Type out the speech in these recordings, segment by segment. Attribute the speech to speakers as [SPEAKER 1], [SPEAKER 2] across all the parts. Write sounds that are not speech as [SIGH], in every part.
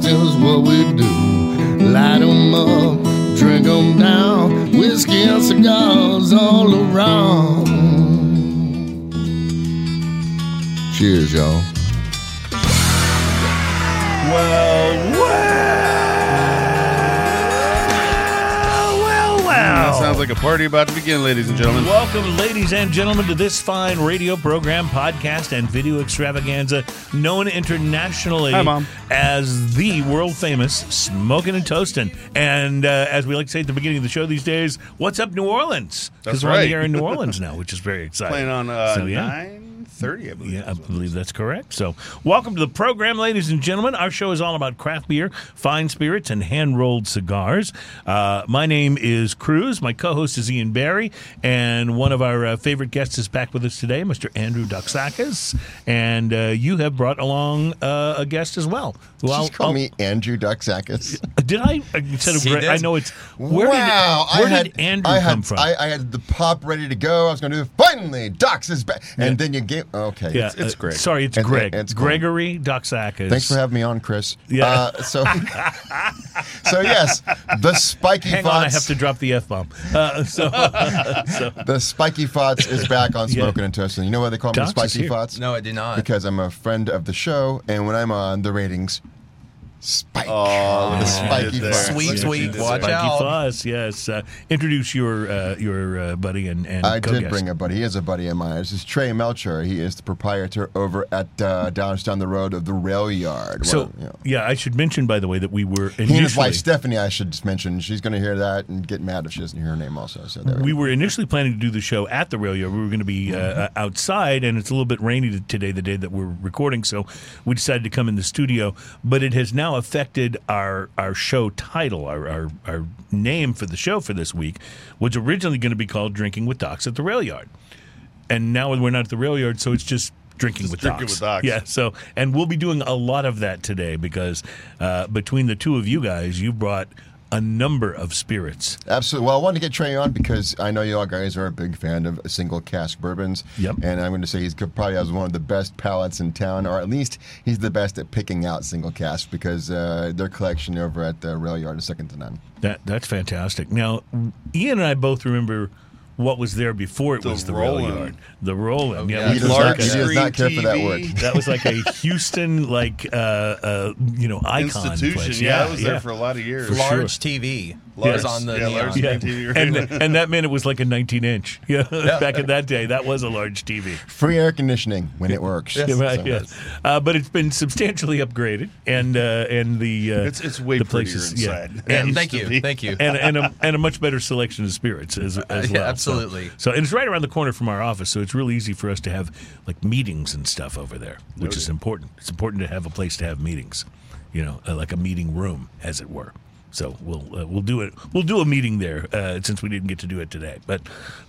[SPEAKER 1] what we do. Light 'em up, drink 'em down, whiskey and cigars all around. Cheers, y'all.
[SPEAKER 2] Well, well, well,
[SPEAKER 3] That
[SPEAKER 2] well.
[SPEAKER 3] sounds like a party about to begin, ladies and gentlemen.
[SPEAKER 2] Welcome, ladies and gentlemen, to this fine radio program, podcast, and video extravaganza known internationally
[SPEAKER 3] Hi, Mom.
[SPEAKER 2] as the world famous Smoking and Toasting. And uh, as we like to say at the beginning of the show these days, what's up, New Orleans?
[SPEAKER 3] That's
[SPEAKER 2] we're on
[SPEAKER 3] right.
[SPEAKER 2] the air
[SPEAKER 3] [LAUGHS]
[SPEAKER 2] in New Orleans now, which is very exciting.
[SPEAKER 3] Playing on uh,
[SPEAKER 2] So, yeah.
[SPEAKER 3] nine thirty, I believe.
[SPEAKER 2] Yeah, I believe that's correct. So, welcome to the program, ladies and gentlemen. Our show is all about craft beer, fine spirits, and hand rolled cigars. Uh, my name is Cruz. My co host is Ian Barry. And one of our uh, favorite guests is back with us today, Mr. Andrew Doxakis. And uh, you have brought along uh, a guest as well. who I'll-
[SPEAKER 4] Just call
[SPEAKER 2] I'll-
[SPEAKER 4] me Andrew Duxakis.
[SPEAKER 2] Did I? Instead of
[SPEAKER 5] She
[SPEAKER 2] Brett, I
[SPEAKER 5] did.
[SPEAKER 2] know it's. Where
[SPEAKER 4] wow!
[SPEAKER 2] did, where
[SPEAKER 4] I had,
[SPEAKER 2] did Andrew
[SPEAKER 4] I had,
[SPEAKER 2] come from?
[SPEAKER 4] I, I had the pop ready to go. I was going to do it. Finally, Dox is back. And then you gave. Okay.
[SPEAKER 2] yeah,
[SPEAKER 4] It's-
[SPEAKER 3] it's
[SPEAKER 2] uh,
[SPEAKER 3] Greg.
[SPEAKER 2] Sorry, it's
[SPEAKER 4] It-
[SPEAKER 2] Greg.
[SPEAKER 4] it- it's cool.
[SPEAKER 2] Gregory Doxakis.
[SPEAKER 4] Thanks for having me on, Chris.
[SPEAKER 2] Yeah. [LAUGHS]
[SPEAKER 4] Uh, so, so yes, the spiky
[SPEAKER 2] Hang
[SPEAKER 4] Fots.
[SPEAKER 2] on, I have to drop the f bomb.
[SPEAKER 4] [LAUGHS]
[SPEAKER 2] Uh, so, so
[SPEAKER 4] The spiky Fots is back on
[SPEAKER 2] [LAUGHS] Yeah.
[SPEAKER 4] Smoking and Toasting. You know why they call me the
[SPEAKER 2] Dox is
[SPEAKER 4] spiky
[SPEAKER 2] here.
[SPEAKER 4] Fots?
[SPEAKER 5] No, I did not.
[SPEAKER 4] because I'm a friend of the show, and when I'm on, the ratings spike.
[SPEAKER 3] Oh,
[SPEAKER 4] the
[SPEAKER 3] did
[SPEAKER 4] spiky
[SPEAKER 3] there.
[SPEAKER 4] Fots.
[SPEAKER 5] Sweet,
[SPEAKER 3] Look at
[SPEAKER 5] sweet,
[SPEAKER 3] you.
[SPEAKER 5] watch
[SPEAKER 2] Mikey
[SPEAKER 5] out.
[SPEAKER 2] Foss, yes. Uh, introduce your uh, your uh, buddy and, and
[SPEAKER 4] I
[SPEAKER 2] co-guest.
[SPEAKER 4] did bring a buddy. He is a buddy of mine. This is Trey Melcher. He is the proprietor over at uh, down down the road of the Rail Yard.
[SPEAKER 2] So
[SPEAKER 4] Well, you know,
[SPEAKER 2] yeah, I should mention by the way that we were
[SPEAKER 4] he and his wife
[SPEAKER 2] initially
[SPEAKER 4] Stephanie. I should just mention she's going to hear that and get mad if she doesn't hear her name also. So there
[SPEAKER 2] we
[SPEAKER 4] go.
[SPEAKER 2] were initially planning to do the show at the rail yard. We were going to be uh,
[SPEAKER 3] Mm-hmm.
[SPEAKER 2] uh, outside, and it's a little bit rainy t- today, the day that we're recording. So we decided to come in the studio, but it has now affected our our show title, our our, our name for the show for this week was originally going to be called "Drinking with Docs at the Rail Yard." and now we're not at the rail yard, so it's just drinking with
[SPEAKER 3] drinking
[SPEAKER 2] docs.
[SPEAKER 3] with docs.
[SPEAKER 2] Yeah. So, and we'll be doing a lot of that today because uh, between the two of you guys, you brought a number of spirits.
[SPEAKER 4] Absolutely. Well, I wanted to get Trey on because I know you all guys are a big fan of single cask bourbons.
[SPEAKER 2] Yep.
[SPEAKER 4] And I'm going to say he's co- probably has one of the best palates in town, or at least he's the best at picking out single casks because uh, their collection over at the Rail Yard is second to none.
[SPEAKER 2] That that's fantastic. Now, Ian and I both remember what was there before it
[SPEAKER 3] The
[SPEAKER 2] was the rail
[SPEAKER 3] Roland.
[SPEAKER 2] yard. The Roland.
[SPEAKER 5] yeah.
[SPEAKER 2] which was
[SPEAKER 4] He does,
[SPEAKER 3] Large
[SPEAKER 4] not, he does
[SPEAKER 3] screen
[SPEAKER 4] not care for that
[SPEAKER 3] TV.
[SPEAKER 4] word.
[SPEAKER 2] that was like a Houston, like uh, uh, you know, icon
[SPEAKER 3] Institution.
[SPEAKER 2] place.
[SPEAKER 3] Yeah, I was there for a lot of years.
[SPEAKER 2] For sure.
[SPEAKER 5] Large TV
[SPEAKER 2] Yes.
[SPEAKER 5] was on the
[SPEAKER 3] Yeah,
[SPEAKER 5] neon.
[SPEAKER 3] large
[SPEAKER 2] Yeah.
[SPEAKER 3] TV right
[SPEAKER 2] and
[SPEAKER 3] now.
[SPEAKER 2] and that meant it was like a 19 inch. [LAUGHS] Yeah, back in that day, that was a large TV.
[SPEAKER 4] Free air conditioning when it
[SPEAKER 2] [LAUGHS]
[SPEAKER 4] works.
[SPEAKER 2] Yeah, right,
[SPEAKER 4] So-
[SPEAKER 2] yes. Uh, but it's been substantially upgraded, and uh, and the uh,
[SPEAKER 3] It's it's way
[SPEAKER 2] the
[SPEAKER 3] prettier
[SPEAKER 2] places, yeah.
[SPEAKER 3] inside.
[SPEAKER 5] Yeah,
[SPEAKER 3] It used
[SPEAKER 5] thank
[SPEAKER 3] to
[SPEAKER 5] you,
[SPEAKER 3] be.
[SPEAKER 5] thank you. Uh,
[SPEAKER 2] and and a, and a much better selection of spirits as, as
[SPEAKER 5] yeah,
[SPEAKER 2] well. So-
[SPEAKER 5] absolutely.
[SPEAKER 2] So, and it's right around the corner from our office, so it's really easy for us to have like meetings and stuff over there, which is important. It's important to have a place to have meetings, you know, uh, like a meeting room, as it were. So we'll uh, we'll do it. We'll do a meeting there uh, since we didn't get to do it today, but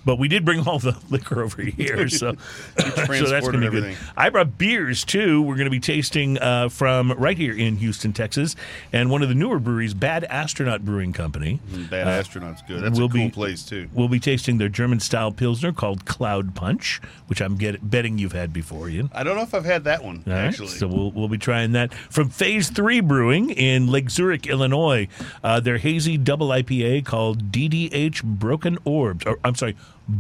[SPEAKER 2] but we did bring all the [LAUGHS] liquor over here,
[SPEAKER 5] [LAUGHS]
[SPEAKER 2] so [LAUGHS] so that's gonna be
[SPEAKER 3] transported
[SPEAKER 2] good.
[SPEAKER 3] everything.
[SPEAKER 2] I brought beers too. We're going to be tasting uh, from right here in Houston, Texas, and one of the newer breweries, Bad Astronaut Brewing Company.
[SPEAKER 3] Bad astronaut's good. That's
[SPEAKER 2] will
[SPEAKER 3] a cool
[SPEAKER 2] uh, be-
[SPEAKER 3] place too.
[SPEAKER 2] We'll be tasting their German style pilsner called Cloud Punch, which I'm get, betting you've had before, Ian.
[SPEAKER 3] I don't know if I've had that one
[SPEAKER 2] All right,
[SPEAKER 3] actually.
[SPEAKER 2] so we'll we'll be trying that from Phase Three Brewing in Lake Zurich, Illinois. Uh, their hazy double IPA called DDH Broken Orbs, or I'm sorry,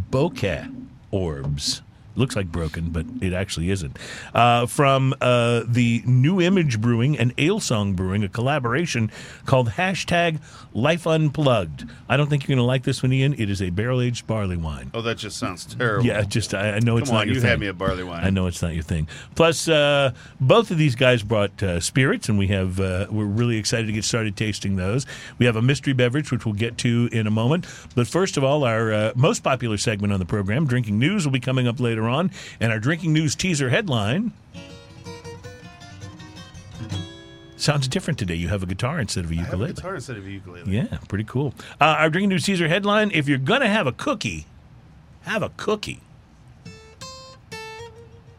[SPEAKER 2] Bokeh Orbs. Looks like broken, but it actually isn't. Uh, from uh, the New Image Brewing and Alesong Brewing, a collaboration called hashtag Life Unplugged. I don't think you're going to like this one, Ian. It is a barrel aged barley wine.
[SPEAKER 3] oh, that just sounds terrible.
[SPEAKER 2] Yeah, just I, I know it's
[SPEAKER 3] Come
[SPEAKER 2] not
[SPEAKER 3] on,
[SPEAKER 2] your
[SPEAKER 3] you
[SPEAKER 2] thing.
[SPEAKER 3] had me a barley wine.
[SPEAKER 2] I know it's not your thing. Plus, uh, both of these guys brought uh, spirits, and we have uh, we're really excited to get started tasting those. We have a mystery beverage, which we'll get to in a moment. But first of all, our uh, most popular segment on the program, drinking news, will be coming up later on, and our drinking news teaser headline. Sounds different today. You have a guitar instead of a
[SPEAKER 3] I have a
[SPEAKER 2] ukulele.
[SPEAKER 3] guitar instead of a ukulele.
[SPEAKER 2] Yeah, pretty cool. Uh, our drinking news teaser headline: If you're gonna have a cookie, have a cookie.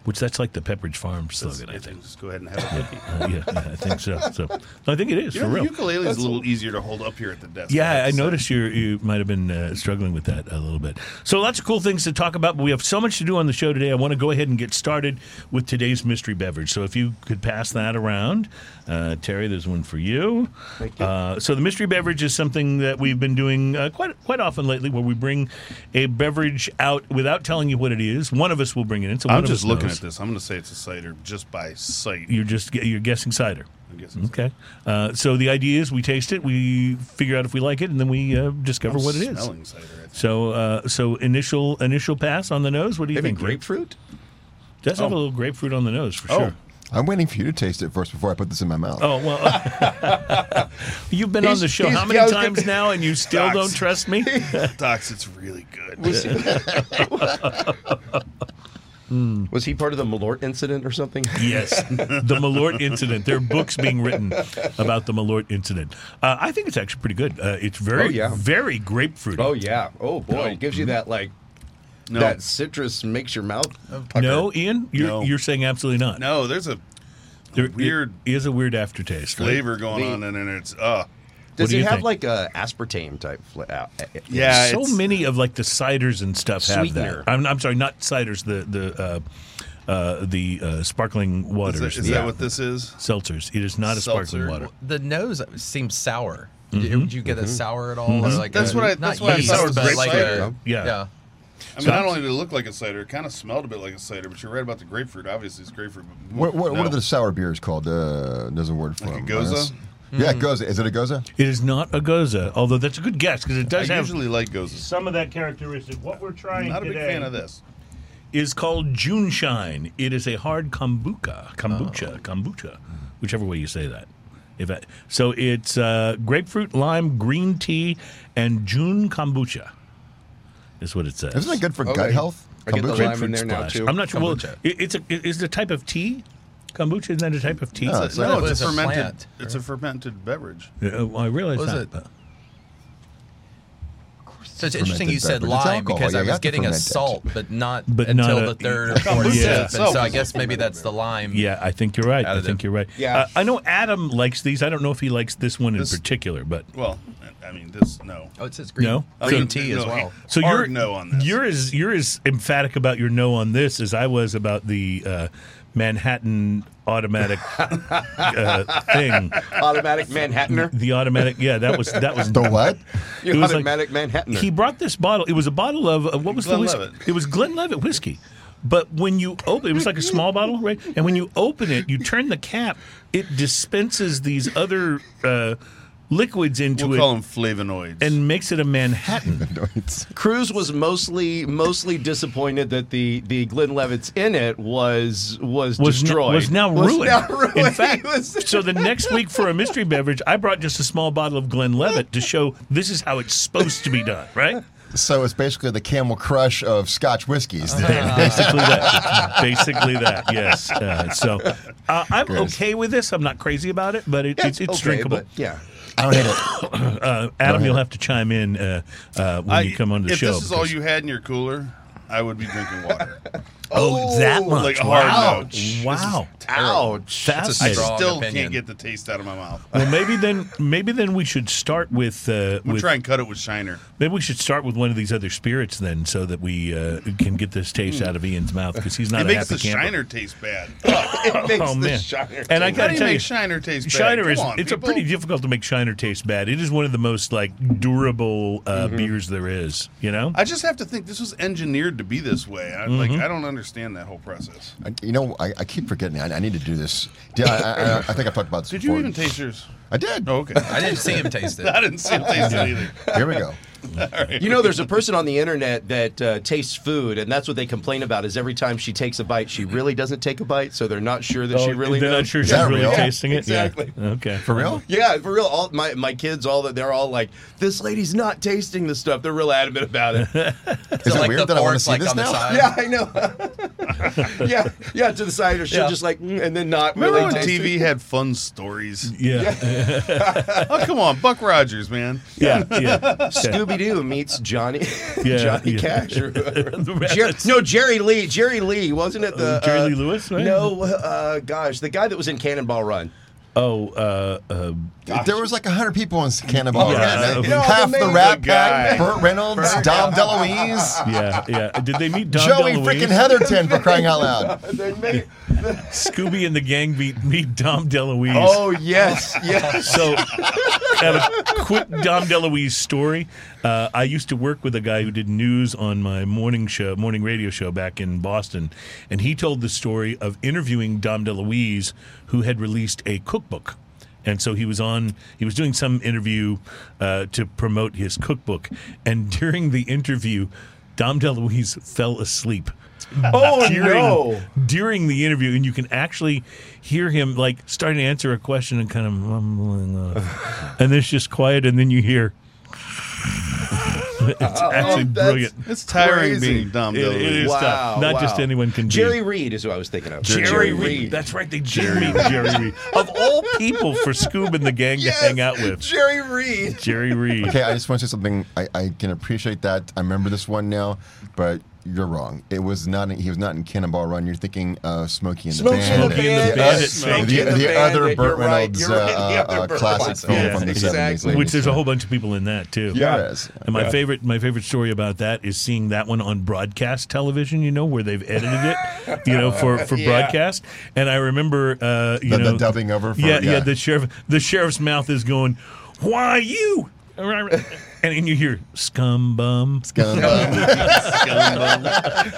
[SPEAKER 2] which that's like the Pepperidge Farm slogan, I
[SPEAKER 3] If you
[SPEAKER 2] think.
[SPEAKER 3] Just go ahead and
[SPEAKER 2] [LAUGHS]
[SPEAKER 3] have a cookie.
[SPEAKER 2] Uh, yeah, yeah, I think so. So no, I think it is
[SPEAKER 3] You
[SPEAKER 2] for
[SPEAKER 3] know, the
[SPEAKER 2] real.
[SPEAKER 3] ukulele is a little easier to hold up here at the desk. have
[SPEAKER 2] Yeah,
[SPEAKER 3] to
[SPEAKER 2] I
[SPEAKER 3] say.
[SPEAKER 2] noticed you you might have been uh, struggling with that a little bit. So lots of cool things to talk about, but we have so much to do on the show today. I want to go ahead and get started with today's mystery beverage. So if you could pass that around, uh, Terry, there's one for you. Thank you. Uh, so the mystery beverage is something that we've been doing uh, quite quite often lately, where we bring a beverage out without telling you what it is. One of us will bring it in. So one
[SPEAKER 3] I'm
[SPEAKER 2] of
[SPEAKER 3] just
[SPEAKER 2] us
[SPEAKER 3] looking
[SPEAKER 2] knows.
[SPEAKER 3] at this. I'm going to say it's a cider just by sight.
[SPEAKER 2] You're just you're guessing cider.
[SPEAKER 3] I guess it's-
[SPEAKER 2] Okay. Uh, so the idea is we taste it, we figure out if we like it, and then we uh, discover what it is.
[SPEAKER 3] Smelling cider. I think.
[SPEAKER 2] So, uh, so initial initial pass on the nose. What do you
[SPEAKER 5] Maybe
[SPEAKER 2] think? Dave?
[SPEAKER 3] [LAUGHS]
[SPEAKER 5] grapefruit? Oh.
[SPEAKER 2] Does have a little grapefruit on the nose for sure.
[SPEAKER 4] I'm waiting for you to taste it first before I put this in my mouth.
[SPEAKER 2] Oh well, [LAUGHS] you've been on
[SPEAKER 5] uh, He's-
[SPEAKER 2] the show
[SPEAKER 5] he's-
[SPEAKER 2] how many
[SPEAKER 5] yeah, I was gonna-
[SPEAKER 2] times now, and you still
[SPEAKER 3] Docs.
[SPEAKER 2] don't trust
[SPEAKER 5] [LAUGHS]
[SPEAKER 2] me? [LAUGHS]
[SPEAKER 3] Docs, it's really good.
[SPEAKER 5] Was, [LAUGHS] was he part of the Malort incident or something?
[SPEAKER 2] yes, the Malort incident. There are books being written about the Malort incident. Uh, I think it's actually pretty good. Uh, it's very,
[SPEAKER 5] Oh, yeah.
[SPEAKER 2] very grapefruit.
[SPEAKER 5] Oh yeah. Oh boy,
[SPEAKER 3] No.
[SPEAKER 5] it gives you that like
[SPEAKER 3] No. Oh.
[SPEAKER 5] that citrus makes your mouth. pucker.
[SPEAKER 2] no, Ian, you're
[SPEAKER 3] No.
[SPEAKER 2] you're saying absolutely not.
[SPEAKER 3] no, there's a
[SPEAKER 2] there
[SPEAKER 3] weird
[SPEAKER 2] it is a weird aftertaste. right?
[SPEAKER 3] flavor going
[SPEAKER 5] The-
[SPEAKER 3] on, and then it's uh.
[SPEAKER 5] Does
[SPEAKER 2] do
[SPEAKER 5] it
[SPEAKER 2] you
[SPEAKER 5] have
[SPEAKER 2] think?
[SPEAKER 5] like a aspartame type? Fla- uh, uh,
[SPEAKER 3] Yeah,
[SPEAKER 2] so
[SPEAKER 3] it's-
[SPEAKER 2] many of like the ciders and stuff have
[SPEAKER 5] Sweetener.
[SPEAKER 2] that. I'm, I'm sorry, not ciders. The the uh, uh, the uh, sparkling
[SPEAKER 3] Is,
[SPEAKER 2] waters.
[SPEAKER 3] that, is that what this is?
[SPEAKER 2] seltzers? It is not a
[SPEAKER 3] Seltzer.
[SPEAKER 2] sparkling water.
[SPEAKER 6] The nose seems sour. Did you- Did you get
[SPEAKER 5] Mm-hmm.
[SPEAKER 6] a sour at all? Or like
[SPEAKER 3] Mm-hmm. That's
[SPEAKER 6] a,
[SPEAKER 3] what I-
[SPEAKER 6] not
[SPEAKER 3] that's what I
[SPEAKER 6] yeast,
[SPEAKER 3] thought it was
[SPEAKER 6] but
[SPEAKER 3] grape
[SPEAKER 6] like
[SPEAKER 3] cider.
[SPEAKER 6] a,
[SPEAKER 2] Yeah.
[SPEAKER 3] I mean, not only did it look like a cider, it kind of smelled a bit like a cider. But you're right about the grapefruit. Obviously, it's grapefruit. But
[SPEAKER 4] What, what, what
[SPEAKER 3] no.
[SPEAKER 4] are the sour beers called? Uh, there's a word for
[SPEAKER 3] Like a
[SPEAKER 4] them.
[SPEAKER 3] goza?
[SPEAKER 4] Lance. Yeah,
[SPEAKER 5] Hmm.
[SPEAKER 4] goza. Is it a goza?
[SPEAKER 2] It is not a goza, although that's a good guess because it does
[SPEAKER 3] I
[SPEAKER 2] have
[SPEAKER 3] usually like goes.
[SPEAKER 2] some of that characteristic. What we're trying
[SPEAKER 3] Not a big
[SPEAKER 2] today
[SPEAKER 3] fan of this.
[SPEAKER 2] is called June Shine. It is a hard kombucha,
[SPEAKER 3] Oh.
[SPEAKER 2] kombucha, kombucha, whichever way you say that. If I, so, it's uh, grapefruit, lime, green tea, and June kombucha. Is what it says.
[SPEAKER 4] Isn't it good for
[SPEAKER 5] Okay.
[SPEAKER 4] gut health?
[SPEAKER 5] I get the
[SPEAKER 4] Kombucha?
[SPEAKER 5] lime in there now
[SPEAKER 2] Splash.
[SPEAKER 5] too.
[SPEAKER 2] I'm not sure. Well,
[SPEAKER 6] Kombucha.
[SPEAKER 2] it- it's a it- is the type of tea. Kombucha isn't that Oh, a type of tea?
[SPEAKER 4] No, it's
[SPEAKER 3] no,
[SPEAKER 6] but
[SPEAKER 3] it's,
[SPEAKER 6] it's
[SPEAKER 3] a
[SPEAKER 6] a
[SPEAKER 3] fermented.
[SPEAKER 6] plant,
[SPEAKER 3] It's a fermented beverage.
[SPEAKER 2] Uh, well, I realize
[SPEAKER 6] What is
[SPEAKER 2] that.
[SPEAKER 6] it?
[SPEAKER 2] but-
[SPEAKER 6] So it's interesting you
[SPEAKER 4] Fermented
[SPEAKER 6] said
[SPEAKER 4] beverage. It's
[SPEAKER 6] lime
[SPEAKER 4] alcohol.
[SPEAKER 6] because
[SPEAKER 4] Yeah,
[SPEAKER 6] I
[SPEAKER 4] you
[SPEAKER 6] was
[SPEAKER 4] have to
[SPEAKER 6] getting a
[SPEAKER 4] ferment it.
[SPEAKER 6] salt, but not
[SPEAKER 2] But
[SPEAKER 6] until
[SPEAKER 2] not a-
[SPEAKER 6] the third or fourth
[SPEAKER 3] Yeah.
[SPEAKER 6] sip. And
[SPEAKER 3] Itself
[SPEAKER 6] so I
[SPEAKER 3] is a
[SPEAKER 6] guess maybe
[SPEAKER 3] fermented
[SPEAKER 6] that's the
[SPEAKER 3] beverage.
[SPEAKER 6] lime.
[SPEAKER 2] Yeah, I think you're right. I
[SPEAKER 6] Additive.
[SPEAKER 2] think you're right.
[SPEAKER 5] Yeah.
[SPEAKER 2] Uh, I know Adam likes these. I don't know if he likes this one in
[SPEAKER 3] This-
[SPEAKER 2] particular, but
[SPEAKER 3] Well, I mean, this no.
[SPEAKER 6] Oh, it says green,
[SPEAKER 2] No?
[SPEAKER 6] green
[SPEAKER 3] So-
[SPEAKER 6] tea
[SPEAKER 3] no,
[SPEAKER 6] as well.
[SPEAKER 2] so you're
[SPEAKER 3] hard no on this.
[SPEAKER 2] You're as you're as emphatic about your no on this as I was about the uh, Manhattan automatic uh, thing.
[SPEAKER 5] [LAUGHS] automatic Manhattaner.
[SPEAKER 2] The automatic. Yeah, that was that was
[SPEAKER 4] The what?
[SPEAKER 5] You
[SPEAKER 2] It was like-
[SPEAKER 5] automatic Manhattaner.
[SPEAKER 2] He brought this bottle. It was a bottle of uh, what was the whiskey?
[SPEAKER 3] Glenlivet.
[SPEAKER 2] It was Glenlivet whiskey. But when you open, it was like a small bottle, right? And when you open it, you turn the cap. It dispenses these other uh, liquids into
[SPEAKER 3] We'll
[SPEAKER 2] it
[SPEAKER 3] call them flavonoids.
[SPEAKER 2] and makes it a
[SPEAKER 5] [LAUGHS]
[SPEAKER 2] Manhattan.
[SPEAKER 4] No, it's-
[SPEAKER 5] Cruz was mostly mostly disappointed that the the Glenn Levitts in it was was,
[SPEAKER 2] Was n-
[SPEAKER 5] destroyed.
[SPEAKER 2] was now
[SPEAKER 5] Was
[SPEAKER 2] ruined.
[SPEAKER 5] now ruined.
[SPEAKER 2] In fact,
[SPEAKER 5] [LAUGHS] He was-
[SPEAKER 2] so the next week for a mystery beverage, I brought just a small bottle of Glenlivet to show this is how it's supposed to be done, right?
[SPEAKER 4] So it's basically the Camel Crush of Scotch whiskeys.
[SPEAKER 5] Uh-huh.
[SPEAKER 2] basically that. Basically that. Yes. Uh, so uh, I'm
[SPEAKER 4] Yes.
[SPEAKER 2] okay with this. I'm not crazy about it, but it, it's, it's
[SPEAKER 5] okay,
[SPEAKER 2] drinkable.
[SPEAKER 5] but yeah.
[SPEAKER 4] I don't hate it.
[SPEAKER 2] Uh, Adam, you'll have to chime in uh, uh, when
[SPEAKER 3] I-
[SPEAKER 2] you come on the
[SPEAKER 3] if
[SPEAKER 2] show.
[SPEAKER 3] this is all
[SPEAKER 2] because-
[SPEAKER 3] you had in your cooler, I would be drinking water.
[SPEAKER 2] oh, [LAUGHS] that much.
[SPEAKER 3] like a hard
[SPEAKER 2] wow.
[SPEAKER 3] no. This is
[SPEAKER 2] Wow.
[SPEAKER 5] Ouch.
[SPEAKER 3] I
[SPEAKER 2] Fascinating.
[SPEAKER 6] Strong
[SPEAKER 3] still
[SPEAKER 6] opinion.
[SPEAKER 3] can't get the taste out of my mouth.
[SPEAKER 2] Well, maybe then, maybe then we should start with uh,
[SPEAKER 3] I'm gonna
[SPEAKER 2] with
[SPEAKER 3] try and cut it with Shiner.
[SPEAKER 2] maybe we should start with one of these other spirits then, so that we uh, can get this taste out of Ian's mouth because he's not a
[SPEAKER 3] It Hmm. makes
[SPEAKER 2] happy
[SPEAKER 3] the
[SPEAKER 2] camper.
[SPEAKER 3] Shiner taste bad.
[SPEAKER 5] It makes
[SPEAKER 2] Oh
[SPEAKER 5] the
[SPEAKER 2] man!
[SPEAKER 5] Shiner
[SPEAKER 2] and I
[SPEAKER 5] taste
[SPEAKER 3] How
[SPEAKER 2] gotta
[SPEAKER 3] do you
[SPEAKER 2] tell
[SPEAKER 3] make
[SPEAKER 2] you,
[SPEAKER 3] Shiner taste bad?
[SPEAKER 2] Shiner
[SPEAKER 3] Come
[SPEAKER 2] is
[SPEAKER 3] on,
[SPEAKER 2] it's
[SPEAKER 3] people.
[SPEAKER 2] a pretty difficult to make Shiner taste bad. It is one of the most like durable uh, beers there is. You know,
[SPEAKER 3] I just have to think this was engineered to be this way. I, Like
[SPEAKER 2] Mm-hmm.
[SPEAKER 3] I don't understand that whole process.
[SPEAKER 4] I- You know, I, I keep forgetting. I, I need to do this. Yeah, I, I, I think I talked about this
[SPEAKER 3] Did
[SPEAKER 4] before.
[SPEAKER 3] you even taste yours?
[SPEAKER 4] I did.
[SPEAKER 3] Oh, okay.
[SPEAKER 6] I didn't see him taste it.
[SPEAKER 3] [LAUGHS] I didn't [LAUGHS] see it taste it either.
[SPEAKER 4] Here we go.
[SPEAKER 5] You know, there's a person on the internet that uh, tastes food, and that's what they complain about. Is every time she takes a bite, she really doesn't take a bite, so they're not sure that she
[SPEAKER 2] Oh,
[SPEAKER 5] really.
[SPEAKER 2] they're not
[SPEAKER 5] knows.
[SPEAKER 2] sure she's
[SPEAKER 4] that
[SPEAKER 2] really
[SPEAKER 4] real? Yeah,
[SPEAKER 2] tasting it. Yeah.
[SPEAKER 5] exactly.
[SPEAKER 2] Okay.
[SPEAKER 4] For real?
[SPEAKER 5] Yeah, for real. All my, my kids, all that they're all like, this lady's not tasting the stuff. They're real adamant about it.
[SPEAKER 4] Is it
[SPEAKER 6] like
[SPEAKER 4] weird
[SPEAKER 6] the
[SPEAKER 4] that I want to
[SPEAKER 6] forks
[SPEAKER 4] see [LAUGHS]
[SPEAKER 6] like
[SPEAKER 4] this
[SPEAKER 6] on the
[SPEAKER 4] now?
[SPEAKER 6] side.
[SPEAKER 5] yeah, I know. [LAUGHS] yeah, yeah, to the side, or she'll
[SPEAKER 6] Yeah.
[SPEAKER 5] just like, mm, and then not
[SPEAKER 3] Remember
[SPEAKER 5] really
[SPEAKER 3] when
[SPEAKER 5] taste it.
[SPEAKER 3] TV had fun stories? [LAUGHS]
[SPEAKER 2] Yeah.
[SPEAKER 3] Oh, come on, Buck Rogers, [LAUGHS] man.
[SPEAKER 2] Yeah. Yeah.
[SPEAKER 5] Scooby Doo meets Johnny, [LAUGHS]
[SPEAKER 2] Yeah,
[SPEAKER 5] Johnny
[SPEAKER 2] yeah.
[SPEAKER 5] Cash, or whoever.
[SPEAKER 2] The [LAUGHS]
[SPEAKER 5] [LAUGHS] Jer-
[SPEAKER 2] rest.
[SPEAKER 5] no Jerry Lee. Jerry Lee wasn't it the
[SPEAKER 2] Uh, Jerry
[SPEAKER 5] uh,
[SPEAKER 2] Lee Lewis, right?
[SPEAKER 5] No, uh, gosh, the guy that was in Cannonball Run.
[SPEAKER 2] Oh, uh, um,
[SPEAKER 4] There was like hundred people in Cannonball
[SPEAKER 2] Yeah.
[SPEAKER 4] Run.
[SPEAKER 2] Yeah.
[SPEAKER 4] Half the
[SPEAKER 5] No,
[SPEAKER 4] Rat
[SPEAKER 3] the
[SPEAKER 4] Pack,
[SPEAKER 3] guy.
[SPEAKER 4] Burt Reynolds, Dom DeLuise,
[SPEAKER 2] yeah, yeah. Did they meet Don
[SPEAKER 4] Joey
[SPEAKER 2] DeLuise?
[SPEAKER 4] freaking Heatherton for crying out loud.
[SPEAKER 5] And then maybe-
[SPEAKER 2] Scooby and the gang meet meet Dom DeLuise.
[SPEAKER 5] oh yes,
[SPEAKER 2] [LAUGHS]
[SPEAKER 5] yes.
[SPEAKER 2] So, have a quick Dom DeLuise story. Uh, I used to work with a guy who did news on my morning show, morning radio show back in Boston, and he told the story of interviewing Dom DeLuise, who had released a cookbook. And so he was on. He was doing some interview uh, to promote his cookbook, and during the interview, Dom DeLuise fell asleep
[SPEAKER 5] Oh
[SPEAKER 2] during,
[SPEAKER 5] no.
[SPEAKER 2] during the interview, and you can actually hear him like starting to answer a question and kind of mumbling, uh, and it's just quiet, and then you hear. it's actually
[SPEAKER 5] that's-
[SPEAKER 2] brilliant.
[SPEAKER 3] It's tiring
[SPEAKER 5] Crazy.
[SPEAKER 3] being dumb.
[SPEAKER 2] It, it is
[SPEAKER 5] Wow,
[SPEAKER 2] tough. Not just
[SPEAKER 5] wow.
[SPEAKER 2] anyone can.
[SPEAKER 5] Jerry
[SPEAKER 2] be.
[SPEAKER 5] Reed is who I was thinking of.
[SPEAKER 2] Jerry, Reed. That's right. They Jerry Reed. Jerry Reed. Of all people for Scoob and the gang
[SPEAKER 5] Yes,
[SPEAKER 2] to hang out with,
[SPEAKER 5] Jerry Reed.
[SPEAKER 2] Jerry Reed.
[SPEAKER 4] Okay, I just want to say something. I, I can appreciate that. I remember this one now, but you're wrong. It was not. He was not in Cannonball Run. You're thinking of Smokey and the
[SPEAKER 5] Smokey and the
[SPEAKER 4] Bandit.
[SPEAKER 5] Bandit.
[SPEAKER 2] Bandit,
[SPEAKER 4] Uh,
[SPEAKER 2] Smokey
[SPEAKER 4] the,
[SPEAKER 5] and the
[SPEAKER 4] the other
[SPEAKER 5] Bandit.
[SPEAKER 4] Burt
[SPEAKER 5] You're right.
[SPEAKER 4] Reynolds
[SPEAKER 5] You're right. The
[SPEAKER 4] uh,
[SPEAKER 5] other
[SPEAKER 4] uh,
[SPEAKER 5] Burt
[SPEAKER 4] classic
[SPEAKER 5] Reynolds.
[SPEAKER 4] film
[SPEAKER 2] Yeah,
[SPEAKER 4] from the
[SPEAKER 6] exactly.
[SPEAKER 4] 70s.
[SPEAKER 2] Which there's a whole bunch of people in that too.
[SPEAKER 4] [LAUGHS] Yeah, there is.
[SPEAKER 2] And my favorite, my favorite story about that is seeing that one on broadcast television. You know where they've edited it, you know for for
[SPEAKER 5] Yeah.
[SPEAKER 2] broadcast. And I remember, uh, you
[SPEAKER 4] The- the
[SPEAKER 2] know,
[SPEAKER 4] dubbing over for-
[SPEAKER 2] yeah, yeah,
[SPEAKER 4] yeah.
[SPEAKER 2] The sheriff, the sheriff's mouth is going, "Why you?" And then you hear scum bum.
[SPEAKER 4] Um,
[SPEAKER 2] Oh god.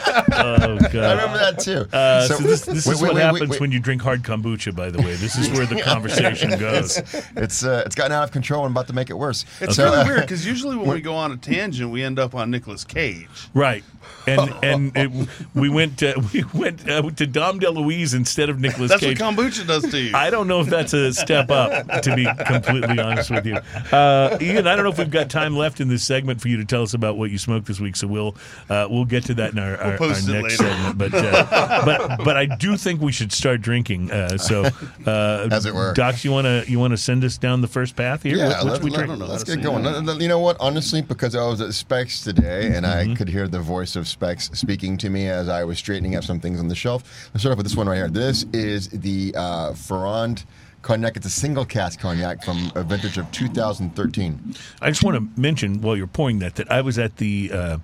[SPEAKER 4] I remember that too.
[SPEAKER 2] Uh, so, this, this
[SPEAKER 4] wait,
[SPEAKER 2] is
[SPEAKER 4] wait,
[SPEAKER 2] what
[SPEAKER 4] wait, wait,
[SPEAKER 2] happens
[SPEAKER 4] wait.
[SPEAKER 2] when you drink hard kombucha. By the way, this is
[SPEAKER 4] [LAUGHS]
[SPEAKER 2] where the conversation goes.
[SPEAKER 4] it's uh, it's gotten out of control. I'm about to make it worse.
[SPEAKER 3] It's
[SPEAKER 4] So, [LAUGHS]
[SPEAKER 3] really
[SPEAKER 4] uh,
[SPEAKER 3] weird because
[SPEAKER 2] [LAUGHS]
[SPEAKER 3] usually when we go on a tangent, we end up on Nicolas Cage.
[SPEAKER 2] Right, and and it, we went uh, we went uh, to Dom DeLuise instead of Nicholas
[SPEAKER 3] That's
[SPEAKER 2] Cage.
[SPEAKER 3] what kombucha does to
[SPEAKER 2] [LAUGHS]
[SPEAKER 3] you.
[SPEAKER 2] I don't know if that's a step up, to be completely honest with you. Uh, Ian, I don't know if we've got time left in this segment for you to tell us about what you smoked this week, so we'll uh, we'll get to that in our, our,
[SPEAKER 3] post
[SPEAKER 2] our
[SPEAKER 3] it
[SPEAKER 2] next
[SPEAKER 3] later.
[SPEAKER 2] segment. But uh, but but I do think we should start drinking. Uh, so uh,
[SPEAKER 4] As it were.
[SPEAKER 2] Docs, you wanna you wanna send us down the first path here?
[SPEAKER 4] Yeah,
[SPEAKER 2] What- what
[SPEAKER 4] let,
[SPEAKER 2] should we drink?
[SPEAKER 4] let,
[SPEAKER 3] drink?
[SPEAKER 4] us get going. Let- let- you know what? Honestly, because I was at Specs today and I could hear the voice of Specs speaking to me as I was straightening up some things on the shelf. Let's start off with this one right here. This is the uh, Ferrand cognac. It's a single cask cognac from a vintage of 2013.
[SPEAKER 2] I just want to mention while you're pouring that that I was at the uh,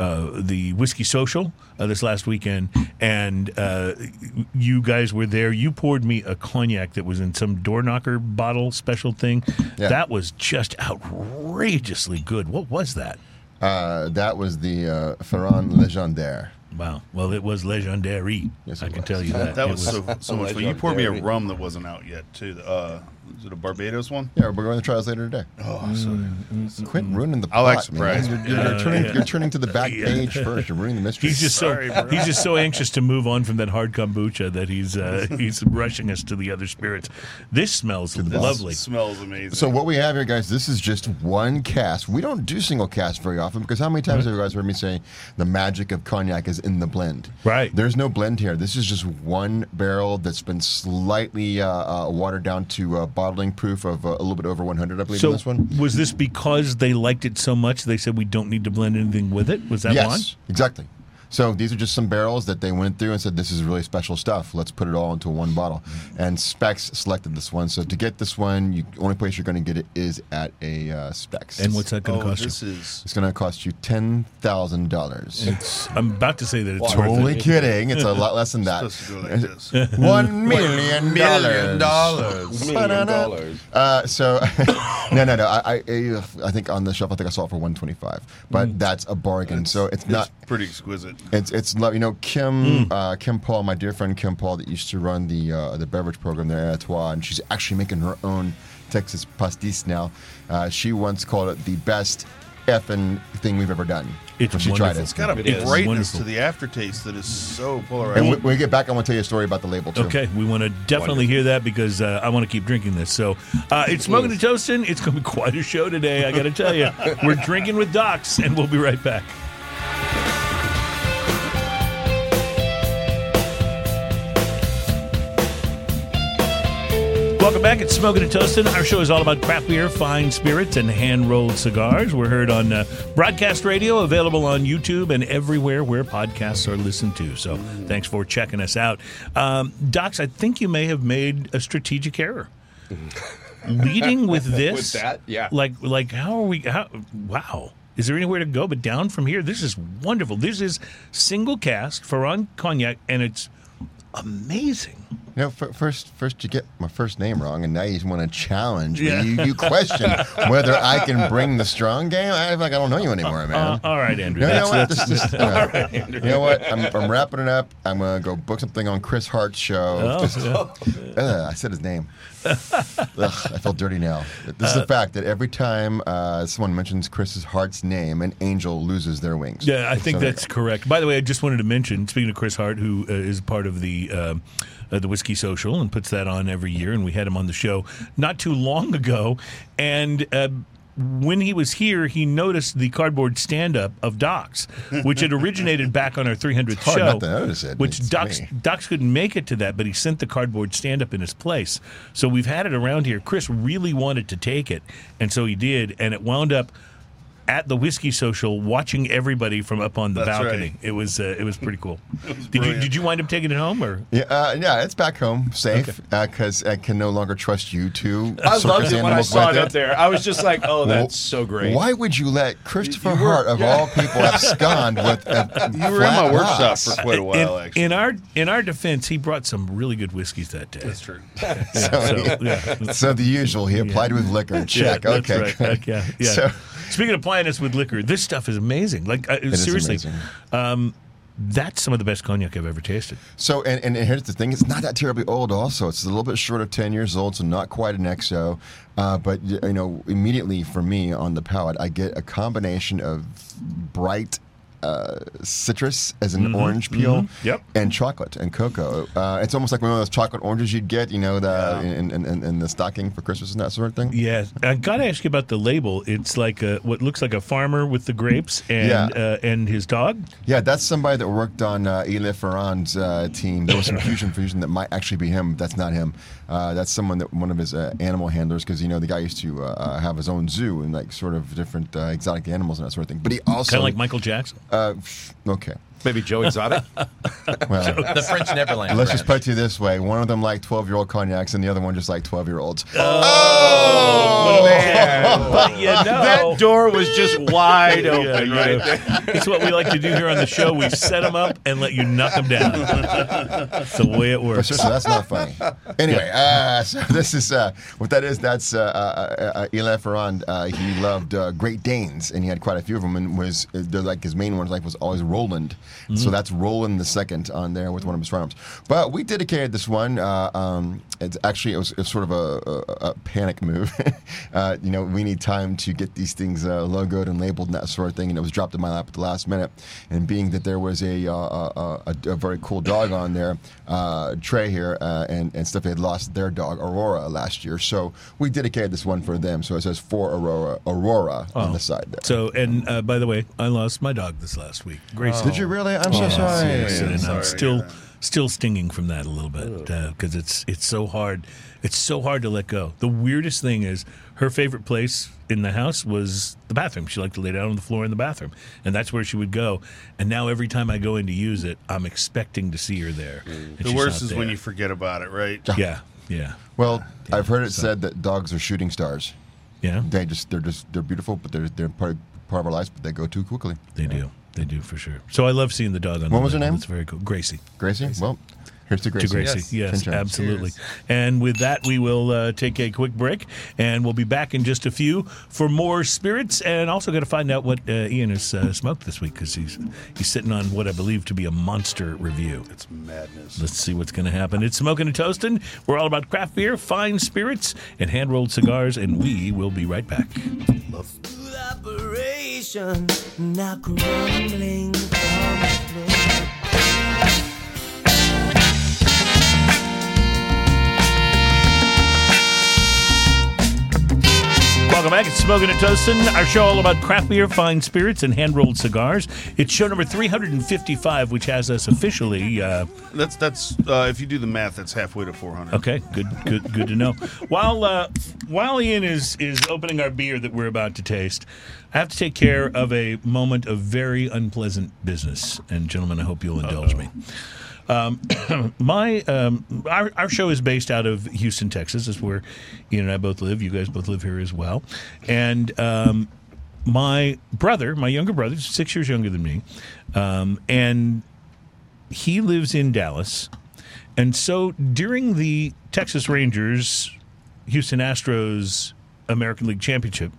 [SPEAKER 2] uh, the whiskey social uh, this last weekend, and uh, you guys were there. You poured me a cognac that was in some door knocker bottle special thing.
[SPEAKER 4] Yeah.
[SPEAKER 2] That was just outrageously good. What was that?
[SPEAKER 4] Uh, that was the uh, Ferrand Legendaire.
[SPEAKER 2] Wow. Well, it was legendary.
[SPEAKER 4] Yes, it
[SPEAKER 2] I can
[SPEAKER 4] was.
[SPEAKER 2] tell you that.
[SPEAKER 3] That
[SPEAKER 2] It
[SPEAKER 3] was so, so much fun. You poured me a rum that wasn't out yet, too. The, Uh, is it a Barbados one?
[SPEAKER 4] Yeah, we're going to try this later today.
[SPEAKER 3] Oh, so
[SPEAKER 4] Quit ruining the
[SPEAKER 3] I
[SPEAKER 4] plot.
[SPEAKER 3] like
[SPEAKER 4] man.
[SPEAKER 3] surprise.
[SPEAKER 4] You're, you're- you're
[SPEAKER 2] Uh,
[SPEAKER 4] turning,
[SPEAKER 2] Mm-hmm. [LAUGHS] yeah.
[SPEAKER 4] you're turning to the back page first. You're ruining the mystery.
[SPEAKER 2] He's just so
[SPEAKER 3] Sorry, bro.
[SPEAKER 2] he's just so anxious to move on from that hard kombucha that he's uh, he's rushing us to the other spirits. This smells lovely.
[SPEAKER 3] smells amazing.
[SPEAKER 4] So what we have here, guys, this is just one cast. We don't do single cast very often because how many times have you guys heard me say the magic of cognac is in the blend?
[SPEAKER 2] Right.
[SPEAKER 4] There's no blend here. This is just one barrel that's been slightly uh, uh, watered down to uh, bottling proof of uh, a little bit over 100, I believe, in this one.
[SPEAKER 2] was this because they liked it so much they said we don't need to blend anything with it? Was that why?
[SPEAKER 4] Yes, exactly. So these are just some barrels that they went through and said, "This is really special stuff. Let's put it all into one bottle." And Specs selected this one. So to get this one, you only place you're going to get it is at a uh, Specs.
[SPEAKER 2] And what's that going
[SPEAKER 3] oh,
[SPEAKER 2] to cost
[SPEAKER 3] this
[SPEAKER 2] you?
[SPEAKER 3] is
[SPEAKER 4] It's going to cost you ten thousand dollars.
[SPEAKER 2] It's, I'm about to say that it's
[SPEAKER 4] Totally
[SPEAKER 2] worth it.
[SPEAKER 4] kidding. It's a lot less than
[SPEAKER 2] Uh,
[SPEAKER 4] that.
[SPEAKER 3] supposed to go like
[SPEAKER 2] [LAUGHS]
[SPEAKER 3] this. It
[SPEAKER 4] One million
[SPEAKER 6] Million
[SPEAKER 4] dollars.
[SPEAKER 6] dollars.
[SPEAKER 5] Million dollars.
[SPEAKER 4] Uh, so, [LAUGHS] no, no, no. I, I, I think on the shelf, I think I saw it for one twenty-five, but that's a bargain. so it's not.
[SPEAKER 3] pretty exquisite.
[SPEAKER 4] It's it's lo- you know Kim
[SPEAKER 2] Hmm.
[SPEAKER 4] uh, Kim Paul, my dear friend Kim Paul, that used to run the uh, the beverage program there at Atois, and she's actually making her own Texas pastis now. Uh, she once called it the best effing thing we've ever done.
[SPEAKER 2] It's
[SPEAKER 4] when she tried
[SPEAKER 2] wonderful.
[SPEAKER 4] it.
[SPEAKER 3] It's got a
[SPEAKER 2] It is.
[SPEAKER 3] brightness
[SPEAKER 2] Wonderful.
[SPEAKER 3] to the aftertaste that is so
[SPEAKER 4] And
[SPEAKER 3] polarizing.
[SPEAKER 4] when when we get back, I want to tell you a story about the label too.
[SPEAKER 2] Okay, we want to definitely hear that because uh, I want to keep drinking this. So uh, it's smoking and toasting. It's going to be quite a show today. I got to tell you, we're drinking with Docs, and we'll be right back. Welcome back. It's Smoking and Toasting. Our show is all about craft beer, fine spirits, and hand rolled cigars. We're heard on uh, broadcast radio, available on YouTube, and everywhere where podcasts are listened to. So thanks for checking us out. Um, Docs, I think you may have made a strategic error.
[SPEAKER 5] [LAUGHS]
[SPEAKER 2] Leading with this,
[SPEAKER 5] that, yeah.
[SPEAKER 2] Like, like, how are we? How, wow, is there anywhere to go but down from here? This is wonderful. This is single cast Ferran cognac, and it's amazing.
[SPEAKER 4] You know, f- first, first you get my first name wrong, and now you want to challenge me. You,
[SPEAKER 2] [LAUGHS]
[SPEAKER 4] you question whether I can bring the strong game. I, like I don't know you anymore, man.
[SPEAKER 2] Uh, all right, Andrew.
[SPEAKER 4] No, you know
[SPEAKER 2] that's-
[SPEAKER 4] what? This
[SPEAKER 5] [LAUGHS]
[SPEAKER 4] is, you know, you know what? I'm, I'm wrapping it up. I'm gonna go book something on Chris Hart's
[SPEAKER 5] Oh.
[SPEAKER 2] [LAUGHS]
[SPEAKER 4] show. This is- Ugh, I said his
[SPEAKER 5] [LAUGHS]
[SPEAKER 4] name. Ugh, I feel dirty now. This is
[SPEAKER 5] Uh,
[SPEAKER 4] the fact that every time uh, someone mentions Chris Hart's name, an angel loses their wings.
[SPEAKER 2] Yeah, I think
[SPEAKER 4] So there you
[SPEAKER 2] that's correct. By the way, I just wanted to mention, speaking of Chris Hart, who uh, is part of the um uh, the Whiskey Social and puts that on every year, and we had him on the show not too long ago, and. Uh, when he was here, he noticed the cardboard stand-up of Docs, which had originated back on our 300th
[SPEAKER 4] hard
[SPEAKER 2] show.
[SPEAKER 4] not to notice it.
[SPEAKER 2] Which
[SPEAKER 4] It's
[SPEAKER 2] Docs
[SPEAKER 4] me.
[SPEAKER 2] Docs couldn't make it to that, but he sent the cardboard stand up in his place. So we've had it around here. Chris really wanted to take it, and so he did, and it wound up at the whiskey social watching everybody from up on the
[SPEAKER 3] That's
[SPEAKER 2] balcony.
[SPEAKER 3] right.
[SPEAKER 2] It was uh, it was pretty cool. did you
[SPEAKER 3] brilliant.
[SPEAKER 2] did you wind up taking it home or
[SPEAKER 4] Yeah, uh, yeah, it's back home safe because I can no longer trust you two.
[SPEAKER 5] I
[SPEAKER 4] circus
[SPEAKER 5] loved it when I
[SPEAKER 4] animals
[SPEAKER 5] saw
[SPEAKER 4] like
[SPEAKER 5] it
[SPEAKER 4] that.
[SPEAKER 5] up there. I was just like,
[SPEAKER 4] Well,
[SPEAKER 5] oh, that's so great.
[SPEAKER 4] Why would you let Christopher
[SPEAKER 5] you were-
[SPEAKER 4] Hart, of all people, abscond
[SPEAKER 5] [LAUGHS]
[SPEAKER 4] with a
[SPEAKER 3] You were in my workshop for quite a while,
[SPEAKER 2] in,
[SPEAKER 3] actually.
[SPEAKER 2] in our in our defense, he brought some really good whiskeys that day.
[SPEAKER 3] That's true.
[SPEAKER 2] So, yeah.
[SPEAKER 4] So the usual, he applied with liquor. Check.
[SPEAKER 2] Yeah,
[SPEAKER 4] okay.
[SPEAKER 2] That's
[SPEAKER 4] good.
[SPEAKER 2] right. Yeah, yeah.
[SPEAKER 4] So-
[SPEAKER 2] Speaking of applying us with liquor, this stuff is amazing. Like uh,
[SPEAKER 4] is
[SPEAKER 2] seriously,
[SPEAKER 4] amazing.
[SPEAKER 2] Um, that's some of the best cognac I've ever tasted.
[SPEAKER 4] So, and, and here's the thing: it's not that terribly old. Also, it's a little bit short of ten years old, so not quite an XO. Uh, but y- you know, immediately for me on the palate, I get a combination of bright. Uh, citrus as an orange peel,
[SPEAKER 2] Mm-hmm. Yep.
[SPEAKER 4] and chocolate and cocoa. Uh, it's almost like one of those chocolate oranges you'd get, you know, the in, in, in, in the stocking for Christmas and that sort of thing.
[SPEAKER 2] Yeah, I gotta ask you about the label. It's like a, what looks like a farmer with the grapes and
[SPEAKER 4] Yeah.
[SPEAKER 2] uh, and his dog.
[SPEAKER 4] Yeah, that's somebody that worked on uh, Elif Ferran's uh, team. There was some huge confusion that might actually be him. That's not him. Uh, that's someone that one of his uh, animal handlers, because you know the guy used to uh, have his own zoo and like sort of different uh, exotic animals and that sort of thing. But he also
[SPEAKER 2] Kind of like Michael Jackson.
[SPEAKER 4] uh, pff, okay.
[SPEAKER 5] Maybe Joe Exotic?
[SPEAKER 4] [LAUGHS] Well,
[SPEAKER 6] The French
[SPEAKER 4] [LAUGHS]
[SPEAKER 6] Neverland.
[SPEAKER 4] let's
[SPEAKER 6] brand.
[SPEAKER 4] just put it to you this way: one of them like twelve-year-old cognacs, and the other one just like twelve-year-olds.
[SPEAKER 2] [LAUGHS] But you know,
[SPEAKER 5] That door was [LAUGHS] just wide
[SPEAKER 2] Yeah,
[SPEAKER 5] open
[SPEAKER 2] you
[SPEAKER 5] Oh. right
[SPEAKER 2] know.
[SPEAKER 5] there.
[SPEAKER 2] It's what we like to do here on the show. We set them up and let you knock them down. It's the way it
[SPEAKER 4] But
[SPEAKER 2] works.
[SPEAKER 4] seriously, that's not funny. Anyway, uh, so [LAUGHS] this is uh, what that is. That's uh, uh, uh, Eli Ferrand. Uh, he loved uh, Great Danes, and he had quite a few of them. And was uh, they're like his main one, like was always Roland. So that's Roland the Second on there with one of his rounds. But we dedicated this one. Uh, um, it's actually it was, it was sort of a, a, a panic move. [LAUGHS] uh, you know, we need time to get these things uh, logoed and labeled and that sort of thing. And it was dropped in my lap at the last minute. And being that there was a uh, a, a, a very cool dog on there, uh, Trey here, uh, and and Steph had lost their dog Aurora last year, so we dedicated this one for them. So it says for Aurora, Aurora on the side there.
[SPEAKER 2] So, and uh, by the way, I lost my dog this last week. Gracie.
[SPEAKER 4] Did you really? I'm so sorry.
[SPEAKER 2] and I'm
[SPEAKER 3] sorry,
[SPEAKER 2] still
[SPEAKER 3] yeah.
[SPEAKER 2] still stinging from that a little bit because it's it's so hard. It's so hard to let go. The weirdest thing is her favorite place in the house was the bathroom. She liked to lay down on the floor in the bathroom, and that's where she would go. And now every time I go in to use it, I'm expecting to see her there. and
[SPEAKER 3] Mm. The
[SPEAKER 2] she's
[SPEAKER 3] worst
[SPEAKER 2] not
[SPEAKER 3] is when
[SPEAKER 2] there.
[SPEAKER 3] you forget about it, right?
[SPEAKER 2] yeah yeah
[SPEAKER 4] Well, I've heard it said that dogs are shooting stars.
[SPEAKER 2] yeah
[SPEAKER 4] They just they're just they're beautiful, but they're they're part of, part of our lives, but they go too quickly.
[SPEAKER 2] they do they do for sure. So I love seeing the dog on.
[SPEAKER 4] What
[SPEAKER 2] the
[SPEAKER 4] was her
[SPEAKER 2] label.
[SPEAKER 4] name?
[SPEAKER 2] It's very cool, Gracie.
[SPEAKER 4] Gracie, well, here's to Gracie.
[SPEAKER 2] to Gracie.
[SPEAKER 6] Yes.
[SPEAKER 2] Yes,
[SPEAKER 4] Chin chin.
[SPEAKER 2] absolutely.
[SPEAKER 6] Cheers.
[SPEAKER 2] And with that, we will uh, take a quick break, and we'll be back in just a few for more spirits, and also going to find out what uh, Ian has uh, smoked this week because he's he's sitting on what I believe to be a monster review.
[SPEAKER 3] It's madness.
[SPEAKER 2] Let's see what's going to happen. It's smoking and toasting. We're all about craft beer, fine spirits, and hand rolled cigars, and we will be right back.
[SPEAKER 7] Collaboration, now crumbling conflict.
[SPEAKER 2] Welcome back. It's It's Smoking and Toasting, our show all about craft beer, fine spirits, and hand rolled cigars. It's show number 355, which has us officially. Uh,
[SPEAKER 3] That's that's uh, if you do the math, that's halfway to 400.
[SPEAKER 2] okay, good, good, good to know. While uh, while Ian is is opening our beer that we're about to taste, I have to take care of a moment of very unpleasant business. And gentlemen, I hope you'll indulge me. Um, [COUGHS] my um, our, our show is based out of Houston, Texas. Is where Ian and I both live. You guys both live here as well. And um, my brother, my younger brother, is six years younger than me, um, and he lives in Dallas. And so during the Texas Rangers, Houston Astros American League Championship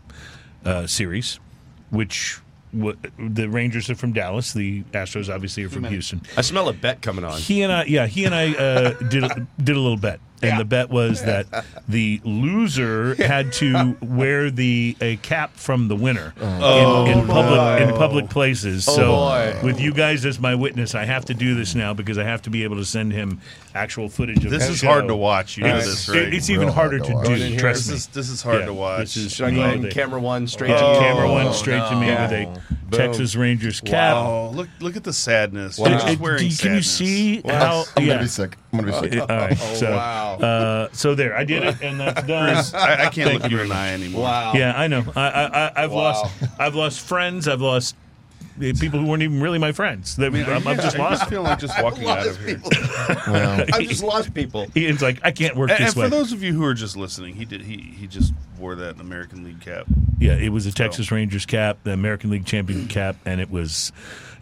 [SPEAKER 2] uh, series, which. wa the Rangers are from Dallas. The Astros, obviously, are from Houston.
[SPEAKER 5] I smell a bet coming on.
[SPEAKER 2] He and I, yeah, he and I uh, did a- did a little bet, and the bet was that the loser had to wear the a cap from the winner
[SPEAKER 3] Oh,
[SPEAKER 2] in, in public in public places. so,
[SPEAKER 5] boy.
[SPEAKER 2] with you guys as my witness, I have to do this now because I have to be able to send him actual footage of
[SPEAKER 3] This
[SPEAKER 2] the
[SPEAKER 3] is
[SPEAKER 2] show.
[SPEAKER 3] hard to watch. You know
[SPEAKER 2] It's-
[SPEAKER 3] this, right?
[SPEAKER 2] It's even
[SPEAKER 4] Real
[SPEAKER 2] harder
[SPEAKER 4] hard
[SPEAKER 2] to
[SPEAKER 4] to watch.
[SPEAKER 2] do. Trust
[SPEAKER 3] this
[SPEAKER 2] me.
[SPEAKER 3] is this is hard
[SPEAKER 2] Yeah,
[SPEAKER 3] me. to watch.
[SPEAKER 2] This is
[SPEAKER 5] Should I go ahead
[SPEAKER 2] all
[SPEAKER 5] and
[SPEAKER 2] day.
[SPEAKER 5] camera one straight
[SPEAKER 2] Oh,
[SPEAKER 5] to you?
[SPEAKER 2] camera one straight to me
[SPEAKER 5] no.
[SPEAKER 2] with a Texas Rangers cap.
[SPEAKER 3] wow. Look look at the sadness.
[SPEAKER 2] It-
[SPEAKER 3] You're just
[SPEAKER 2] it-
[SPEAKER 3] wearing
[SPEAKER 2] can
[SPEAKER 3] sadness.
[SPEAKER 2] you see
[SPEAKER 4] I'm
[SPEAKER 2] how?
[SPEAKER 4] gonna
[SPEAKER 2] Oh, Yeah.
[SPEAKER 4] be sick. I'm
[SPEAKER 2] [LAUGHS]
[SPEAKER 4] gonna be sick.
[SPEAKER 2] All right.
[SPEAKER 3] Oh,
[SPEAKER 2] So,
[SPEAKER 5] wow.
[SPEAKER 2] uh, so there, I did it, and
[SPEAKER 3] [LAUGHS]
[SPEAKER 2] that's done.
[SPEAKER 3] [LAUGHS] I, I can't look you in the eye anymore.
[SPEAKER 5] Wow.
[SPEAKER 2] Yeah, I know. I, I, I- I've lost. I've lost friends. I've lost uh, people who weren't even really my friends. That, I'm,
[SPEAKER 3] Are you
[SPEAKER 2] I'm
[SPEAKER 3] guys-
[SPEAKER 2] just
[SPEAKER 3] are you guys
[SPEAKER 2] lost.
[SPEAKER 3] feeling
[SPEAKER 2] [LAUGHS]
[SPEAKER 3] like just walking out of
[SPEAKER 5] Lost
[SPEAKER 3] here.
[SPEAKER 5] people. I've just lost people.
[SPEAKER 2] Ian's like, I can't work
[SPEAKER 3] And,
[SPEAKER 2] this
[SPEAKER 3] and
[SPEAKER 2] way.
[SPEAKER 3] for those of you who are just listening, he did. He he just wore that American League cap.
[SPEAKER 2] yeah, it was a Texas Rangers cap, the American League champion cap, and it was,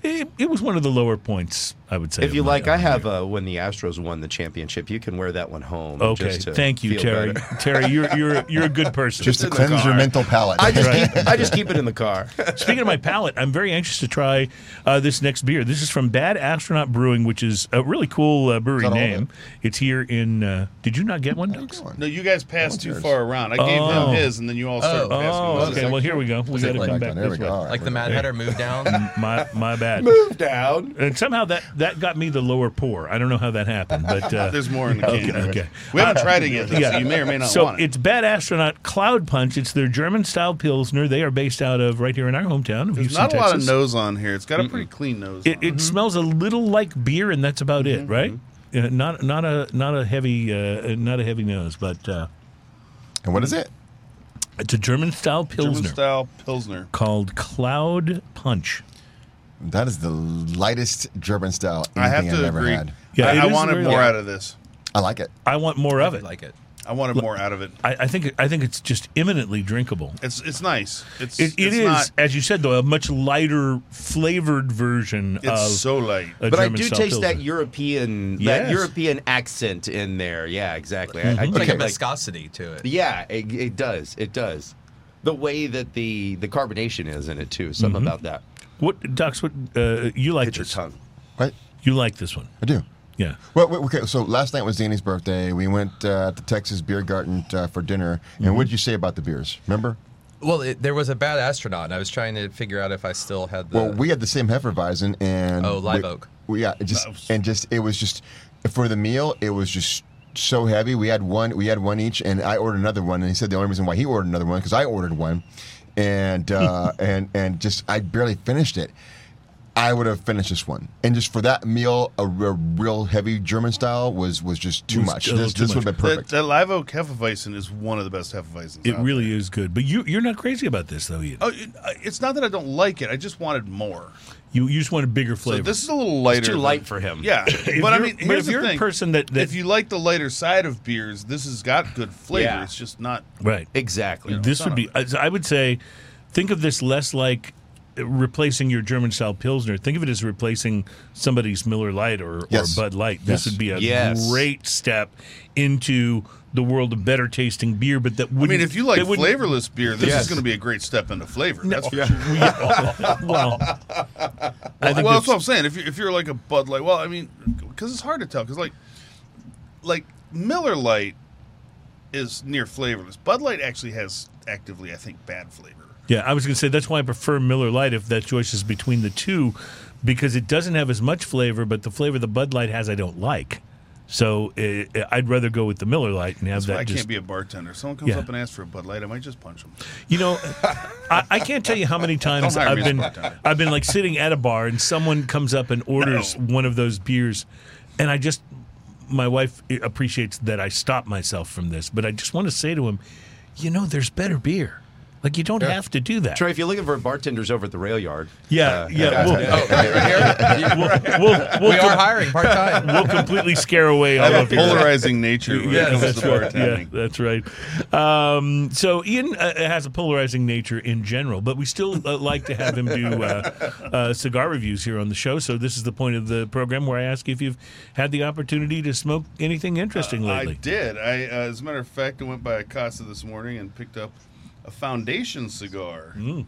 [SPEAKER 2] it, it was one of the lower points. I would say.
[SPEAKER 5] If
[SPEAKER 2] of
[SPEAKER 5] you
[SPEAKER 2] my-
[SPEAKER 5] like,
[SPEAKER 2] of
[SPEAKER 5] I
[SPEAKER 2] my
[SPEAKER 5] have uh, when the Astros won the championship. You can wear that one home.
[SPEAKER 2] career. Okay,
[SPEAKER 5] just to
[SPEAKER 2] thank you,
[SPEAKER 5] feel
[SPEAKER 2] Terry. [LAUGHS]
[SPEAKER 5] better.
[SPEAKER 2] Terry, you're you're you're a
[SPEAKER 5] [LAUGHS]
[SPEAKER 2] good person.
[SPEAKER 4] Just to cleanse your mental palate.
[SPEAKER 5] I just
[SPEAKER 2] Right.
[SPEAKER 5] keep I just keep it in
[SPEAKER 2] [LAUGHS]
[SPEAKER 5] the car.
[SPEAKER 2] Speaking of my palate, I'm very anxious to try uh, this next beer. This is from Bad Astronaut Brewing, which is a really cool uh, brewery
[SPEAKER 4] Got all of
[SPEAKER 2] name. It's here in. Uh, did you not get one, Doug?
[SPEAKER 3] No, you guys passed
[SPEAKER 4] one's
[SPEAKER 3] too
[SPEAKER 4] yours.
[SPEAKER 3] far around. I gave
[SPEAKER 2] Oh.
[SPEAKER 3] them his, and then you all started
[SPEAKER 6] Oh.
[SPEAKER 3] passing.
[SPEAKER 2] Oh,
[SPEAKER 3] mine.
[SPEAKER 2] okay. Well, here we go. We got to
[SPEAKER 6] like-
[SPEAKER 2] come back
[SPEAKER 4] There we
[SPEAKER 2] this
[SPEAKER 4] go.
[SPEAKER 2] way.
[SPEAKER 4] All right,
[SPEAKER 6] Like
[SPEAKER 4] we're
[SPEAKER 6] the Mad Hatter moved
[SPEAKER 4] Mm.
[SPEAKER 6] down.
[SPEAKER 2] My my
[SPEAKER 3] [LAUGHS]
[SPEAKER 2] bad.
[SPEAKER 5] Move down.
[SPEAKER 2] And somehow that that got me the lower pour. I don't know how that happened, but
[SPEAKER 3] [LAUGHS]
[SPEAKER 2] uh,
[SPEAKER 3] There's more in the
[SPEAKER 2] Okay,
[SPEAKER 3] can.
[SPEAKER 2] okay.
[SPEAKER 3] We haven't tried it yet, though,
[SPEAKER 2] yeah.
[SPEAKER 3] so you may or may not
[SPEAKER 2] so
[SPEAKER 3] want it.
[SPEAKER 2] it's Bad Astronaut Cloud Punch. It's their German style pilsner. They are based out of right here in our hometown of
[SPEAKER 3] There's
[SPEAKER 2] Houston,
[SPEAKER 3] not a lot of
[SPEAKER 2] Texas.
[SPEAKER 3] nose on here. It's got a pretty clean nose.
[SPEAKER 2] It,
[SPEAKER 3] on
[SPEAKER 2] it smells a little like beer, and that's about it, right? Uh, not not a not a heavy uh, not a heavy nose, but uh,
[SPEAKER 4] And what is it?
[SPEAKER 2] it's a German style pilsner
[SPEAKER 3] German style pilsner.
[SPEAKER 2] called Cloud Punch.
[SPEAKER 4] That is the lightest German style
[SPEAKER 3] I
[SPEAKER 4] anything
[SPEAKER 3] have
[SPEAKER 4] I've
[SPEAKER 3] to
[SPEAKER 4] ever
[SPEAKER 3] agree.
[SPEAKER 4] had.
[SPEAKER 2] Yeah,
[SPEAKER 3] I,
[SPEAKER 2] it
[SPEAKER 3] I
[SPEAKER 2] is
[SPEAKER 3] wanted
[SPEAKER 2] very
[SPEAKER 3] more
[SPEAKER 2] light.
[SPEAKER 3] out of this.
[SPEAKER 4] I like it.
[SPEAKER 2] I want more of
[SPEAKER 6] I
[SPEAKER 2] it.
[SPEAKER 6] like it.
[SPEAKER 3] I wanted more out of it.
[SPEAKER 2] I, I think I think it's just imminently drinkable.
[SPEAKER 3] It's it's nice. It's
[SPEAKER 2] It, it
[SPEAKER 3] it's
[SPEAKER 2] is,
[SPEAKER 3] Not,
[SPEAKER 2] as you said, though, a much lighter flavored version
[SPEAKER 3] it's
[SPEAKER 2] of
[SPEAKER 3] so light.
[SPEAKER 2] a
[SPEAKER 5] But I
[SPEAKER 2] German
[SPEAKER 5] do
[SPEAKER 2] style
[SPEAKER 5] taste that
[SPEAKER 2] Pilsner.
[SPEAKER 5] European
[SPEAKER 2] Yes. Mm-hmm.
[SPEAKER 5] that European accent in there. Yeah, exactly. I, I
[SPEAKER 6] It's
[SPEAKER 5] think
[SPEAKER 6] like a
[SPEAKER 5] it, like-
[SPEAKER 6] viscosity to it.
[SPEAKER 5] yeah, it, it does. It does. The way that the the carbonation is in it too. Something
[SPEAKER 2] Mm-hmm.
[SPEAKER 5] about that.
[SPEAKER 2] What, Docs? What uh, you like
[SPEAKER 5] Hit your
[SPEAKER 2] this?
[SPEAKER 5] tongue.
[SPEAKER 4] Right?
[SPEAKER 2] You like this one?
[SPEAKER 4] I do.
[SPEAKER 2] Yeah.
[SPEAKER 4] Well, wait, okay. So last night was Danny's birthday. We went uh, to Texas Beer Garden uh, for dinner. And what did you say about the beers? Remember?
[SPEAKER 6] Well, it, there was a bad astronaut, and I was trying to figure out if I still had the.
[SPEAKER 4] Well, we had the same Hefeweizen and
[SPEAKER 6] Oh, Live
[SPEAKER 4] we-
[SPEAKER 6] Oak.
[SPEAKER 4] We, yeah, it just and just it was just for the meal. It was just so heavy. We had one. We had one each, and I ordered another one. And he said the only reason why he ordered another one because I ordered one, and
[SPEAKER 6] [LAUGHS]
[SPEAKER 4] uh, and and just I barely finished it. I would have finished this one, and just for that meal, a, re- real heavy German style was was just too
[SPEAKER 2] Was
[SPEAKER 4] much.
[SPEAKER 2] a little
[SPEAKER 4] This,
[SPEAKER 2] too
[SPEAKER 4] this would have been
[SPEAKER 3] That,
[SPEAKER 4] perfect.
[SPEAKER 3] that live oak hefeweizen is one of the best hefeweizens.
[SPEAKER 2] It
[SPEAKER 3] out
[SPEAKER 2] really is good, but you you're not crazy about this though. Ian.
[SPEAKER 3] there. Oh, it- uh, it's not that I don't like it. I just wanted more.
[SPEAKER 2] You you just want a bigger
[SPEAKER 3] So
[SPEAKER 2] flavor.
[SPEAKER 3] this is a little lighter.
[SPEAKER 5] too
[SPEAKER 3] than-
[SPEAKER 5] light for him.
[SPEAKER 3] Yeah,
[SPEAKER 2] [LAUGHS] If
[SPEAKER 3] but I
[SPEAKER 2] you're-
[SPEAKER 3] mean,
[SPEAKER 2] but
[SPEAKER 3] here's
[SPEAKER 2] if
[SPEAKER 3] the
[SPEAKER 2] you're a
[SPEAKER 3] thing.
[SPEAKER 2] person that- that-
[SPEAKER 3] if you like the lighter side of beers, this has got good flavor.
[SPEAKER 5] Yeah.
[SPEAKER 3] It's just not.
[SPEAKER 2] right.
[SPEAKER 5] Exactly.
[SPEAKER 2] this would be. I I would say, think of this less like replacing your German style pilsner. Think of it as replacing somebody's Miller Light or,
[SPEAKER 4] Yes.
[SPEAKER 2] or Bud Light. This
[SPEAKER 4] Yes.
[SPEAKER 2] would be a
[SPEAKER 5] Yes.
[SPEAKER 2] great step into the world of better tasting beer. But that
[SPEAKER 3] I
[SPEAKER 2] would
[SPEAKER 3] mean, if you like
[SPEAKER 2] that wouldn't-
[SPEAKER 3] flavorless beer, this
[SPEAKER 5] Yes.
[SPEAKER 3] is going to be a great step into flavor. That's for sure.
[SPEAKER 2] [LAUGHS] well, I think
[SPEAKER 3] well, that's what
[SPEAKER 2] that's-
[SPEAKER 3] I'm saying. If you're, if you're like a Bud Light, well, I mean, because it's hard to tell. Because like, like Miller Light is near flavorless. Bud Light actually has actively, I think, bad flavor.
[SPEAKER 2] yeah, I was going to say that's why I prefer Miller Light if that choice is between the two, because it doesn't have as much flavor, but the flavor the Bud Light has, I don't like. So eh, eh, I'd rather go with the Miller Lite and have
[SPEAKER 3] That's
[SPEAKER 2] that.
[SPEAKER 3] why I
[SPEAKER 2] just,
[SPEAKER 3] can't be a bartender. If someone comes
[SPEAKER 2] Yeah.
[SPEAKER 3] up and asks for a Bud Light, I might just punch them.
[SPEAKER 2] You know, I, I can't tell you how many times
[SPEAKER 3] hire
[SPEAKER 2] I've
[SPEAKER 3] me as a
[SPEAKER 2] been
[SPEAKER 3] bartender.
[SPEAKER 2] I've been like sitting at a bar and someone comes up and orders one of those beers, and I just my wife i- appreciates that I stop myself from this, but I just want to say to him, you know, there's better beer. Like you don't have to do that.
[SPEAKER 5] Trey, if you're looking for bartenders over at the rail yard,
[SPEAKER 2] Yeah, yeah.
[SPEAKER 3] [LAUGHS]
[SPEAKER 2] We'll,
[SPEAKER 6] Oh, right, right
[SPEAKER 4] [LAUGHS]
[SPEAKER 2] we'll,
[SPEAKER 6] here.
[SPEAKER 2] we'll, we'll,
[SPEAKER 6] we are hiring part time.
[SPEAKER 2] we'll completely scare away all
[SPEAKER 3] I
[SPEAKER 2] of
[SPEAKER 3] have a
[SPEAKER 2] you.
[SPEAKER 3] polarizing nature when
[SPEAKER 2] Yeah,
[SPEAKER 3] it comes
[SPEAKER 2] that's
[SPEAKER 3] to
[SPEAKER 2] right. Yeah,
[SPEAKER 3] bartending.
[SPEAKER 2] that's right. Um, so Ian uh, has a polarizing nature in general, but we still uh, like to have him do uh, [LAUGHS] uh, cigar reviews here on the show. So this is the point of the program where I ask if you've had the opportunity to smoke anything interesting
[SPEAKER 3] I
[SPEAKER 2] lately.
[SPEAKER 3] did. I, uh, as a matter of fact, I went by Casa this morning and picked up a Foundation cigar.
[SPEAKER 2] Mm.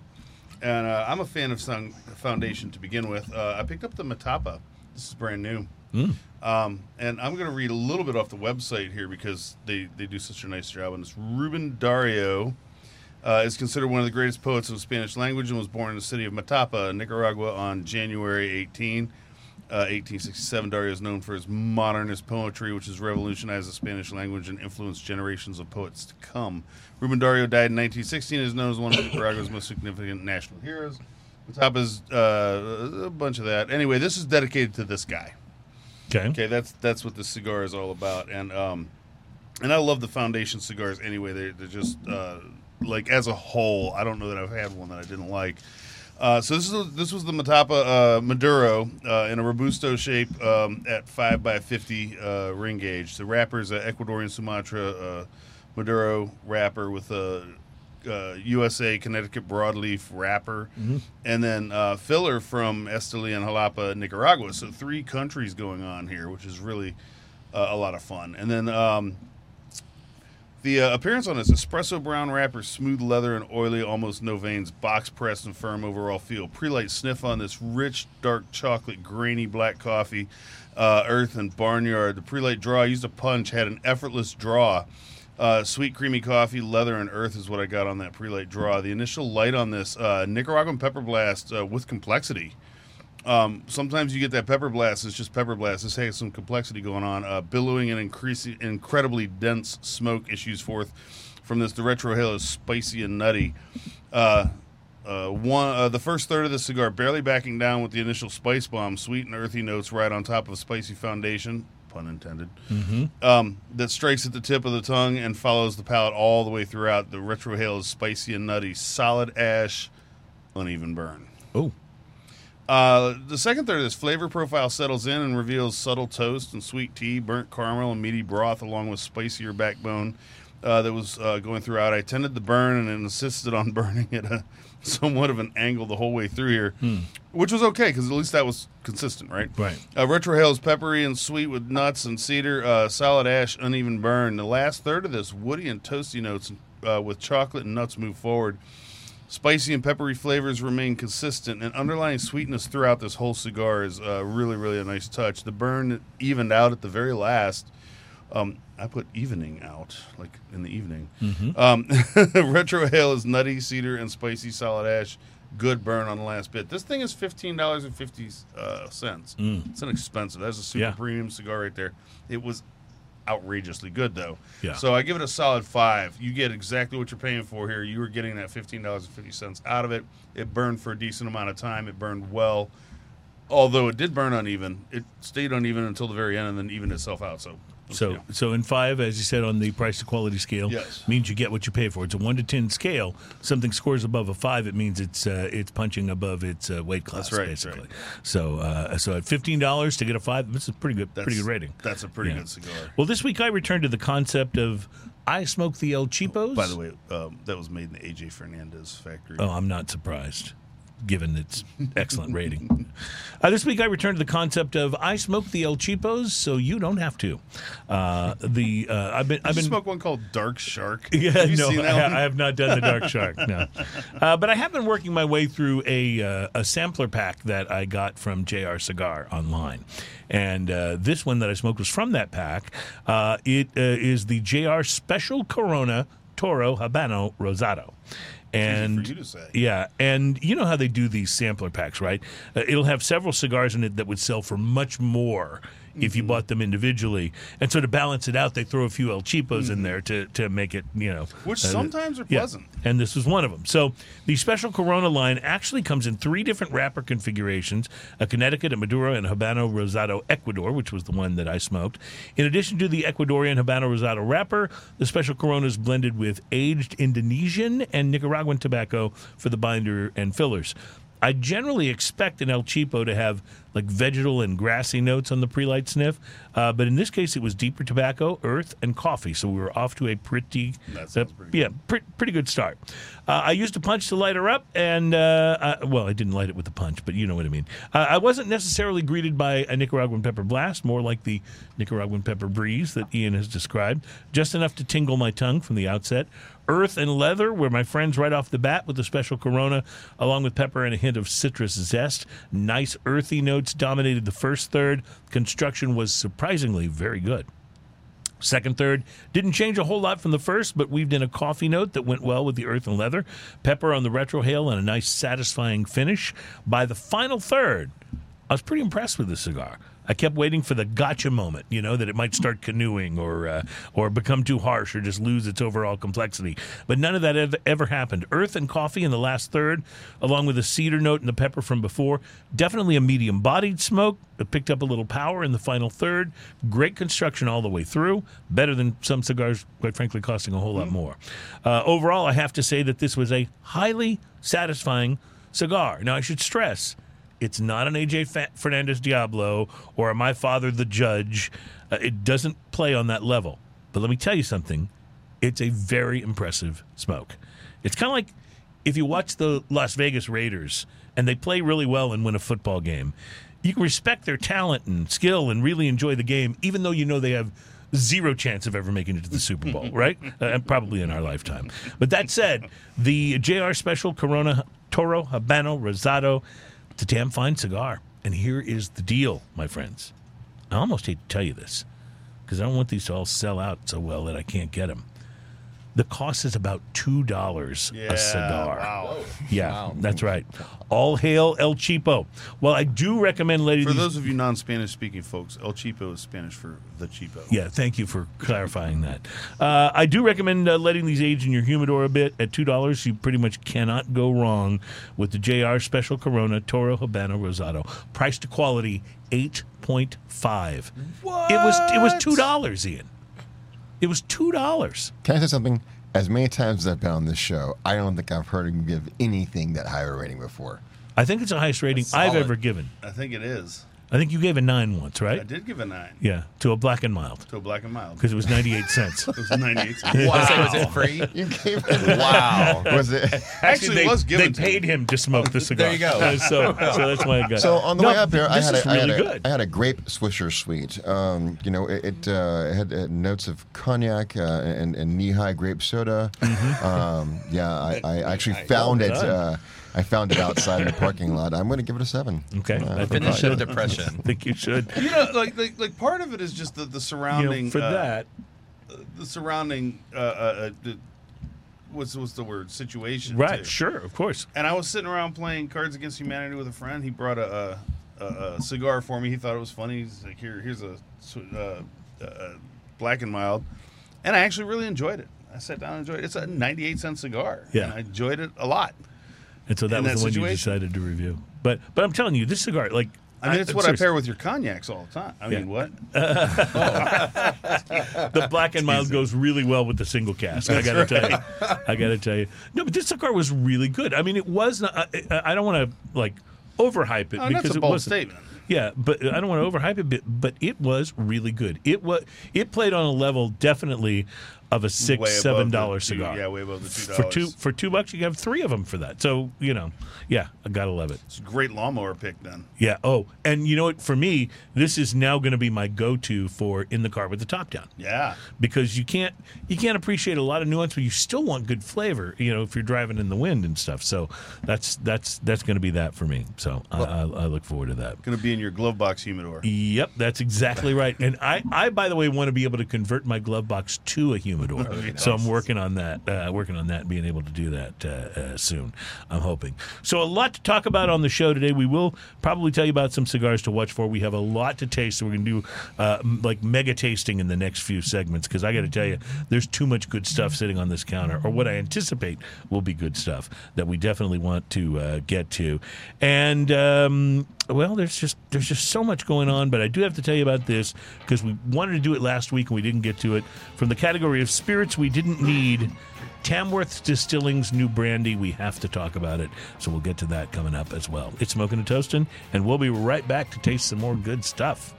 [SPEAKER 3] And uh, I'm a fan of some Foundation to begin with. Uh, I picked up the Matapa. This is brand new.
[SPEAKER 2] Mm.
[SPEAKER 3] Um, and I'm going to read a little bit off the website here because they, they do such a nice job on this. Ruben Dario uh, is considered one of the greatest poets of the Spanish language and was born in the city of Matapa, Nicaragua, on January 18, uh, 1867. Dario is known for his modernist poetry, which has revolutionized the Spanish language and influenced generations of poets to come. Ruben Dario died in 1916 and is known as one of Nicaragua's most significant national heroes. Matapa's uh, a bunch of that. Anyway, this is dedicated to this guy.
[SPEAKER 2] Okay.
[SPEAKER 3] Okay, that's that's what this cigar is all about, and um, and I love the Foundation cigars anyway. They're, they're just uh, like as a whole. I don't know that I've had one that I didn't like. Uh, so this is this was the Matapa uh, Maduro uh, in a robusto shape um, at five by fifty uh, ring gauge. The wrapper is an Ecuadorian Sumatra uh, Maduro wrapper with a uh, USA Connecticut broadleaf wrapper, and then uh, filler from Esteli and Jalapa, Nicaragua. So three countries going on here, which is really uh, a lot of fun. And then um, the uh, appearance on this espresso brown wrapper, smooth leather and oily, almost no veins, box pressed and firm overall feel. Pre-light sniff on this rich, dark chocolate, grainy black coffee, uh, earth and barnyard. The pre-light draw used a punch, had an effortless draw. Uh, sweet, creamy coffee, leather, and earth is what I got on that pre-light draw. The initial light on this uh, Nicaraguan pepper blast uh, with complexity um, sometimes you get that pepper blast. It's just pepper blast. This has some complexity going on, uh, billowing and increasing incredibly dense smoke issues forth from this. The retro hill is spicy and nutty. Uh, uh, one, uh, the first third of the cigar barely backing down with the initial spice bomb, sweet and earthy notes right on top of a spicy foundation, pun intended, um, that strikes at the tip of the tongue and follows the palate all the way throughout. The retro hill is spicy and nutty, solid ash, uneven burn.
[SPEAKER 2] Oh,
[SPEAKER 3] Uh, the second third of this flavor profile settles in and reveals subtle toast and sweet tea, burnt caramel and meaty broth, along with spicier backbone uh, that was uh, going throughout. I tended to burn and insisted on [LAUGHS] burning at a somewhat of an angle the whole way through here, which was okay because at least that was consistent, right?
[SPEAKER 2] Right.
[SPEAKER 3] Uh, Retro Hale is peppery and sweet with nuts and cedar, uh, solid ash, uneven burn. The last third of this woody and toasty notes uh, with chocolate and nuts move forward. Spicy and peppery flavors remain consistent, and underlying sweetness throughout this whole cigar is uh, really, really a nice touch. The burn evened out at the very last. Um, I put evening out, like in the evening. Um, [LAUGHS] retro ale is nutty, cedar, and spicy solid ash. Good burn on the last bit. This thing is fifteen dollars and fifty uh, cents. It's inexpensive. That's a super
[SPEAKER 2] Yeah.
[SPEAKER 3] premium cigar right there. It was outrageously good though.
[SPEAKER 2] Yeah.
[SPEAKER 3] So I give it a solid five. You get exactly what you're paying for here. You were getting that fifteen dollars and fifty cents out of it. It burned for a decent amount of time. It burned well. Although it did burn uneven, it stayed uneven until the very end and then evened itself out. So
[SPEAKER 2] so
[SPEAKER 3] yeah.
[SPEAKER 2] so in five, as you said on the price to quality scale,
[SPEAKER 3] Yes.
[SPEAKER 2] means you get what you pay for. It's a one to ten scale. Something scores above a five, it means it's uh, it's punching above its uh, weight class,
[SPEAKER 3] That's right, that's
[SPEAKER 2] basically. So uh, so at fifteen dollars to get a five, this is pretty good, pretty good rating.
[SPEAKER 3] That's a pretty
[SPEAKER 2] Yeah.
[SPEAKER 3] good cigar.
[SPEAKER 2] Well, this week I returned to the concept of I smoke the El Cheapos.
[SPEAKER 3] By the way, um, that was made in the AJ Fernandez factory.
[SPEAKER 2] Oh, I'm not surprised, given its excellent rating. [LAUGHS] Uh, this week, I returned to the concept of I smoke the El Cheapos, so you don't have to. Uh, the uh, I've been I've
[SPEAKER 3] Did you
[SPEAKER 2] been
[SPEAKER 3] smoke one called Dark Shark.
[SPEAKER 2] [LAUGHS] yeah,
[SPEAKER 3] Have you
[SPEAKER 2] no,
[SPEAKER 3] seen that
[SPEAKER 2] I,
[SPEAKER 3] one?
[SPEAKER 2] I have not done the Dark Shark.
[SPEAKER 3] [LAUGHS]
[SPEAKER 2] No, uh, but I have been working my way through a uh, a sampler pack that I got from JR Cigar online, and uh, this one that I smoked was from that pack. Uh, it uh, is the JR Special Corona Toro Habano Rosado. And
[SPEAKER 3] you to say.
[SPEAKER 2] yeah, and you know how they do these sampler packs, right? Uh, it'll have several cigars in it that would sell for much more if you bought them individually. And so to balance it out, they throw a few El Cheapos in there to, to make it, you know.
[SPEAKER 3] Which
[SPEAKER 2] uh,
[SPEAKER 3] sometimes are
[SPEAKER 2] yeah.
[SPEAKER 3] pleasant.
[SPEAKER 2] And this was one of them. So the special Corona line actually comes in three different wrapper configurations a Connecticut, a Maduro, and Habano Rosado Ecuador, which was the one that I smoked. In addition to the Ecuadorian Habano Rosado wrapper, the special Corona is blended with aged Indonesian and Nicaraguan tobacco for the binder and fillers. I generally expect an El Cheapo to have like vegetal and grassy notes on the pre light sniff, uh, but in this case it was deeper tobacco, earth, and coffee. So we were off to a pretty,
[SPEAKER 3] That sounds
[SPEAKER 2] uh,
[SPEAKER 3] pretty
[SPEAKER 2] yeah, pre- pretty good start. Uh, I used a punch to light her up, and uh, I, well, I didn't light it with a punch, but you know what I mean. Uh, I wasn't necessarily greeted by a Nicaraguan pepper blast, more like the Nicaraguan pepper breeze that Ian has described, just enough to tingle my tongue from the outset. Earth and leather were my friends right off the bat with a special Corona, along with pepper and a hint of citrus zest. Nice earthy notes dominated the first third. Construction was surprisingly very good. Second, third, didn't change a whole lot from the first, but weaved in a coffee note that went well with the earth and leather, pepper on the retrohale, and a nice, satisfying finish. By the final third, I was pretty impressed with the cigar. I kept waiting for the gotcha moment, you know, that it might start canoeing or uh, or become too harsh or just lose its overall complexity. But none of that ever, ever happened. Earth and coffee in the last third, along with the cedar note and the pepper from before, definitely a medium-bodied smoke. It picked up a little power in the final third. Great construction all the way through. Better than some cigars, quite frankly, costing a whole lot more. Uh, overall, I have to say that this was a highly satisfying cigar. Now, I should stress it's not an AJ Fa- Fernandez Diablo or a My Father the Judge. Uh, it doesn't play on that level. But let me tell you something it's a very impressive smoke. It's kind of like if you watch the Las Vegas Raiders and they play really well and win a football game, you can respect their talent and skill and really enjoy the game, even though you know they have zero chance of ever making it to the Super Bowl, right? Uh, and probably in our lifetime. But that said, the JR Special Corona Toro Habano Rosado, it's a damn fine cigar. And here is the deal, my friends. I almost hate to tell you this because I don't want these to all sell out so well that I can't get them. The cost is about two dollars
[SPEAKER 3] Yeah,
[SPEAKER 2] a cigar.
[SPEAKER 3] wow.
[SPEAKER 2] Yeah, that's right. All hail El Cheapo. Well, I do recommend, ladies.
[SPEAKER 3] For those of you non-Spanish speaking folks, El Cheapo is Spanish for the cheapo.
[SPEAKER 2] Yeah, thank you for clarifying that. Uh, I do recommend uh, letting these age in your humidor a bit. At two dollars, you pretty much cannot go wrong with the JR Special Corona Toro Habano Rosado. Price to quality eight point five. What? It was it was two dollars, Ian. It was two dollars.
[SPEAKER 4] Can I say something? As many times as I've been on this show, I don't think I've heard him give anything that higher rating before.
[SPEAKER 2] I think it's the highest rating
[SPEAKER 6] That's
[SPEAKER 2] I've
[SPEAKER 6] solid.
[SPEAKER 2] ever given.
[SPEAKER 3] I think it is.
[SPEAKER 2] I think you gave a nine once, right?
[SPEAKER 3] I did give a nine
[SPEAKER 2] Yeah, to a black and mild
[SPEAKER 3] to a black and mild.
[SPEAKER 2] because it was ninety eight cents.
[SPEAKER 3] It
[SPEAKER 2] [LAUGHS]
[SPEAKER 3] was 98.
[SPEAKER 6] Wow. Was it free?
[SPEAKER 4] You [LAUGHS] gave it. wow. Was it?
[SPEAKER 3] Actually,
[SPEAKER 2] they,
[SPEAKER 3] it was
[SPEAKER 2] they
[SPEAKER 3] given to
[SPEAKER 2] paid
[SPEAKER 3] me.
[SPEAKER 2] him to smoke
[SPEAKER 3] [LAUGHS]
[SPEAKER 2] the cigar.
[SPEAKER 6] you go.
[SPEAKER 2] Uh, so, so that's why I got.
[SPEAKER 4] So on the
[SPEAKER 2] No,
[SPEAKER 4] way up here, I
[SPEAKER 2] this
[SPEAKER 4] had,
[SPEAKER 2] is
[SPEAKER 4] a, I,
[SPEAKER 2] really
[SPEAKER 4] had a-
[SPEAKER 2] good.
[SPEAKER 4] I had a grape Swisher sweet. Um, you know, it, it, uh, it had uh, notes of cognac uh, and, and knee-high grape soda.
[SPEAKER 2] Mm-hmm.
[SPEAKER 4] Um, yeah, I, I
[SPEAKER 2] [LAUGHS]
[SPEAKER 4] actually found it. Uh, I found it outside in the parking lot. I'm going to give it a seven.
[SPEAKER 2] okay, I think,
[SPEAKER 6] Finish up
[SPEAKER 2] I
[SPEAKER 6] depression.
[SPEAKER 2] think you should.
[SPEAKER 3] You know, like, like like part of it is just the
[SPEAKER 2] You
[SPEAKER 3] the
[SPEAKER 2] know,
[SPEAKER 3] surrounding
[SPEAKER 2] for
[SPEAKER 3] uh,
[SPEAKER 2] that,
[SPEAKER 3] the surrounding uh, uh, uh, the, what's what's the word situation
[SPEAKER 2] right?
[SPEAKER 3] too.
[SPEAKER 2] Sure, of course.
[SPEAKER 3] And I was sitting around playing Cards Against Humanity with a friend. He brought a, a, a, a cigar for me. He thought it was funny. He's like, "Here, here's a, uh uh black and mild," and I actually really enjoyed it. I sat down and enjoyed it. It's a 98 cent cigar.
[SPEAKER 2] Yeah.
[SPEAKER 3] and I enjoyed it a lot.
[SPEAKER 2] And so that
[SPEAKER 3] in
[SPEAKER 2] was
[SPEAKER 3] that
[SPEAKER 2] the one you
[SPEAKER 3] situation.
[SPEAKER 2] decided to review. But but I'm telling you, this cigar, like,
[SPEAKER 3] I mean, it's what
[SPEAKER 2] seriously,
[SPEAKER 3] I pair with your cognacs all the time. I mean,
[SPEAKER 2] Yeah.
[SPEAKER 3] what?
[SPEAKER 2] the black and mild goes really well with the single cast. I gotta tell you, I gotta tell you. No, but this cigar was really good. I mean, it was. Not, I- I, I don't want to like overhype it
[SPEAKER 3] Oh,
[SPEAKER 2] because
[SPEAKER 3] that's a
[SPEAKER 2] it
[SPEAKER 3] bold
[SPEAKER 2] wasn't.
[SPEAKER 3] statement.
[SPEAKER 2] Yeah, but I don't want to overhype it, but, but it was really good. It was it played on a level definitely of a six
[SPEAKER 3] Way above
[SPEAKER 2] seven
[SPEAKER 3] the
[SPEAKER 2] dollar
[SPEAKER 3] two-
[SPEAKER 2] cigar.
[SPEAKER 3] yeah, way above the $2.
[SPEAKER 2] For two for two bucks, you can have three of them for that. So you know, yeah, I gotta love it.
[SPEAKER 3] It's a great lawnmower pick then.
[SPEAKER 2] Yeah. Oh, and you know what? For me, this is now going to be my go to for in the car with the top down
[SPEAKER 3] Yeah.
[SPEAKER 2] because you can't you can't appreciate a lot of nuance, but you still want good flavor. You know, if you're driving in the wind and stuff. So that's that's that's going to be that for me. So I, I, I look forward to that.
[SPEAKER 3] Going to be in your glove box humidor.
[SPEAKER 2] Yep, that's exactly right. And I, I by the way, want to be able to convert my glove box to a humidor. Troubadour. So I'm working on that, uh, working on that, being able to do that uh, uh, soon. I'm hoping. So a lot to talk about on the show today. We will probably tell you about some cigars to watch for. We have a lot to taste, so we're going to do uh, m- like mega tasting in the next few segments because I got to tell you, there's too much good stuff sitting on this counter, or what I anticipate will be good stuff that we definitely want to uh, get to. And um, well, there's just there's just so much going on, but I do have to tell you about this because we wanted to do it last week and we didn't get to it. From the category of spirits we didn't need, Tamworth Distilling's new brandy, we have to talk about it. So we'll get to that coming up as well. It's Smoking and Toasting, and we'll be right back to taste some more good stuff.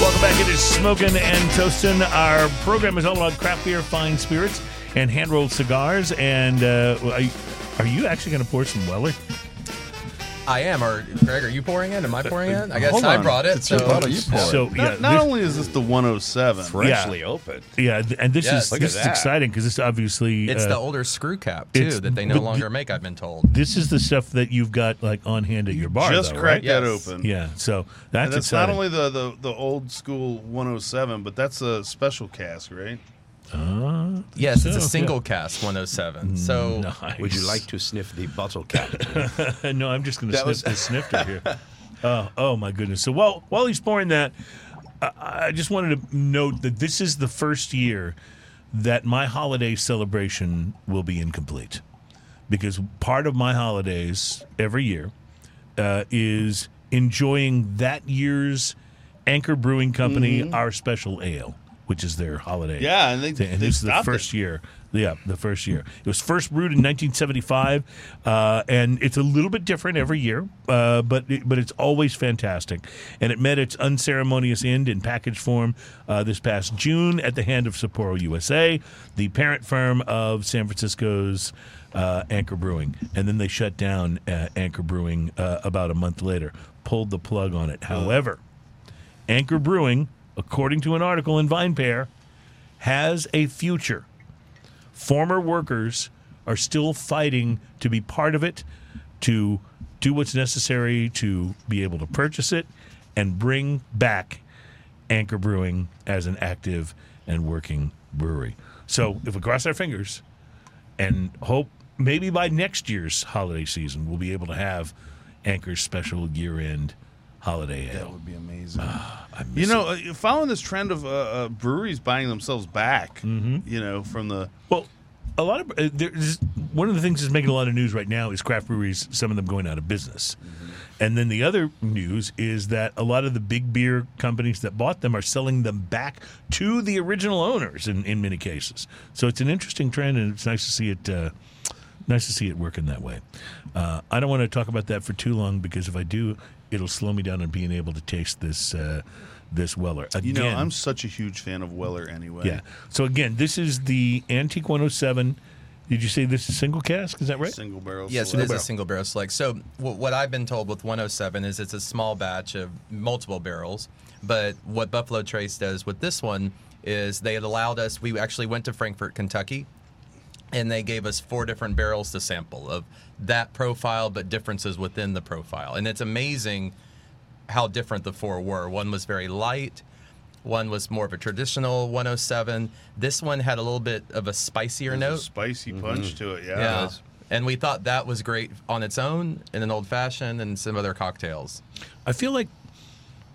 [SPEAKER 2] Welcome back. It is Smoking and Toasting. Our program is all about craft beer, fine spirits, and hand rolled cigars. And uh, are you- are you actually going to pour some Weller?
[SPEAKER 6] I am. Or Greg, are you pouring it? Am I pouring it? I guess
[SPEAKER 3] hold
[SPEAKER 6] I
[SPEAKER 3] on.
[SPEAKER 6] brought it.
[SPEAKER 4] It's your
[SPEAKER 6] so-
[SPEAKER 4] bottle, you pour it.
[SPEAKER 2] So yeah,
[SPEAKER 3] Not, not
[SPEAKER 2] this-
[SPEAKER 3] only is this the 107,
[SPEAKER 8] freshly opened.
[SPEAKER 2] yeah, th- and this
[SPEAKER 6] Yes,
[SPEAKER 2] is
[SPEAKER 8] at
[SPEAKER 6] look
[SPEAKER 2] this is
[SPEAKER 8] that.
[SPEAKER 2] exciting because this obviously
[SPEAKER 6] It's
[SPEAKER 2] uh,
[SPEAKER 6] the older screw cap
[SPEAKER 2] it's-
[SPEAKER 6] too that they no
[SPEAKER 2] but-
[SPEAKER 6] longer make. I've been told.
[SPEAKER 2] this is the stuff that you've got like on hand at your bar.
[SPEAKER 3] just
[SPEAKER 2] though,
[SPEAKER 3] cracked
[SPEAKER 2] right?
[SPEAKER 3] that
[SPEAKER 6] Yes.
[SPEAKER 3] open.
[SPEAKER 2] Yeah, so that's,
[SPEAKER 3] And that's
[SPEAKER 2] exciting.
[SPEAKER 3] not only the, the, the old school 107, but that's a special cask, right?
[SPEAKER 6] Yes, it's a
[SPEAKER 2] So,
[SPEAKER 6] single cast 107. So
[SPEAKER 2] [LAUGHS] Nice.
[SPEAKER 5] Would you like to sniff the bottle
[SPEAKER 2] [LAUGHS]
[SPEAKER 5] cap?
[SPEAKER 2] no, I'm just going to
[SPEAKER 5] That
[SPEAKER 2] sniff
[SPEAKER 5] was-
[SPEAKER 2] this snifter
[SPEAKER 5] [LAUGHS]
[SPEAKER 2] here. Oh, oh my goodness! So while while he's pouring that, I, I just wanted to note that this is the first year that my holiday celebration will be incomplete, because part of my holidays every year uh, is enjoying that year's Anchor Brewing Company
[SPEAKER 5] Mm-hmm.
[SPEAKER 2] our special ale, which is their holiday.
[SPEAKER 3] Yeah, and they-
[SPEAKER 2] thing. and
[SPEAKER 3] they
[SPEAKER 2] this is the
[SPEAKER 3] stopped it.
[SPEAKER 2] first year. Yeah, the first year. It was first brewed in 1975, uh, and it's a little bit different every year, uh, but it, but it's always fantastic. And it met its unceremonious end in package form uh, this past June at the hand of Sapporo USA, the parent firm of San Francisco's uh, Anchor Brewing, and then they shut down uh, Anchor Brewing uh, about a month later. Pulled the plug on it. However, Anchor Brewing, according to an article in VinePair, has a future. Former workers are still fighting to be part of it, to do what's necessary to be able to purchase it, and bring back Anchor Brewing as an active and working brewery. So if we cross our fingers and hope maybe by next year's holiday season, we'll be able to have Anchor's special year end holiday
[SPEAKER 3] That
[SPEAKER 2] ale.
[SPEAKER 3] would be amazing. you know, uh, following this trend of uh, uh, breweries buying themselves back,
[SPEAKER 2] Mm-hmm.
[SPEAKER 3] you know, from the
[SPEAKER 2] Well, a lot of uh, there's one of the things that's making a lot of news right now is craft breweries. Some of them going out of business,
[SPEAKER 3] Mm-hmm.
[SPEAKER 2] and then the other news is that a lot of the big beer companies that bought them are selling them back to the original owners in in many cases. So it's an interesting trend, and it's nice to see it. Uh, Nice to see it working that way. Uh, I don't want to talk about that for too long because if I do, it'll slow me down on being able to taste this uh, this Weller again.
[SPEAKER 3] You know, I'm such a huge fan of Weller anyway.
[SPEAKER 2] Yeah. So again, this is the Antique 107. Did you say this is single cask? Is that right?
[SPEAKER 3] Single barrel.
[SPEAKER 6] Yes, it
[SPEAKER 3] select.
[SPEAKER 6] is a single barrel select. So what, what I've been told with 107 is it's a small batch of multiple barrels. But what Buffalo Trace does with this one is they had allowed us. We actually went to Frankfort, Kentucky, and they gave us four different barrels to sample of that profile, but differences within the profile. And it's amazing how different the four were. One was very light. One was more of a traditional 107. This one had a little bit of a spicier
[SPEAKER 3] There's a
[SPEAKER 6] note.
[SPEAKER 3] spicy
[SPEAKER 2] Mm-hmm.
[SPEAKER 3] punch to it. Yeah.
[SPEAKER 6] Yeah.
[SPEAKER 3] It's-
[SPEAKER 6] And we thought that was great on its own in an old fashioned and some other cocktails.
[SPEAKER 2] I feel like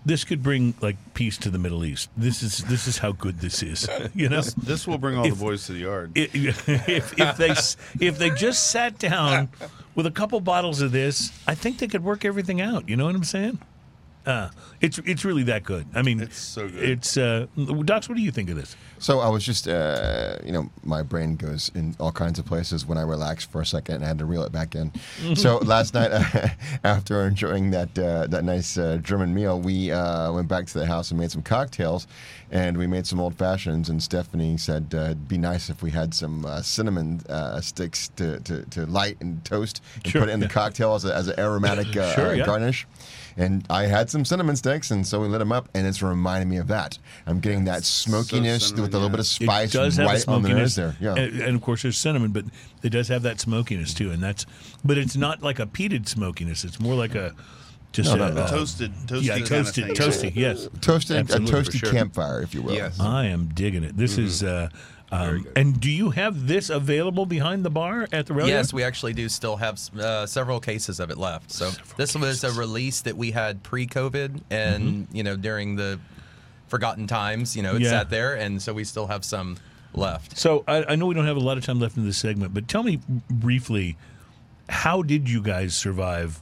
[SPEAKER 2] this could bring like peace to the Middle East. This is this is how good this is. [LAUGHS] You know.
[SPEAKER 3] This will bring all
[SPEAKER 2] If-
[SPEAKER 3] the boys to the yard.
[SPEAKER 2] I- [LAUGHS] if, if they s- if they just sat down with a couple bottles of this, I think they could work everything out. You know what I'm saying? Uh, it's it's really that good. I mean,
[SPEAKER 3] It's so good.
[SPEAKER 2] It's uh, Docs. What do you think of this?
[SPEAKER 4] So I was just, uh, you know, my brain goes in all kinds of places when I relax for a second and I had to reel it back
[SPEAKER 2] [LAUGHS]
[SPEAKER 4] in. so last night, [LAUGHS] uh, after enjoying that uh, that nice uh, German meal, we uh, went back to the house and made some cocktails, and we made some old fashions. And Stephanie said, uh, "It'd be nice if we had some uh, cinnamon uh, sticks to, to, to light and toast and
[SPEAKER 2] Sure,
[SPEAKER 4] put it in
[SPEAKER 2] yeah.
[SPEAKER 4] the cocktail as, a, as an aromatic uh,
[SPEAKER 2] Sure,
[SPEAKER 4] uh,
[SPEAKER 2] yeah.
[SPEAKER 4] garnish." And I had some cinnamon sticks, and so we lit them up, and it's reminding me of that. I'm getting that smokiness
[SPEAKER 3] cinnamon,
[SPEAKER 4] with a little
[SPEAKER 3] yeah.
[SPEAKER 4] bit of
[SPEAKER 2] It
[SPEAKER 4] spice
[SPEAKER 2] does have a
[SPEAKER 4] right on the nose
[SPEAKER 2] smokiness
[SPEAKER 4] there. Yeah.
[SPEAKER 2] and, and of course there's cinnamon, but it does have that smokiness too, and that's. But it's not like a peated smokiness. It's more like a
[SPEAKER 3] Oh,
[SPEAKER 2] just
[SPEAKER 4] no,
[SPEAKER 2] a,
[SPEAKER 4] no.
[SPEAKER 2] a-
[SPEAKER 3] Toasted, toasted,
[SPEAKER 2] uh, yeah,
[SPEAKER 3] kinda
[SPEAKER 2] toasted,
[SPEAKER 3] thing.
[SPEAKER 2] toasty. Yes,
[SPEAKER 4] toasted,
[SPEAKER 2] Absolutely,
[SPEAKER 4] a
[SPEAKER 2] for
[SPEAKER 4] toasted
[SPEAKER 2] sure.
[SPEAKER 4] campfire, if you will.
[SPEAKER 6] Yes.
[SPEAKER 2] I am digging it. This
[SPEAKER 4] Mm-hmm.
[SPEAKER 2] is. Uh, um, and do you have this available behind the bar at the rodeo?
[SPEAKER 6] Yes, we actually do still have uh, several cases of it left. So this was a release that we had pre-COVID, and you know during the forgotten times, you know it
[SPEAKER 2] Yeah.
[SPEAKER 6] sat there, and so we still have some left.
[SPEAKER 2] So I, I know we don't have a lot of time left in this segment, but tell me briefly, how did you guys survive?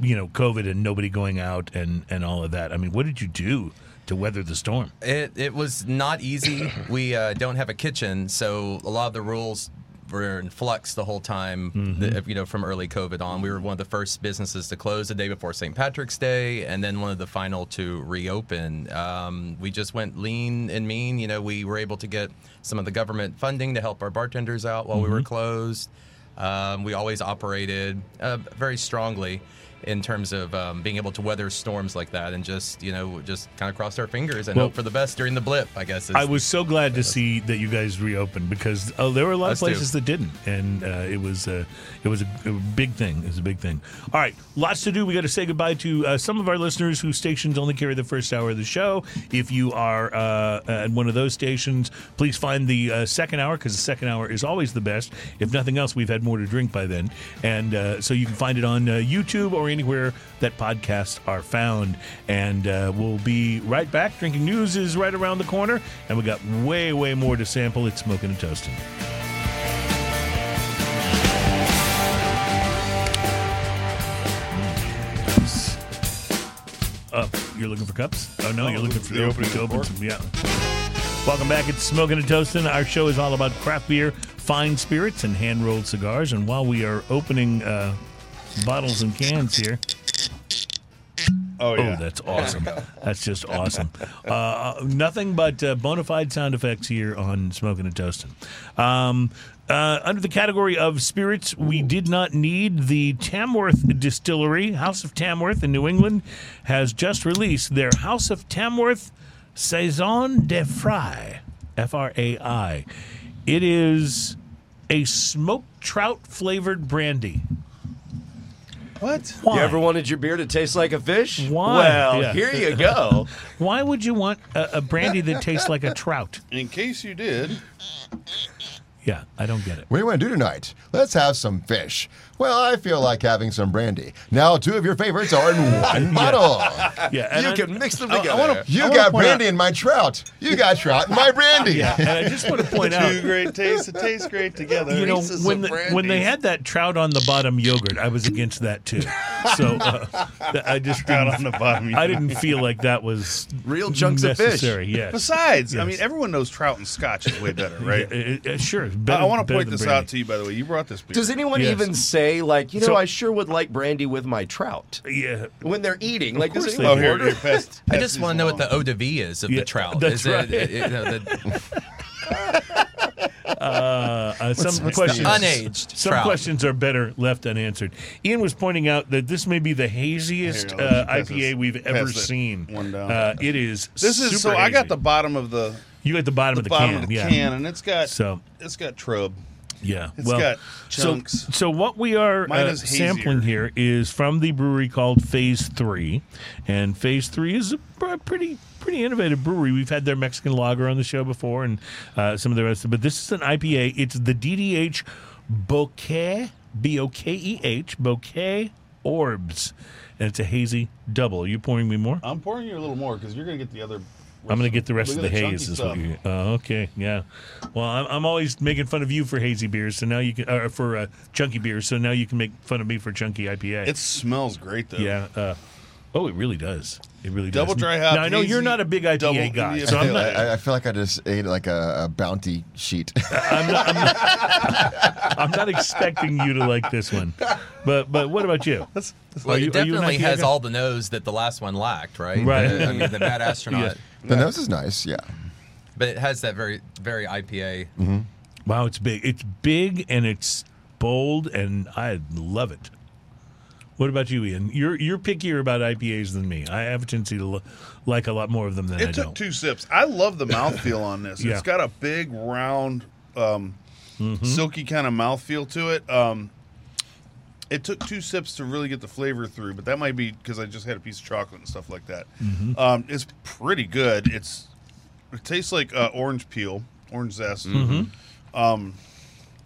[SPEAKER 2] You know, COVID and nobody going out and and all of that. I mean, what did you do to weather the storm?
[SPEAKER 6] It it was not easy. we uh, don't have a kitchen, so a lot of the rules were in flux the whole time. the- you know, from early COVID on, we were one of the first businesses to close the day before St. Patrick's Day, and then one of the final to reopen. Um, we just went lean and mean. You know, we were able to get some of the government funding to help our bartenders out while we were closed. Um, we always operated uh, very strongly in terms of um, being able to weather storms like that, and just you know, just kind of crossed our fingers and
[SPEAKER 2] Well-
[SPEAKER 6] hope for the best during the blip. I guess is
[SPEAKER 2] I was so glad to see that you guys reopened because uh, there were a lot
[SPEAKER 6] Us
[SPEAKER 2] of
[SPEAKER 6] too.
[SPEAKER 2] places that didn't, and uh, it was uh, it was a, a big thing. It was a big thing. All right, lots to do. We got to say goodbye to uh, some of our listeners whose stations only carry the first hour of the show. If you are uh, at one of those stations, please find the uh, second hour because the second hour is always the best. If nothing else, we've had more to drink by then, and uh, so you can find it on uh, YouTube or anywhere that podcasts are found. And uh, we'll be right back. Drinking news is right around the corner, and we got way, way more to sample. It's smoking and toasting. Oh, you're looking for cups? Oh no, you're looking for
[SPEAKER 3] the
[SPEAKER 2] the
[SPEAKER 3] opening
[SPEAKER 2] opening to
[SPEAKER 3] of the
[SPEAKER 2] open
[SPEAKER 3] cork.
[SPEAKER 2] some. Yeah. Welcome back. It's Smoking and Toasting. Our show is all about craft beer, fine spirits, and hand rolled cigars. And while we are opening uh, bottles and cans here,
[SPEAKER 3] Oh
[SPEAKER 2] oh,
[SPEAKER 3] yeah,
[SPEAKER 2] that's awesome. that's just awesome. Uh, nothing but uh, bona fide sound effects here on Smoking and Toasting. Um, uh, under the category of spirits, we did not need the Tamworth Distillery. House of Tamworth in New England has just released their House of Tamworth Saison de Fry, F R A I. It is a smoked trout flavored brandy.
[SPEAKER 3] what?
[SPEAKER 2] Why?
[SPEAKER 5] You ever wanted your beer to taste like a fish?
[SPEAKER 2] Why?
[SPEAKER 5] Well,
[SPEAKER 2] Yeah.
[SPEAKER 5] here you go.
[SPEAKER 2] Why would you want a, a brandy that tastes like a trout?
[SPEAKER 3] In case you did,
[SPEAKER 2] Yeah, I don't get it.
[SPEAKER 4] What do you want to do tonight? Let's have some fish. Well, I feel like having some brandy. Now, two of your favorites
[SPEAKER 2] [LAUGHS]
[SPEAKER 4] are in one bottle.
[SPEAKER 2] Yeah, [LAUGHS] and
[SPEAKER 5] Uh,
[SPEAKER 2] I-
[SPEAKER 5] you can mix them together.
[SPEAKER 3] [LAUGHS]
[SPEAKER 4] You
[SPEAKER 3] wanna
[SPEAKER 4] got
[SPEAKER 3] point out-
[SPEAKER 4] brandy in my trout. You got
[SPEAKER 2] [LAUGHS]
[SPEAKER 4] trout in my brandy.
[SPEAKER 2] Yeah, and I just want to
[SPEAKER 5] [LAUGHS]
[SPEAKER 2] point out,
[SPEAKER 3] two great tastes that taste great together.
[SPEAKER 2] you know,
[SPEAKER 5] Reese's
[SPEAKER 2] when
[SPEAKER 5] of
[SPEAKER 2] the, when they
[SPEAKER 5] brandies.
[SPEAKER 2] had that trout on the bottom yogurt, I was against that too. So uh, th- I just
[SPEAKER 3] out
[SPEAKER 2] didn't,
[SPEAKER 3] on the bottom.
[SPEAKER 2] I didn't feel like that was
[SPEAKER 5] Real chunks of fish.
[SPEAKER 2] necessary. Yes.
[SPEAKER 5] [LAUGHS]
[SPEAKER 3] Besides, I
[SPEAKER 2] Yes.
[SPEAKER 3] mean, everyone knows trout and scotch is way better,
[SPEAKER 2] [LAUGHS] Yeah,
[SPEAKER 3] right?
[SPEAKER 2] uh, uh, sure. it's
[SPEAKER 3] I-
[SPEAKER 2] Better,
[SPEAKER 3] I want to
[SPEAKER 2] better
[SPEAKER 3] point
[SPEAKER 2] than
[SPEAKER 3] this
[SPEAKER 2] brandy.
[SPEAKER 3] out to you, by the way. You brought this beer.
[SPEAKER 5] Does anyone
[SPEAKER 2] Yes.
[SPEAKER 5] even say like, you know,
[SPEAKER 2] So-
[SPEAKER 5] I sure would like brandy with my trout
[SPEAKER 2] Yeah,
[SPEAKER 5] when they're eating? Like, does
[SPEAKER 2] course
[SPEAKER 5] anyone
[SPEAKER 3] oh, here,
[SPEAKER 5] order?
[SPEAKER 3] here, pass-
[SPEAKER 6] I
[SPEAKER 3] pass
[SPEAKER 6] just
[SPEAKER 3] these
[SPEAKER 6] want to know what
[SPEAKER 3] along.
[SPEAKER 6] the eau de vie is of
[SPEAKER 2] Yeah,
[SPEAKER 6] the trout.
[SPEAKER 2] that's
[SPEAKER 6] is
[SPEAKER 2] right.
[SPEAKER 6] it, you
[SPEAKER 2] [LAUGHS]
[SPEAKER 6] know, the
[SPEAKER 2] uh, uh, some
[SPEAKER 4] what's
[SPEAKER 2] questions.
[SPEAKER 4] the
[SPEAKER 6] unaged
[SPEAKER 2] Some
[SPEAKER 6] trout?
[SPEAKER 2] questions are better left unanswered. Ian was pointing out that this may be the haziest
[SPEAKER 3] Here, I'll
[SPEAKER 2] uh,
[SPEAKER 3] just pass
[SPEAKER 2] IPA
[SPEAKER 3] this-
[SPEAKER 2] we've ever
[SPEAKER 3] pass that
[SPEAKER 2] seen.
[SPEAKER 3] one down.
[SPEAKER 2] Uh, it is.
[SPEAKER 3] This is so
[SPEAKER 2] super
[SPEAKER 3] I got
[SPEAKER 2] hazy.
[SPEAKER 3] the bottom of the,
[SPEAKER 2] You got the bottom
[SPEAKER 3] the,
[SPEAKER 2] of the
[SPEAKER 3] bottom
[SPEAKER 2] can.
[SPEAKER 3] of the
[SPEAKER 2] yeah.
[SPEAKER 3] can, and it's got
[SPEAKER 2] So-
[SPEAKER 3] it's got trub.
[SPEAKER 2] Yeah.
[SPEAKER 3] It's
[SPEAKER 2] well,
[SPEAKER 3] got
[SPEAKER 2] so,
[SPEAKER 3] chunks.
[SPEAKER 2] so what we are
[SPEAKER 3] Mine
[SPEAKER 2] uh,
[SPEAKER 3] is hazier.
[SPEAKER 2] sampling here is from the brewery called Phase Three, and Phase Three is a pr- pretty pretty innovative brewery. We've had their Mexican lager on the show before, and uh, some of the rest. But this is an IPA. It's the DDH Bouquet B O K E H Bouquet Orbs, and it's a hazy double. Are you pouring me more?
[SPEAKER 3] I'm pouring you a little more because you're gonna get the other.
[SPEAKER 2] I'm going to get the rest of
[SPEAKER 3] Look
[SPEAKER 2] the
[SPEAKER 3] at chunky
[SPEAKER 2] haze. Is what
[SPEAKER 3] stuff.
[SPEAKER 2] you, uh, okay, yeah. Well, I'm, I'm always making fun of you for hazy beers, so now you can uh, for uh, chunky beers. So now you can make fun of me for chunky IPA.
[SPEAKER 3] It smells great though.
[SPEAKER 2] yeah. Uh, oh, it really does. It really
[SPEAKER 3] Double
[SPEAKER 2] does.
[SPEAKER 3] dry hop,
[SPEAKER 2] Now I know you're
[SPEAKER 3] hazy,
[SPEAKER 2] not a big IPA
[SPEAKER 3] double-
[SPEAKER 2] guy,
[SPEAKER 3] [LAUGHS] yeah.
[SPEAKER 2] so I'm not.
[SPEAKER 4] I, I feel like I just ate like a, a bounty sheet. [LAUGHS]
[SPEAKER 2] I'm not expecting you to like this one. But but what about you?
[SPEAKER 6] well,
[SPEAKER 2] Are you-
[SPEAKER 6] it
[SPEAKER 2] are you an
[SPEAKER 6] definitely
[SPEAKER 2] IPA
[SPEAKER 6] has
[SPEAKER 2] guy?
[SPEAKER 6] all the nose that the last one lacked, right?
[SPEAKER 2] Right.
[SPEAKER 6] The- I mean,
[SPEAKER 2] [LAUGHS]
[SPEAKER 6] the bad astronaut,
[SPEAKER 4] the nose is nice, yeah.
[SPEAKER 6] but it has that very, very IPA.
[SPEAKER 2] Wow, it's big. It's big and it's bold, and I love it. What about you, Ian? You're you're pickier about IPAs than me. I have a tendency to l- like a lot more of them than I
[SPEAKER 3] It took
[SPEAKER 2] don't.
[SPEAKER 3] two sips. I love the mouthfeel on this.
[SPEAKER 2] Yeah. Mm-hmm.
[SPEAKER 3] It's got a big, round, um, silky kind of mouthfeel to it. Um, it took two sips to really get the flavor through, but that might be because I just had a piece of chocolate and stuff like that.
[SPEAKER 2] Mm-hmm.
[SPEAKER 3] Um, it's pretty good. It's it tastes like uh, orange peel, orange zest. Um,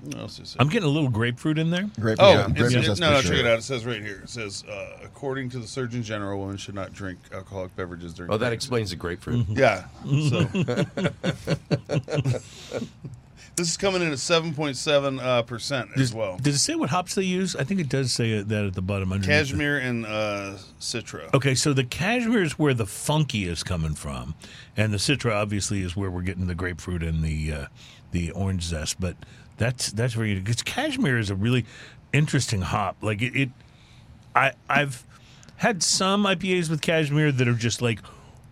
[SPEAKER 3] what else is it?
[SPEAKER 2] Mm-hmm. I'm getting a little grapefruit in there.
[SPEAKER 4] Grape,
[SPEAKER 3] Oh,
[SPEAKER 4] yeah,
[SPEAKER 3] it's-
[SPEAKER 4] grape
[SPEAKER 3] it-
[SPEAKER 4] zest
[SPEAKER 3] no, no,
[SPEAKER 4] for sure.
[SPEAKER 3] check it out. It says right here. It says, uh, according to the Surgeon General, women should not drink alcoholic beverages during.
[SPEAKER 5] Well, Oh, that explains the grapefruit.
[SPEAKER 2] Mm-hmm.
[SPEAKER 3] Yeah.
[SPEAKER 2] [LAUGHS]
[SPEAKER 3] So this is coming in at seven point seven uh, percent as
[SPEAKER 2] Does,
[SPEAKER 3] well.
[SPEAKER 2] does it say what hops they use? I think it does say it- that at the bottom. Underneath it.
[SPEAKER 3] Cashmere and uh, Citra.
[SPEAKER 2] Okay, so the cashmere is where the funky is coming from, and the citra obviously is where we're getting the grapefruit and the uh, the orange zest. But that's that's very because cashmere is a really interesting hop. Like it, it I I've had some IPAs with cashmere that are just like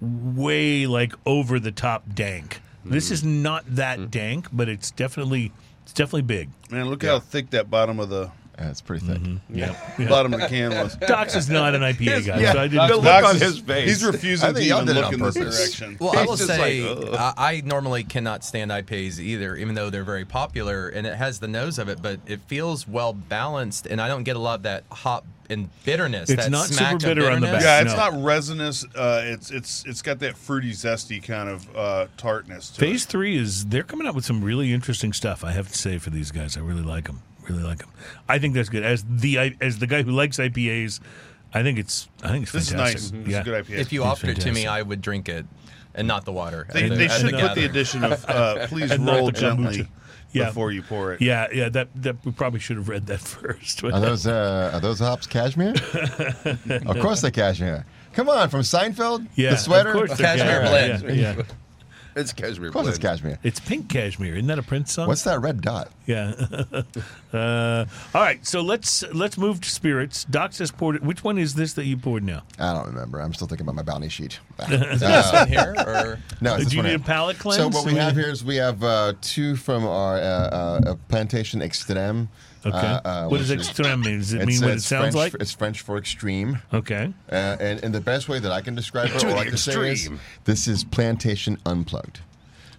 [SPEAKER 2] way like over the top dank. This is not that dank, but it's definitely it's definitely big.
[SPEAKER 3] Man, look how thick that bottom of the
[SPEAKER 4] Yeah, it's pretty thick.
[SPEAKER 2] Mm-hmm. Yeah.
[SPEAKER 3] bottom of the
[SPEAKER 2] [LAUGHS]
[SPEAKER 3] can was.
[SPEAKER 2] Docs is not an IPA guy, so I
[SPEAKER 5] The
[SPEAKER 2] didn't.
[SPEAKER 5] look
[SPEAKER 3] Doc
[SPEAKER 5] on
[SPEAKER 3] is-
[SPEAKER 5] his face.
[SPEAKER 3] He's
[SPEAKER 4] I
[SPEAKER 3] refusing to
[SPEAKER 4] think y'all
[SPEAKER 3] even
[SPEAKER 4] did it
[SPEAKER 3] look
[SPEAKER 4] on
[SPEAKER 3] in this
[SPEAKER 4] purpose.
[SPEAKER 3] direction.
[SPEAKER 6] Well, I
[SPEAKER 4] He's
[SPEAKER 6] will
[SPEAKER 4] just
[SPEAKER 6] say
[SPEAKER 2] uh,
[SPEAKER 4] like,
[SPEAKER 6] I, I normally cannot stand IPAs either, even though they're very popular and it has the nose of it, but it feels well balanced, and I don't get a lot of that hop and bitterness.
[SPEAKER 2] It's
[SPEAKER 6] that
[SPEAKER 2] not super
[SPEAKER 6] smack of
[SPEAKER 2] bitter on the
[SPEAKER 6] bitterness.
[SPEAKER 3] Yeah, it's
[SPEAKER 2] No.
[SPEAKER 3] not resinous. Uh, it's it's it's got that fruity, zesty kind of uh, tartness to
[SPEAKER 2] Phase
[SPEAKER 3] it.
[SPEAKER 2] three is they're coming out with some really interesting stuff. I have to say for these guys, I really like them. Really like them. I think that's good. As the as the guy who likes IPAs, I think it's I think it's
[SPEAKER 3] This is
[SPEAKER 2] fantastic.
[SPEAKER 3] nice. This is a good IPA.
[SPEAKER 6] If you
[SPEAKER 2] It's
[SPEAKER 6] offered it to me,
[SPEAKER 2] fantastic.
[SPEAKER 6] I would drink it, and not the water.
[SPEAKER 3] they,
[SPEAKER 6] at the-
[SPEAKER 3] they
[SPEAKER 6] at
[SPEAKER 3] should put the
[SPEAKER 6] gathering.
[SPEAKER 3] addition of
[SPEAKER 2] [LAUGHS]
[SPEAKER 3] uh, please
[SPEAKER 2] And not
[SPEAKER 3] roll
[SPEAKER 2] the kombucha.
[SPEAKER 3] gently
[SPEAKER 2] Yeah.
[SPEAKER 3] before you pour it.
[SPEAKER 2] Yeah, yeah. That that we probably should have read that [LAUGHS] first.
[SPEAKER 4] Are those uh, are those
[SPEAKER 2] [LAUGHS]
[SPEAKER 4] hops cashmere? of course they're cashmere. Come on, from Seinfeld,
[SPEAKER 2] yeah,
[SPEAKER 4] the sweater.
[SPEAKER 2] of course they're
[SPEAKER 6] Cashmere
[SPEAKER 2] cashmere.
[SPEAKER 6] blend.
[SPEAKER 2] Yeah, yeah.
[SPEAKER 5] It's cashmere.
[SPEAKER 4] Of course it's
[SPEAKER 5] blend.
[SPEAKER 4] cashmere.
[SPEAKER 2] It's pink cashmere. Isn't that a Prince song?
[SPEAKER 4] What's that red dot?
[SPEAKER 2] Yeah. [LAUGHS] uh, all right. So let's let's move to spirits. Doc says poured. Which one is this that you poured now?
[SPEAKER 4] I don't remember. I'm still thinking about my
[SPEAKER 2] [LAUGHS]
[SPEAKER 4] bounty sheet. Ah.
[SPEAKER 6] This
[SPEAKER 4] Uh,
[SPEAKER 6] one here, or
[SPEAKER 4] no, it's
[SPEAKER 2] Do
[SPEAKER 4] this
[SPEAKER 2] you
[SPEAKER 4] one
[SPEAKER 2] need
[SPEAKER 4] here.
[SPEAKER 2] a palate cleanse?
[SPEAKER 4] So what we have here is we have uh, two from our uh, uh, plantation extreme.
[SPEAKER 2] Okay.
[SPEAKER 4] Uh, uh,
[SPEAKER 2] what does
[SPEAKER 4] which is-
[SPEAKER 2] extreme mean? Does it
[SPEAKER 4] it's-
[SPEAKER 2] mean what it
[SPEAKER 4] it's
[SPEAKER 2] sounds
[SPEAKER 4] French,
[SPEAKER 2] like?
[SPEAKER 4] It's French for extreme.
[SPEAKER 2] Okay.
[SPEAKER 4] Uh, and, and the best way that I can describe it, or like to say is, this is plantation unplugged.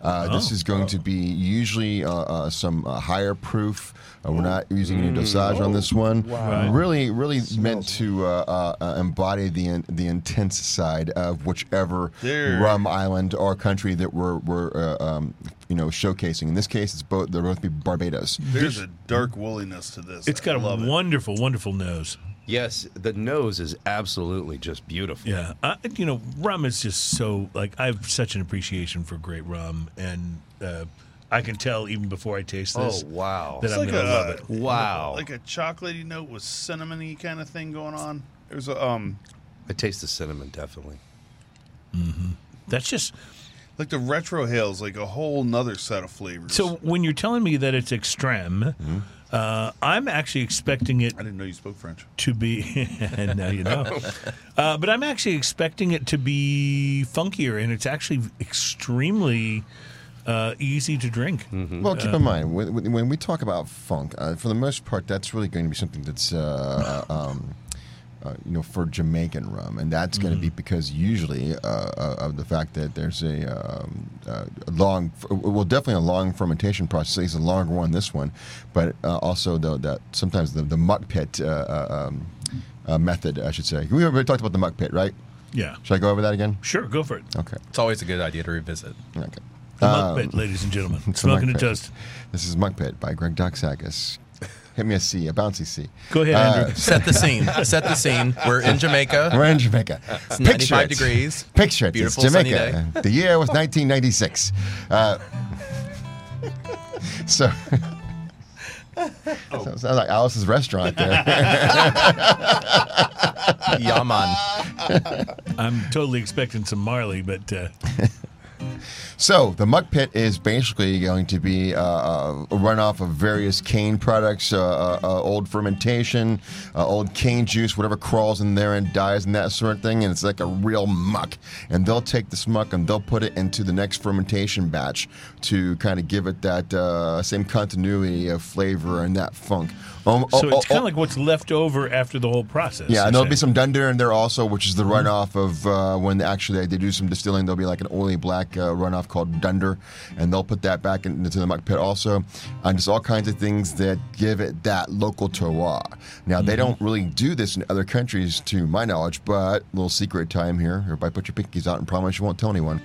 [SPEAKER 4] Uh, This is going to be usually uh, uh, some uh, higher proof. Uh, we're not using any dosage on this one.
[SPEAKER 2] Right.
[SPEAKER 4] Really, really meant to uh, uh, uh, embody the in, the intense side of whichever
[SPEAKER 3] There.
[SPEAKER 4] rum island or country that we're, we're uh, um, you know showcasing. In this case, it's both they're both be Barbados.
[SPEAKER 3] There's a dark wooliness to this.
[SPEAKER 2] It's got
[SPEAKER 3] I
[SPEAKER 2] a
[SPEAKER 3] love it.
[SPEAKER 2] wonderful, wonderful nose.
[SPEAKER 5] Yes, the nose is absolutely just beautiful.
[SPEAKER 2] Yeah, I, you know, rum is just so like I have such an appreciation for great rum, and uh, I can tell even before I taste this.
[SPEAKER 5] Oh, wow.
[SPEAKER 2] that
[SPEAKER 3] It's
[SPEAKER 2] I'm
[SPEAKER 3] like
[SPEAKER 2] gonna
[SPEAKER 3] a-
[SPEAKER 2] love it.
[SPEAKER 5] Wow.
[SPEAKER 3] like a chocolatey note with cinnamony kind of thing going on. There's a um
[SPEAKER 5] I taste the cinnamon, definitely.
[SPEAKER 2] That's just
[SPEAKER 3] like the retro hails, like a whole nother set of flavors.
[SPEAKER 2] so. When you're telling me that it's extreme, uh, I'm actually expecting it
[SPEAKER 3] I didn't know you spoke French.
[SPEAKER 2] to be. [LAUGHS] now you know, uh, but I'm actually expecting it to be funkier, and it's actually extremely uh, easy to drink.
[SPEAKER 4] Well, keep in mind when, when when we talk about funk, uh, for the most part, that's really going to be something that's uh, um, uh, you know for Jamaican rum, and that's going to be because usually uh, uh, of the fact that there's a, um, uh, a long, well, definitely a long fermentation process. It's a longer one this one, but uh, also though that sometimes the the muck pit uh, uh, um, uh, method, I should say. We already talked about the muck pit, right?
[SPEAKER 2] Yeah,
[SPEAKER 4] Should I go over that again?
[SPEAKER 2] sure, go for it.
[SPEAKER 4] Okay.
[SPEAKER 6] it's always a good idea to revisit.
[SPEAKER 4] Okay.
[SPEAKER 2] Muck pit, ladies and gentlemen,
[SPEAKER 4] the
[SPEAKER 2] smoking a
[SPEAKER 4] Muck Pit.
[SPEAKER 2] toast.
[SPEAKER 4] This is Muck Pit by Greg Doxakis. Hit me a C, a bouncy C. Uh,
[SPEAKER 2] Go ahead, Andrew.
[SPEAKER 6] Set the scene. Set the scene. We're in Jamaica. [LAUGHS]
[SPEAKER 4] We're in Jamaica.
[SPEAKER 6] It's
[SPEAKER 4] Picture
[SPEAKER 6] 95
[SPEAKER 4] it.
[SPEAKER 6] degrees.
[SPEAKER 4] Picture it.
[SPEAKER 6] Beautiful
[SPEAKER 4] it's
[SPEAKER 6] sunny
[SPEAKER 4] Jamaica. Uh, The year
[SPEAKER 6] [LAUGHS]
[SPEAKER 4] was 1996. Uh, [LAUGHS] so. [LAUGHS]
[SPEAKER 6] Oh.
[SPEAKER 4] Sounds like Alice's restaurant there.
[SPEAKER 6] Yaman.
[SPEAKER 2] I'm totally expecting some Marley, but uh,
[SPEAKER 4] So the muck pit is basically going to be uh, a runoff of various cane products, uh, uh, uh, old fermentation, uh, old cane juice, whatever crawls in there and dies and that sort of thing. And it's like a real muck. And they'll take this muck and they'll put it into the next fermentation batch to kind of give it that uh, same continuity of flavor and that funk. Um,
[SPEAKER 2] So it's
[SPEAKER 4] oh, oh,
[SPEAKER 2] kind
[SPEAKER 4] oh.
[SPEAKER 2] of like what's left over after the whole process.
[SPEAKER 4] Yeah, and there'll be
[SPEAKER 2] essentially.
[SPEAKER 4] some dunder in there also, which is the runoff of uh, when actually they do some distilling. There'll be like an oily black uh, runoff called dunder, and they'll put that back in- into the muck pit also. And just all kinds of things that give it that local terroir. Now, they don't really do this in other countries, to my knowledge, but little secret time here. If I put your pinkies out and promise you won't tell anyone,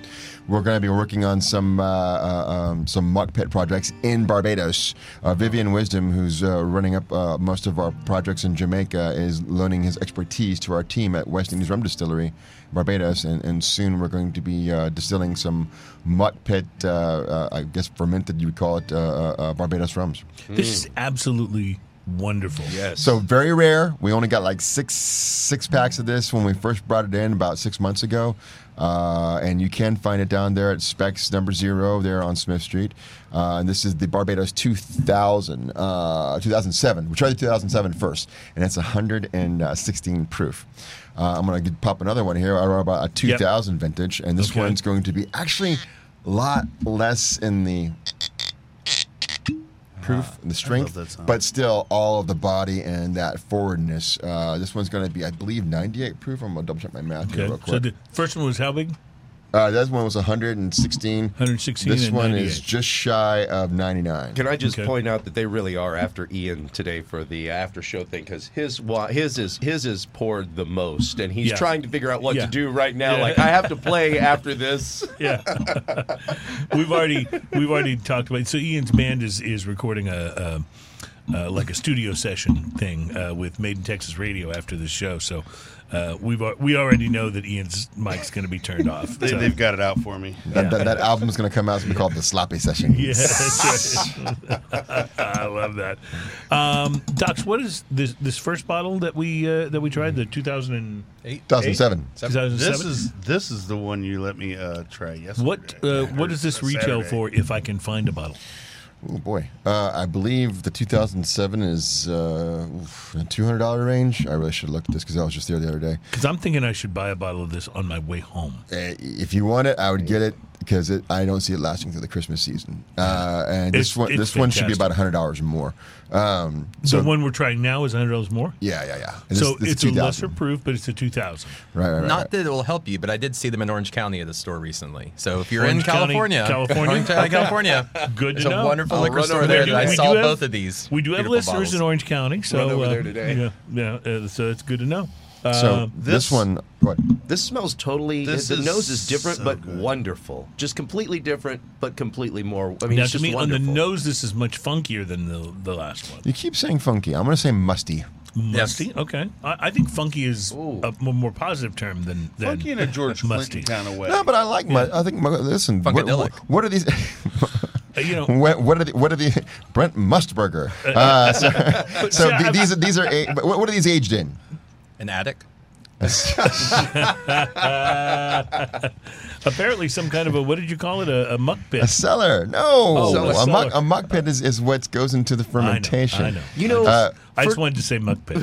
[SPEAKER 4] we're going to be working on some uh, uh, um, some muck pit projects in Barbados. Uh, Vivian Wisdom, who's uh, running up uh, most of our projects in Jamaica, is loaning his expertise to our team at West Indies Rum Distillery, Barbados, and, and soon we're going to be uh, distilling some muck pit, uh, uh, I guess fermented, you would call it, uh, uh, uh, Barbados rums.
[SPEAKER 2] This is absolutely wonderful.
[SPEAKER 5] Yes.
[SPEAKER 4] So very rare. We only got like six six packs of this when we first brought it in about six months ago, uh, and you can find it down there at Specs Number Zero there on Smith Street. Uh, and this is the Barbados 2000, uh, 2007. We tried the 2007 first, and it's 116 proof. Uh, I'm gonna get, pop another one here. I wrote about a 2000 vintage, and this
[SPEAKER 2] Okay.
[SPEAKER 4] one's going to be actually a lot less in the proof,
[SPEAKER 2] Ah,
[SPEAKER 4] the strength,
[SPEAKER 3] that sound.
[SPEAKER 4] but still all of the body and that forwardness. Uh, this one's going to be, I believe, 98 proof. I'm going to double check my math here real
[SPEAKER 2] Okay. So
[SPEAKER 4] quick.
[SPEAKER 2] the first one was how big?
[SPEAKER 4] uh, that one was 116.
[SPEAKER 2] 116
[SPEAKER 4] This
[SPEAKER 2] and
[SPEAKER 4] one
[SPEAKER 2] 98.
[SPEAKER 4] is just shy of 99.
[SPEAKER 5] Can I just
[SPEAKER 2] Okay.
[SPEAKER 5] point out that they really are after Ian today for the after show thing because his wa- his is his is poured the most, and he's
[SPEAKER 2] Yeah.
[SPEAKER 5] trying to figure out what
[SPEAKER 2] Yeah.
[SPEAKER 5] to do right now.
[SPEAKER 2] Yeah.
[SPEAKER 5] Like I have to play [LAUGHS]
[SPEAKER 2] [LAUGHS]
[SPEAKER 5] after this.
[SPEAKER 2] Yeah, we've already [LAUGHS] we've already talked about. It. So Ian's band is is recording a, a uh, like a studio session thing uh, with Made in Texas Radio after the show. So uh, we've al- we already know that Ian's mic's going to be turned off.
[SPEAKER 3] They,
[SPEAKER 2] So-
[SPEAKER 3] they've got it out for me.
[SPEAKER 4] That, that, that album is going to come out. It's going to be called The Sloppy Session.
[SPEAKER 2] [LAUGHS] Yeah, that's right. [LAUGHS] I love that. Um, Docs, what is this this first bottle that we uh, that we tried? The 2000 and,
[SPEAKER 6] Eight,
[SPEAKER 4] 2007.
[SPEAKER 6] Yep.
[SPEAKER 2] 2007?
[SPEAKER 3] This is this is the one you let me uh, try yesterday.
[SPEAKER 2] what uh, what does this
[SPEAKER 3] Or
[SPEAKER 2] retail
[SPEAKER 3] Saturday.
[SPEAKER 2] for if I can find a bottle?
[SPEAKER 4] Oh, boy. Uh, I believe the 2007 is uh, oof, in the $200 range. I really should have looked at this because I was just there the other day.
[SPEAKER 2] Because I'm thinking I should buy a bottle of this on my way home.
[SPEAKER 4] Uh, if you want it, I would get it because it, I don't see it lasting through the Christmas season. Uh, and this
[SPEAKER 2] It's-
[SPEAKER 4] one,
[SPEAKER 2] it's
[SPEAKER 4] this one should be
[SPEAKER 2] fantastic.
[SPEAKER 4] about hundred dollars more. Um, so
[SPEAKER 2] the one we're trying now is $100 more.
[SPEAKER 4] yeah, yeah, yeah. And
[SPEAKER 2] So
[SPEAKER 4] this- this
[SPEAKER 2] it's a
[SPEAKER 4] 2000.
[SPEAKER 2] lesser proof, but it's a 2000.
[SPEAKER 4] Right, right, right.
[SPEAKER 6] Not that it will help you, but I did see them in Orange County at the store recently. So if you're
[SPEAKER 2] Orange
[SPEAKER 6] in
[SPEAKER 2] County,
[SPEAKER 6] California,
[SPEAKER 2] California?
[SPEAKER 6] Orange County, California,
[SPEAKER 2] [LAUGHS] Good
[SPEAKER 6] it's
[SPEAKER 2] to
[SPEAKER 6] a
[SPEAKER 2] know.
[SPEAKER 6] wonderful
[SPEAKER 5] I'll
[SPEAKER 6] liquor
[SPEAKER 5] run
[SPEAKER 6] store
[SPEAKER 5] over
[SPEAKER 6] there.
[SPEAKER 5] there
[SPEAKER 6] that I
[SPEAKER 5] today.
[SPEAKER 6] saw
[SPEAKER 2] do have-
[SPEAKER 6] both of these.
[SPEAKER 2] We do have
[SPEAKER 6] beautiful
[SPEAKER 2] listeners
[SPEAKER 6] bottles.
[SPEAKER 2] in Orange County, so
[SPEAKER 5] over
[SPEAKER 2] uh,
[SPEAKER 5] there today.
[SPEAKER 2] Yeah, yeah. Uh, so it's good to know.
[SPEAKER 4] so
[SPEAKER 2] Uh,
[SPEAKER 4] this, one, what?
[SPEAKER 5] This smells totally.
[SPEAKER 3] This
[SPEAKER 5] the
[SPEAKER 3] is
[SPEAKER 5] nose is different,
[SPEAKER 3] so
[SPEAKER 5] but
[SPEAKER 3] good.
[SPEAKER 5] wonderful. Just completely different, but completely more. I mean,
[SPEAKER 2] now
[SPEAKER 5] it's
[SPEAKER 2] to
[SPEAKER 5] just
[SPEAKER 2] me,
[SPEAKER 5] wonderful.
[SPEAKER 2] on the nose, this is much funkier than the the last one.
[SPEAKER 4] You keep saying funky. I'm gonna say musty.
[SPEAKER 6] Yes.
[SPEAKER 2] Musty. Okay, I, I think funky is a m- more positive term than, than
[SPEAKER 3] Funky
[SPEAKER 2] [LAUGHS]
[SPEAKER 3] in a George
[SPEAKER 2] musty. Uh,
[SPEAKER 3] Clinton kind of way.
[SPEAKER 4] No, but I like. mu- I think. mu- Listen, what,
[SPEAKER 6] Funkadelic.
[SPEAKER 4] what are these? [LAUGHS]
[SPEAKER 2] Uh, you know,
[SPEAKER 4] What, what are the what are the Brent Mustburger? Uh,
[SPEAKER 2] [LAUGHS]
[SPEAKER 4] so so the- these are these are a- but what what are these aged in?
[SPEAKER 6] An attic.
[SPEAKER 2] apparently some kind of a what did you call it? A, a muck
[SPEAKER 4] A
[SPEAKER 2] pit.
[SPEAKER 4] cellar? No,
[SPEAKER 2] Cellar.
[SPEAKER 4] a, muck,
[SPEAKER 2] Oh, Cellar.
[SPEAKER 4] a muck pit is, is what goes into the
[SPEAKER 2] I know,
[SPEAKER 4] fermentation.
[SPEAKER 2] I know.
[SPEAKER 5] you know,
[SPEAKER 4] Uh,
[SPEAKER 2] I just wanted to say muck pit.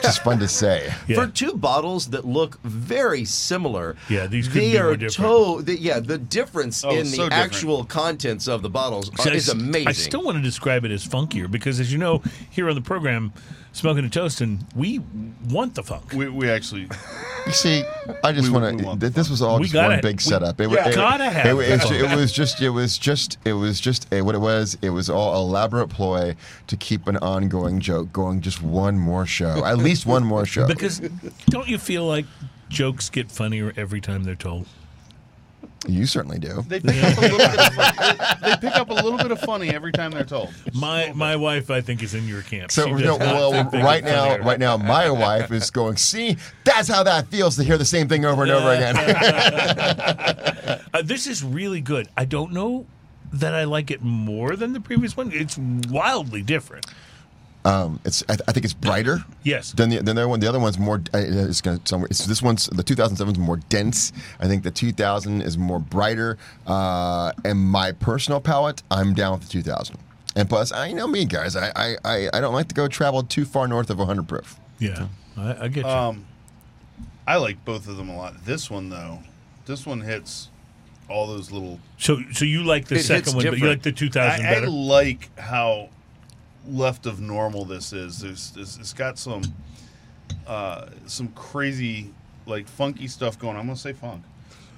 [SPEAKER 4] just fun to say.
[SPEAKER 2] Yeah.
[SPEAKER 5] for two bottles that look very similar.
[SPEAKER 2] Yeah, these couldn't
[SPEAKER 5] they
[SPEAKER 2] be
[SPEAKER 5] are
[SPEAKER 2] more different.
[SPEAKER 5] to- the- yeah, the difference
[SPEAKER 3] Oh,
[SPEAKER 5] in
[SPEAKER 3] so
[SPEAKER 5] the
[SPEAKER 3] different.
[SPEAKER 5] actual contents of the bottles are,
[SPEAKER 2] See, I
[SPEAKER 5] is
[SPEAKER 2] st-
[SPEAKER 5] amazing.
[SPEAKER 2] I still want to describe it as funkier because, as you know, here on the program, smoking and toasting, we want the funk.
[SPEAKER 3] we, we actually
[SPEAKER 4] [LAUGHS] You see, I just
[SPEAKER 3] We-
[SPEAKER 4] want
[SPEAKER 3] we want
[SPEAKER 4] to. This was all
[SPEAKER 2] We
[SPEAKER 4] just
[SPEAKER 2] gotta-
[SPEAKER 4] one big
[SPEAKER 2] we
[SPEAKER 4] setup. It, wa- it,
[SPEAKER 2] gotta have
[SPEAKER 4] it, wa- it,
[SPEAKER 2] fun.
[SPEAKER 4] it was just. It was just. It was just a, what it was. It was all elaborate ploy to keep an ongoing joke going. Just one more show, at least one
[SPEAKER 2] [LAUGHS]
[SPEAKER 4] more show.
[SPEAKER 2] Because don't you feel like jokes get funnier every time they're told?
[SPEAKER 4] you certainely do.
[SPEAKER 3] they pick up
[SPEAKER 2] [LAUGHS]
[SPEAKER 3] a little bit of fun, they, they pick up a little bit of funny every time they're told.
[SPEAKER 2] My my wife, I think, is in your camp.
[SPEAKER 4] So
[SPEAKER 2] She
[SPEAKER 4] you
[SPEAKER 2] does
[SPEAKER 4] know,
[SPEAKER 2] not
[SPEAKER 4] well,
[SPEAKER 2] think they
[SPEAKER 4] right
[SPEAKER 2] get funnier.
[SPEAKER 4] now, right now, my wife is going. See, that's how that feels to hear the same thing over and over again.
[SPEAKER 2] Uh, this is really good. I don't know that I like it more than the previous one. It's wildly different.
[SPEAKER 4] Um, it's I, I think it's brighter.
[SPEAKER 2] Yes.
[SPEAKER 4] Than the than the other one. The other one's more. Uh, it's gonna somewhere. It's this one's the 2007 is more dense. I think the 2000 is more brighter. Uh, and my personal palate, I'm down with the 2000. And plus, I you know me guys. I I, I, I don't like to go travel too far north of 100 proof.
[SPEAKER 2] Yeah, I, I get you.
[SPEAKER 3] Um, I like both of them a lot. This one though, this one hits all those little.
[SPEAKER 2] so, so you like the
[SPEAKER 5] it
[SPEAKER 2] second
[SPEAKER 5] hits
[SPEAKER 2] one, but you
[SPEAKER 5] different.
[SPEAKER 2] like the 2000
[SPEAKER 3] I, I
[SPEAKER 2] better?
[SPEAKER 3] like how left of normal this is. There's, there's it's got some uh, some crazy like funky stuff going. on. I'm gonna say funk.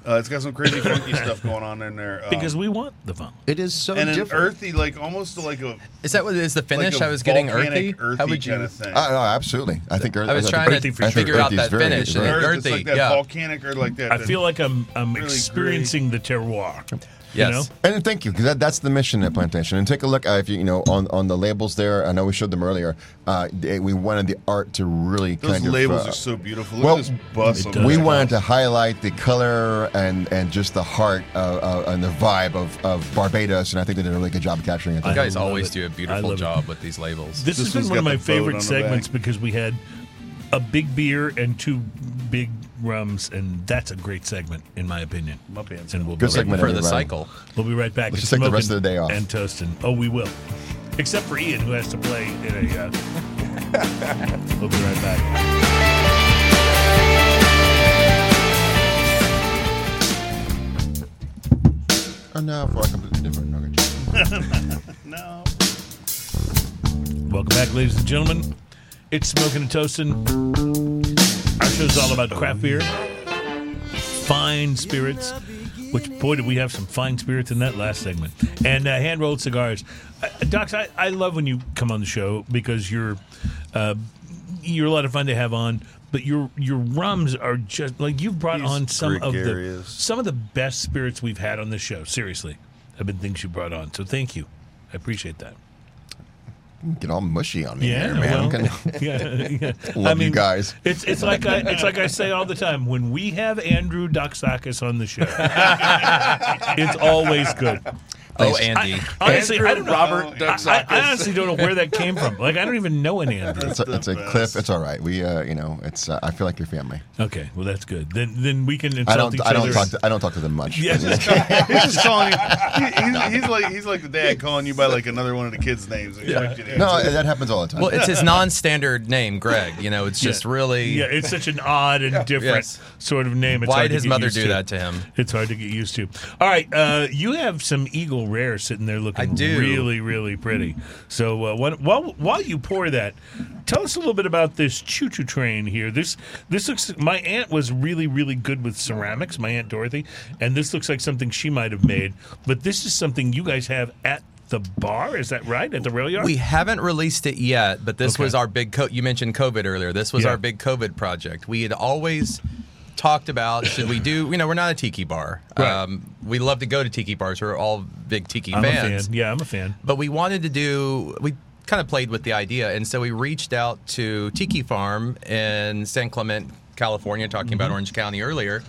[SPEAKER 3] Uh, it's got some
[SPEAKER 2] [COUGHS]
[SPEAKER 3] crazy funky stuff going on in there. Um,
[SPEAKER 2] because we want the funk.
[SPEAKER 5] It is so
[SPEAKER 3] and an
[SPEAKER 5] different.
[SPEAKER 3] earthy, like almost like a
[SPEAKER 6] Is that what it is the
[SPEAKER 3] like
[SPEAKER 6] finish?
[SPEAKER 3] a
[SPEAKER 6] I was getting earthy.
[SPEAKER 3] volcanic,
[SPEAKER 6] How would you?
[SPEAKER 3] kind of thing.
[SPEAKER 4] Uh, no, absolutely. I think
[SPEAKER 6] I was trying
[SPEAKER 2] earthy
[SPEAKER 6] to
[SPEAKER 2] for sure.
[SPEAKER 6] figure out
[SPEAKER 4] Earthy's
[SPEAKER 6] that
[SPEAKER 4] very-
[SPEAKER 6] finish. and
[SPEAKER 4] very-
[SPEAKER 3] Earth,
[SPEAKER 6] Earthy,
[SPEAKER 3] it's like that
[SPEAKER 6] yeah.
[SPEAKER 3] volcanic or like that.
[SPEAKER 2] I feel like I'm I'm
[SPEAKER 3] Really
[SPEAKER 2] experiencing the terroir. You
[SPEAKER 6] Yes.
[SPEAKER 2] know?
[SPEAKER 4] And thank you, because that, that's the mission at Plantation. And take a look uh, if you you know on, on the labels there. I know we showed them earlier. Uh, they- we wanted the art to really
[SPEAKER 3] those
[SPEAKER 4] kind
[SPEAKER 3] labels
[SPEAKER 4] of. uh,
[SPEAKER 3] are so beautiful. Look
[SPEAKER 4] well,
[SPEAKER 3] at this bus.
[SPEAKER 2] It
[SPEAKER 3] on
[SPEAKER 2] does.
[SPEAKER 4] we
[SPEAKER 3] that.
[SPEAKER 4] wanted to highlight the color and, and just the heart uh, uh, and the vibe of, of Barbados, and I think they did a really good job capturing it.
[SPEAKER 6] You
[SPEAKER 2] I
[SPEAKER 6] guys
[SPEAKER 2] love
[SPEAKER 6] always
[SPEAKER 2] it.
[SPEAKER 6] do a
[SPEAKER 2] I
[SPEAKER 6] beautiful
[SPEAKER 2] love it.
[SPEAKER 6] job with these labels.
[SPEAKER 2] This, has
[SPEAKER 3] This
[SPEAKER 2] been
[SPEAKER 3] one's
[SPEAKER 2] one of
[SPEAKER 3] got
[SPEAKER 2] my
[SPEAKER 3] the boat
[SPEAKER 2] favorite
[SPEAKER 3] on the
[SPEAKER 2] segments
[SPEAKER 3] back.
[SPEAKER 2] because we had a big beer and two big rums, and that's a great segment in my opinion.
[SPEAKER 3] My pants
[SPEAKER 2] And we'll
[SPEAKER 4] Good
[SPEAKER 2] be right
[SPEAKER 4] segment.
[SPEAKER 6] for the
[SPEAKER 4] everybody.
[SPEAKER 6] cycle.
[SPEAKER 2] We'll be right back.
[SPEAKER 4] Let's
[SPEAKER 2] It's
[SPEAKER 4] just take the rest
[SPEAKER 2] smoking
[SPEAKER 4] of the day off.
[SPEAKER 2] And toasting. Oh, we will. Except for Ian, who has to play in a. Uh... [LAUGHS] we'll be right back.
[SPEAKER 4] Oh, no, for a completely different nugget.
[SPEAKER 3] No.
[SPEAKER 2] Welcome back, ladies and gentlemen. It's Smoking and Toasting. Our show's all about craft beer, fine spirits, which, boy, did we have some fine spirits in that last segment, and uh, hand rolled cigars. Uh, Docs, I, I love when you come on the show because you're. Uh, you're a lot of fun to have on, but your your rums are just like you've brought
[SPEAKER 3] He's
[SPEAKER 2] on some of
[SPEAKER 3] gregarious.
[SPEAKER 2] the some of the best spirits we've had on the show. Seriously, have been things you brought on, so thank you. I appreciate that.
[SPEAKER 4] Get all mushy on me here, man. I'm
[SPEAKER 2] well,
[SPEAKER 4] gonna-
[SPEAKER 2] [LAUGHS] yeah, yeah.
[SPEAKER 4] Love you guys.
[SPEAKER 2] It's it's like I, it's like I say all the time. When we have Andrew Doxakis on the
[SPEAKER 4] [LAUGHS]
[SPEAKER 2] show, it's always good.
[SPEAKER 6] Oh, Andy.
[SPEAKER 2] Honestly, I don't know.
[SPEAKER 3] Robert
[SPEAKER 2] I, I honestly don't know where that came from. Like I don't even know an Andrew.
[SPEAKER 4] it's a, it's a
[SPEAKER 3] best.
[SPEAKER 4] clip. It's all right. We, uh, you know, it's. Uh, I feel like your family.
[SPEAKER 2] Okay, well that's good. Then then we can insult
[SPEAKER 4] I don't.
[SPEAKER 2] each
[SPEAKER 4] I don't
[SPEAKER 2] other.
[SPEAKER 4] talk. To, I don't talk to them
[SPEAKER 2] [LAUGHS]
[SPEAKER 4] much.
[SPEAKER 2] yeah, just-
[SPEAKER 3] He's just calling you. He, he's, he's like he's like the dad calling you by like another one of the kids' names. and expect you to
[SPEAKER 4] No,
[SPEAKER 3] answer.
[SPEAKER 4] that happens all the time.
[SPEAKER 6] Well, it's his non-standard name, Greg. You know, it's just really.
[SPEAKER 2] [LAUGHS] yeah, it's such an odd and different
[SPEAKER 6] Yes.
[SPEAKER 2] sort of name. It's
[SPEAKER 6] Why
[SPEAKER 2] hard
[SPEAKER 6] did
[SPEAKER 2] to
[SPEAKER 6] his
[SPEAKER 2] get
[SPEAKER 6] mother
[SPEAKER 2] used
[SPEAKER 6] do that to him?
[SPEAKER 2] It's hard to get used to. All right, uh, you have some Eagle Rare sitting there looking
[SPEAKER 6] I do.
[SPEAKER 2] really, really pretty. So uh, why- while while you pour that, tell us a little bit about this choo choo train here. This this looks. My aunt was really, really good with ceramics. My aunt Dorothy, and this looks like something she might have made. But this is something you guys have at the bar. Is that right? At the rail yard.
[SPEAKER 6] We haven't released it yet, but this
[SPEAKER 2] Okay.
[SPEAKER 6] was our big. Co- you mentioned COVID earlier. This was
[SPEAKER 2] Yeah.
[SPEAKER 6] our big COVID project. We had always talked about should we do? You know, we're not a tiki bar.
[SPEAKER 2] Right.
[SPEAKER 6] Um, we love to go to tiki bars. We're all big tiki
[SPEAKER 2] I'm a
[SPEAKER 6] fans.
[SPEAKER 2] fan. Yeah, I'm a fan.
[SPEAKER 6] But we wanted to do, we kind of played with the idea. And so we reached out to Tiki Farm in San Clemente, California, talking about
[SPEAKER 2] Mm-hmm.
[SPEAKER 6] Orange County earlier.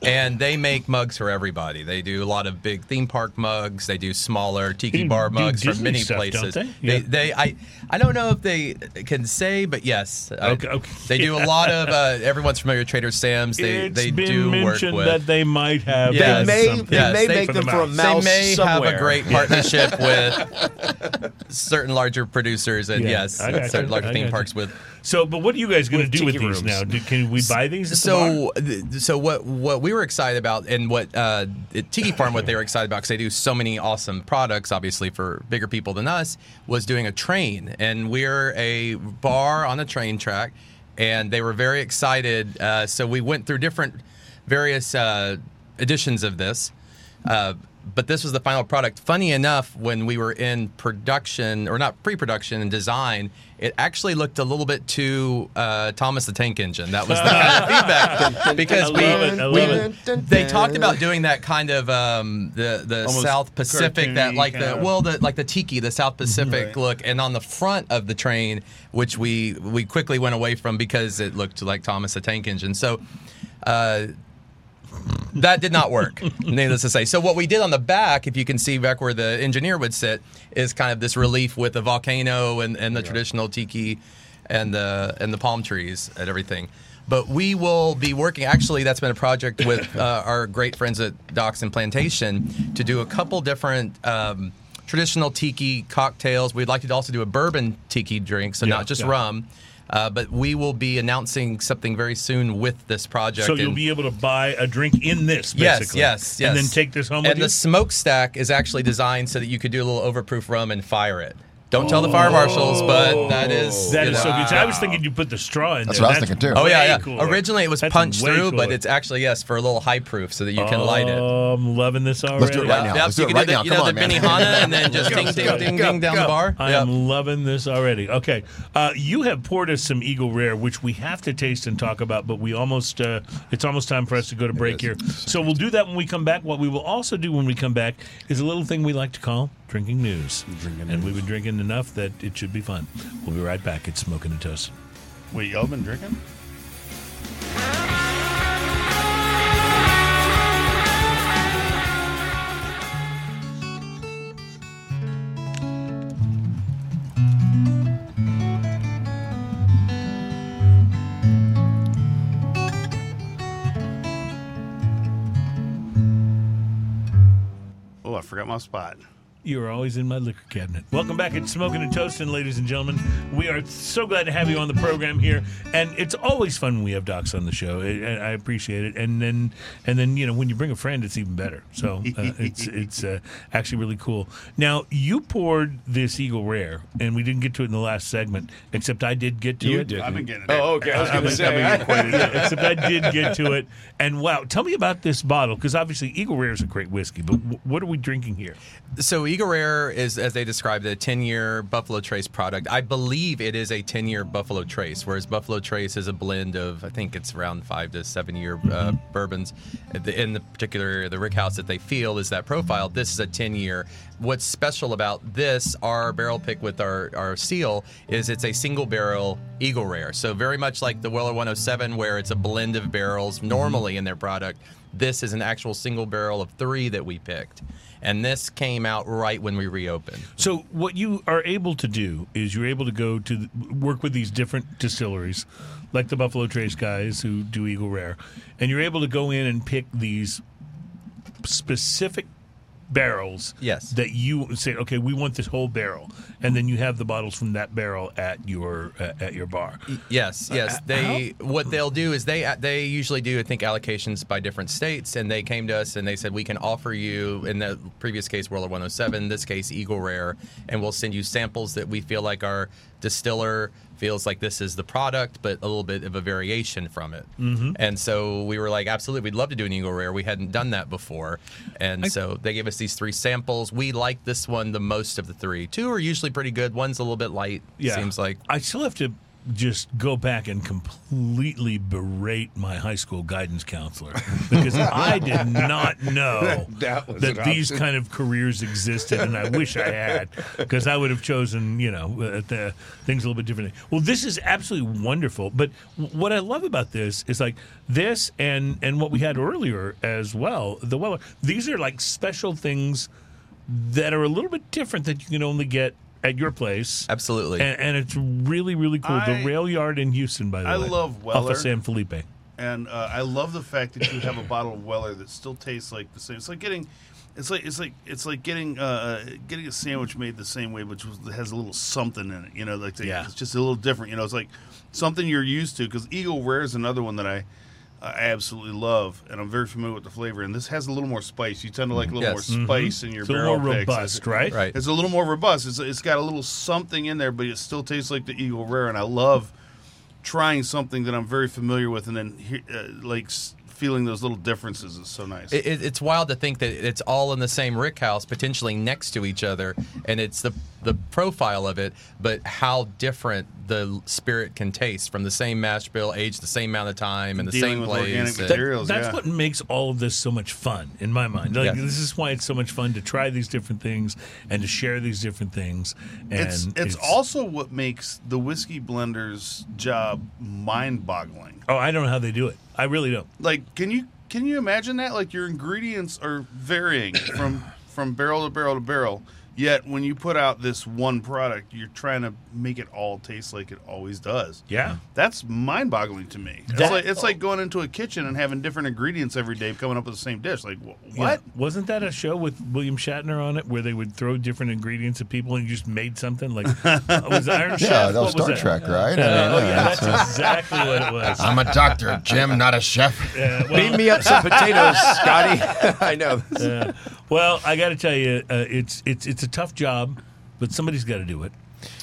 [SPEAKER 6] And they make mugs for everybody. They do a lot of big theme park mugs. They do smaller tiki
[SPEAKER 2] They
[SPEAKER 6] bar
[SPEAKER 2] do
[SPEAKER 6] mugs from
[SPEAKER 2] Disney
[SPEAKER 6] many
[SPEAKER 2] stuff, don't
[SPEAKER 6] places.
[SPEAKER 2] they? Yeah.
[SPEAKER 6] They, they, I, I don't know if they can say, but yes, I-
[SPEAKER 2] Okay, okay.
[SPEAKER 6] they do a lot of. Uh, everyone's familiar with Trader Sam's. They,
[SPEAKER 2] It's
[SPEAKER 6] they
[SPEAKER 2] been
[SPEAKER 6] do work
[SPEAKER 2] mentioned
[SPEAKER 6] with.
[SPEAKER 2] that they might have.
[SPEAKER 6] They
[SPEAKER 2] done
[SPEAKER 6] may-
[SPEAKER 2] something
[SPEAKER 6] they may
[SPEAKER 8] make them
[SPEAKER 2] the
[SPEAKER 8] for a
[SPEAKER 2] mouse.
[SPEAKER 8] ma- mouse
[SPEAKER 6] they may have
[SPEAKER 8] somewhere.
[SPEAKER 6] a
[SPEAKER 8] [LAUGHS]
[SPEAKER 6] great partnership with certain larger producers and
[SPEAKER 2] Yeah,
[SPEAKER 6] yes,
[SPEAKER 2] I got
[SPEAKER 6] certain
[SPEAKER 2] you, I
[SPEAKER 6] larger
[SPEAKER 2] got
[SPEAKER 6] theme
[SPEAKER 2] you.
[SPEAKER 6] parks with.
[SPEAKER 2] So, but what are you guys going to
[SPEAKER 8] With
[SPEAKER 2] do with
[SPEAKER 8] tiki
[SPEAKER 2] these
[SPEAKER 8] rooms.
[SPEAKER 2] now? Do, can we buy these? At the bar?
[SPEAKER 6] So, th- so what what we were excited about and what uh, at Tiki Farm what they were excited about because they do so many awesome products, obviously for bigger people than us, was doing a train, and we're a bar on a train track, and they were very excited. Uh, so we went through different various uh, editions of this. Uh, but this was the final product. Funny enough, when we were in production, or not pre production and design, it actually looked a little bit too uh, Thomas the Tank Engine. That was the
[SPEAKER 2] [LAUGHS]
[SPEAKER 6] kind of feedback. Because
[SPEAKER 2] I love it, I
[SPEAKER 6] we,
[SPEAKER 2] love
[SPEAKER 6] we they talked about doing that kind of um, the, the
[SPEAKER 3] Almost
[SPEAKER 6] South Pacific, that
[SPEAKER 3] cartoony
[SPEAKER 6] like the,
[SPEAKER 3] kinda-
[SPEAKER 6] well, the, like the tiki, the South Pacific
[SPEAKER 3] [LAUGHS] Right.
[SPEAKER 6] look. And on the front of the train, which we, we quickly went away from because it looked like Thomas the Tank Engine. So, uh, That did not work, [LAUGHS] needless to say. So what we did on the back, if you can see back where the engineer would sit, is kind of this relief with the volcano and, and the traditional tiki and the and the palm trees and everything. But we will be working. Actually, that's been a project
[SPEAKER 2] [LAUGHS]
[SPEAKER 6] with uh, our great friends at Docks and Plantation to do a couple different um, traditional tiki cocktails. We'd like to also do a bourbon tiki drink, so
[SPEAKER 2] Yeah,
[SPEAKER 6] not just
[SPEAKER 2] yeah.
[SPEAKER 6] rum. Uh, but we will be announcing something very soon with this project.
[SPEAKER 2] So you'll
[SPEAKER 6] and-
[SPEAKER 2] be able to buy a drink in this,
[SPEAKER 6] Yes,
[SPEAKER 2] basically.
[SPEAKER 6] yes, yes.
[SPEAKER 2] And then take this home
[SPEAKER 6] And
[SPEAKER 2] with
[SPEAKER 6] the
[SPEAKER 2] you.
[SPEAKER 6] smokestack is actually designed so that you could do a little overproof rum and fire it. Don't tell the fire marshals, but that is
[SPEAKER 2] Oh. That
[SPEAKER 6] you
[SPEAKER 2] is
[SPEAKER 6] know.
[SPEAKER 2] so good. So I was thinking you put the straw in
[SPEAKER 4] That's
[SPEAKER 2] there.
[SPEAKER 4] what I was thinking, too.
[SPEAKER 6] Oh yeah,
[SPEAKER 2] way
[SPEAKER 6] yeah.
[SPEAKER 2] cooler.
[SPEAKER 6] Originally it was
[SPEAKER 2] That's
[SPEAKER 6] punched
[SPEAKER 2] way
[SPEAKER 6] through, but
[SPEAKER 2] cooler.
[SPEAKER 6] it's actually yes for a little high proof so that you can light it.
[SPEAKER 2] Oh, I'm loving this already.
[SPEAKER 4] do it right now.
[SPEAKER 6] Yep,
[SPEAKER 4] Let's
[SPEAKER 6] you
[SPEAKER 4] do it
[SPEAKER 6] can
[SPEAKER 4] right
[SPEAKER 6] the,
[SPEAKER 4] now.
[SPEAKER 6] You
[SPEAKER 4] Come
[SPEAKER 6] know,
[SPEAKER 4] on,
[SPEAKER 6] the
[SPEAKER 4] man.
[SPEAKER 6] Benihana
[SPEAKER 4] [LAUGHS]
[SPEAKER 6] and then [LAUGHS] just ding, ding, ding, ding down the bar.
[SPEAKER 2] I
[SPEAKER 6] Yep.
[SPEAKER 2] am loving this already. Okay, uh, you have poured us some Eagle Rare, which we have to taste and talk about, but we almost uh, it's almost time for us to go to break here. So we'll do that when we come back. What we will also do when we come back is a little thing we like to call drinking news. Drinking and we've been drinking enough that it should be fun. We'll be right back. It's smoking and toast.
[SPEAKER 3] Wait, y'all been drinking? Oh, I forgot my spot.
[SPEAKER 2] You're always in my liquor cabinet. Welcome back at Smoking and Toasting, ladies and gentlemen. We are so glad to have you on the program here, and it's always fun when we have docs on the show. I, I appreciate it, and then and then you know when you bring a friend, it's even better. So uh, it's it's uh, actually really cool. Now you poured this Eagle Rare, and we didn't get to it in the last segment, except I did get to
[SPEAKER 8] You
[SPEAKER 2] it.
[SPEAKER 8] did.
[SPEAKER 3] I've been getting it.
[SPEAKER 8] Oh, okay. I was
[SPEAKER 3] I've
[SPEAKER 8] going to say.
[SPEAKER 3] been- I've been getting quite a bit.
[SPEAKER 2] Except I did get to it, and wow! Tell me about this bottle because obviously Eagle Rare is a great whiskey, but w- what are we drinking here?
[SPEAKER 6] So Eagle Rare is, as they described, a 10-year Buffalo Trace product. I believe it is a 10-year Buffalo Trace, whereas Buffalo Trace is a blend of, I think it's around five to seven-year uh, bourbons. At the- In the particular area, the rick house that they feel is that profile. This is a 10-year. What's special about this, our barrel pick with our, our seal, is it's a single barrel Eagle Rare. So very much like the Weller 107, where it's a blend of barrels normally in their product. This is an actual single barrel of three that we picked. And this came out right when we reopened.
[SPEAKER 2] So what you are able to do is you're able to go to th- work with these different distilleries, like the Buffalo Trace guys who do Eagle Rare, and you're able to go in and pick these specific barrels.
[SPEAKER 6] Yes.
[SPEAKER 2] That you say, okay, we want this whole barrel, and then you have the bottles from that barrel at your uh, at your bar.
[SPEAKER 6] Yes, yes. They what they'll do is they uh, they usually do I think allocations by different states, and they came to us and they said we can offer you in the previous case World of 107, this case Eagle Rare, and we'll send you samples that we feel like our distiller feels like this is the product, but a little bit of a variation from it. Mm-hmm. And so we were like, absolutely, we'd love to do an Eagle Rare. We hadn't done that before, and so they gave us these three samples. We liked this one the most of the three. Two are usually pretty good. One's a little bit light. seems like.
[SPEAKER 2] I still have to just go back and completely berate my high school guidance counselor
[SPEAKER 8] [LAUGHS]
[SPEAKER 2] because I did not know
[SPEAKER 8] That was an
[SPEAKER 2] these
[SPEAKER 8] option.
[SPEAKER 2] kind of careers existed, and I wish I had because I would have chosen you know uh, the, things a little bit differently. Well, this is absolutely wonderful, but w- what I love about this is like this and and what we had earlier as well. The Weller, these are like special things that are a little bit different that you can only get at your place.
[SPEAKER 6] Absolutely.
[SPEAKER 2] And, and it's really, really cool.
[SPEAKER 3] I-
[SPEAKER 2] the rail yard in Houston, by the
[SPEAKER 3] I
[SPEAKER 2] way.
[SPEAKER 3] love
[SPEAKER 2] Off
[SPEAKER 3] Weller.
[SPEAKER 2] of San Felipe.
[SPEAKER 3] and uh, I love the fact that you have a bottle of Weller that still tastes like the same. It's like getting, it's like it's like it's like getting uh, getting a sandwich made the same way, which was, has a little something in it. You know, like the,
[SPEAKER 2] Yeah.
[SPEAKER 3] it's just a little different. You know, it's like something you're used to. Because Eagle Rare is another one that I. I absolutely love, and I'm very familiar with the flavor. And this has a little more spice. You tend to like a little
[SPEAKER 6] Yes.
[SPEAKER 3] more spice in your
[SPEAKER 2] Mm-hmm. It's a
[SPEAKER 3] barrel
[SPEAKER 2] little more
[SPEAKER 3] picks.
[SPEAKER 2] robust, right?
[SPEAKER 6] Right.
[SPEAKER 3] It's a little more robust. It's, it's got a little something in there, but it still tastes like the Eagle Rare. And I love trying something that I'm very familiar with, and then he- uh, like s- feeling those little differences is so nice.
[SPEAKER 6] It, it, it's wild to think that it's all in the same rick house, potentially next to each other, and it's the the profile of it, but how different the spirit can taste from the same mash bill, aged the same amount of time, and the
[SPEAKER 3] Dealing
[SPEAKER 6] same
[SPEAKER 3] with
[SPEAKER 6] place.
[SPEAKER 3] organic
[SPEAKER 6] and-
[SPEAKER 3] material. Materials,
[SPEAKER 2] That's
[SPEAKER 3] yeah.
[SPEAKER 2] what makes all of this so much fun, in my mind. Like,
[SPEAKER 6] Yes.
[SPEAKER 2] This is why it's so much fun to try these different things and to share these different things. And
[SPEAKER 3] it's, it's also what makes the whiskey blender's job mind-boggling.
[SPEAKER 2] Oh, I don't know how they do it. I really don't.
[SPEAKER 3] Like, can you Can you imagine that? Like your ingredients are varying from from barrel to barrel to barrel. Yet when you put out this one product, you're trying to make it all taste like it always does.
[SPEAKER 2] Yeah.
[SPEAKER 3] That's mind-boggling to me. it's like it's like going into a kitchen and having different ingredients every day, coming up with the same dish. Like wh- what?
[SPEAKER 2] Wasn't that a show with William Shatner on it where they would throw different ingredients at people and you just made something like uh, was it Iron Chef?
[SPEAKER 4] Yeah, that was
[SPEAKER 2] What was
[SPEAKER 4] Star
[SPEAKER 2] that?
[SPEAKER 4] Trek, right?
[SPEAKER 2] Uh,
[SPEAKER 4] I
[SPEAKER 2] oh, yeah,
[SPEAKER 4] mean, yeah,
[SPEAKER 2] that's exactly what
[SPEAKER 1] [LAUGHS]
[SPEAKER 2] it was.
[SPEAKER 1] I'm a doctor, Jim, not a chef.
[SPEAKER 2] Uh, well,
[SPEAKER 5] Beam me
[SPEAKER 3] [LAUGHS]
[SPEAKER 5] up some potatoes, Scotty. [LAUGHS] I know.
[SPEAKER 2] uh, [LAUGHS] well, I got to tell you, uh, it's it's it's a tough job, but somebody's got to do it,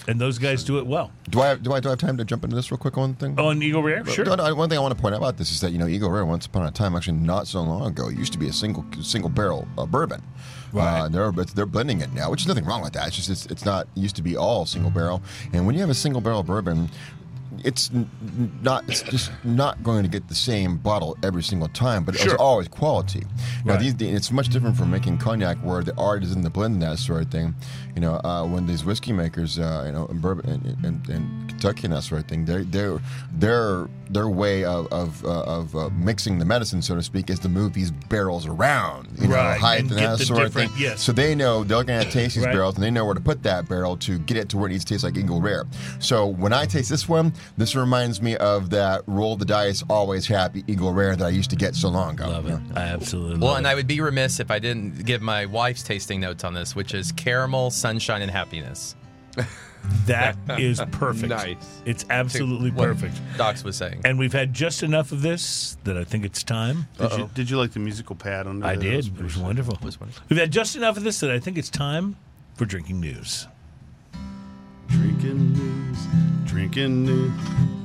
[SPEAKER 2] and those guys do it well. Oh,
[SPEAKER 4] Do I, do I do I have time to jump into this real quick? One thing.
[SPEAKER 2] On Eagle Rare, sure.
[SPEAKER 4] No, no, one thing I want to point out about this is that you know Eagle Rare, once upon a time, actually not so long ago, used to be a single single barrel uh, bourbon. Uh, they're but they're blending it now, which is nothing wrong with that. It's just it's, it's not it used to be all single barrel, and when you have a single barrel bourbon. It's n- n- not. It's just not going to get the same bottle every single time, but it's always quality. Now,
[SPEAKER 2] Right.
[SPEAKER 4] these days, it's much different from making cognac, where the art is in the blend and that sort of thing. You know, uh, when these whiskey makers, uh, you know, in bourbon and, and, and Kentucky and that sort of thing, their their their their way of of, uh, of uh, mixing the medicine, so to speak, is to move these barrels around, you
[SPEAKER 2] Right,
[SPEAKER 4] know, height
[SPEAKER 2] and
[SPEAKER 4] and,
[SPEAKER 2] get
[SPEAKER 4] that
[SPEAKER 2] the
[SPEAKER 4] sort of thing.
[SPEAKER 2] different- yes.
[SPEAKER 4] So they know they're going to taste these
[SPEAKER 2] Right.
[SPEAKER 4] barrels, and they know where to put that barrel to get it to where it needs to taste like Eagle Rare. So when I taste this one, this reminds me of that roll the dice, always happy Eagle Rare that I used to get so long ago.
[SPEAKER 2] Love it. I absolutely
[SPEAKER 6] Well,
[SPEAKER 2] love
[SPEAKER 6] and
[SPEAKER 2] it.
[SPEAKER 6] I would be remiss if I didn't give my wife's tasting notes on this, which is caramel, sunshine, and happiness.
[SPEAKER 2] that [LAUGHS] is perfect.
[SPEAKER 5] Nice.
[SPEAKER 2] It's absolutely
[SPEAKER 6] What
[SPEAKER 2] perfect.
[SPEAKER 6] Docs was saying.
[SPEAKER 2] And we've had just enough of this that I think it's time.
[SPEAKER 3] Did you, did you like the musical pad under?
[SPEAKER 2] I
[SPEAKER 3] that?
[SPEAKER 2] did.
[SPEAKER 3] That
[SPEAKER 2] It
[SPEAKER 3] pretty
[SPEAKER 2] was
[SPEAKER 3] sick.
[SPEAKER 2] wonderful.
[SPEAKER 6] was wonderful.
[SPEAKER 2] We've had just enough of this that I think it's time for drinking [LAUGHS] news.
[SPEAKER 3] Drinking news, drinking news.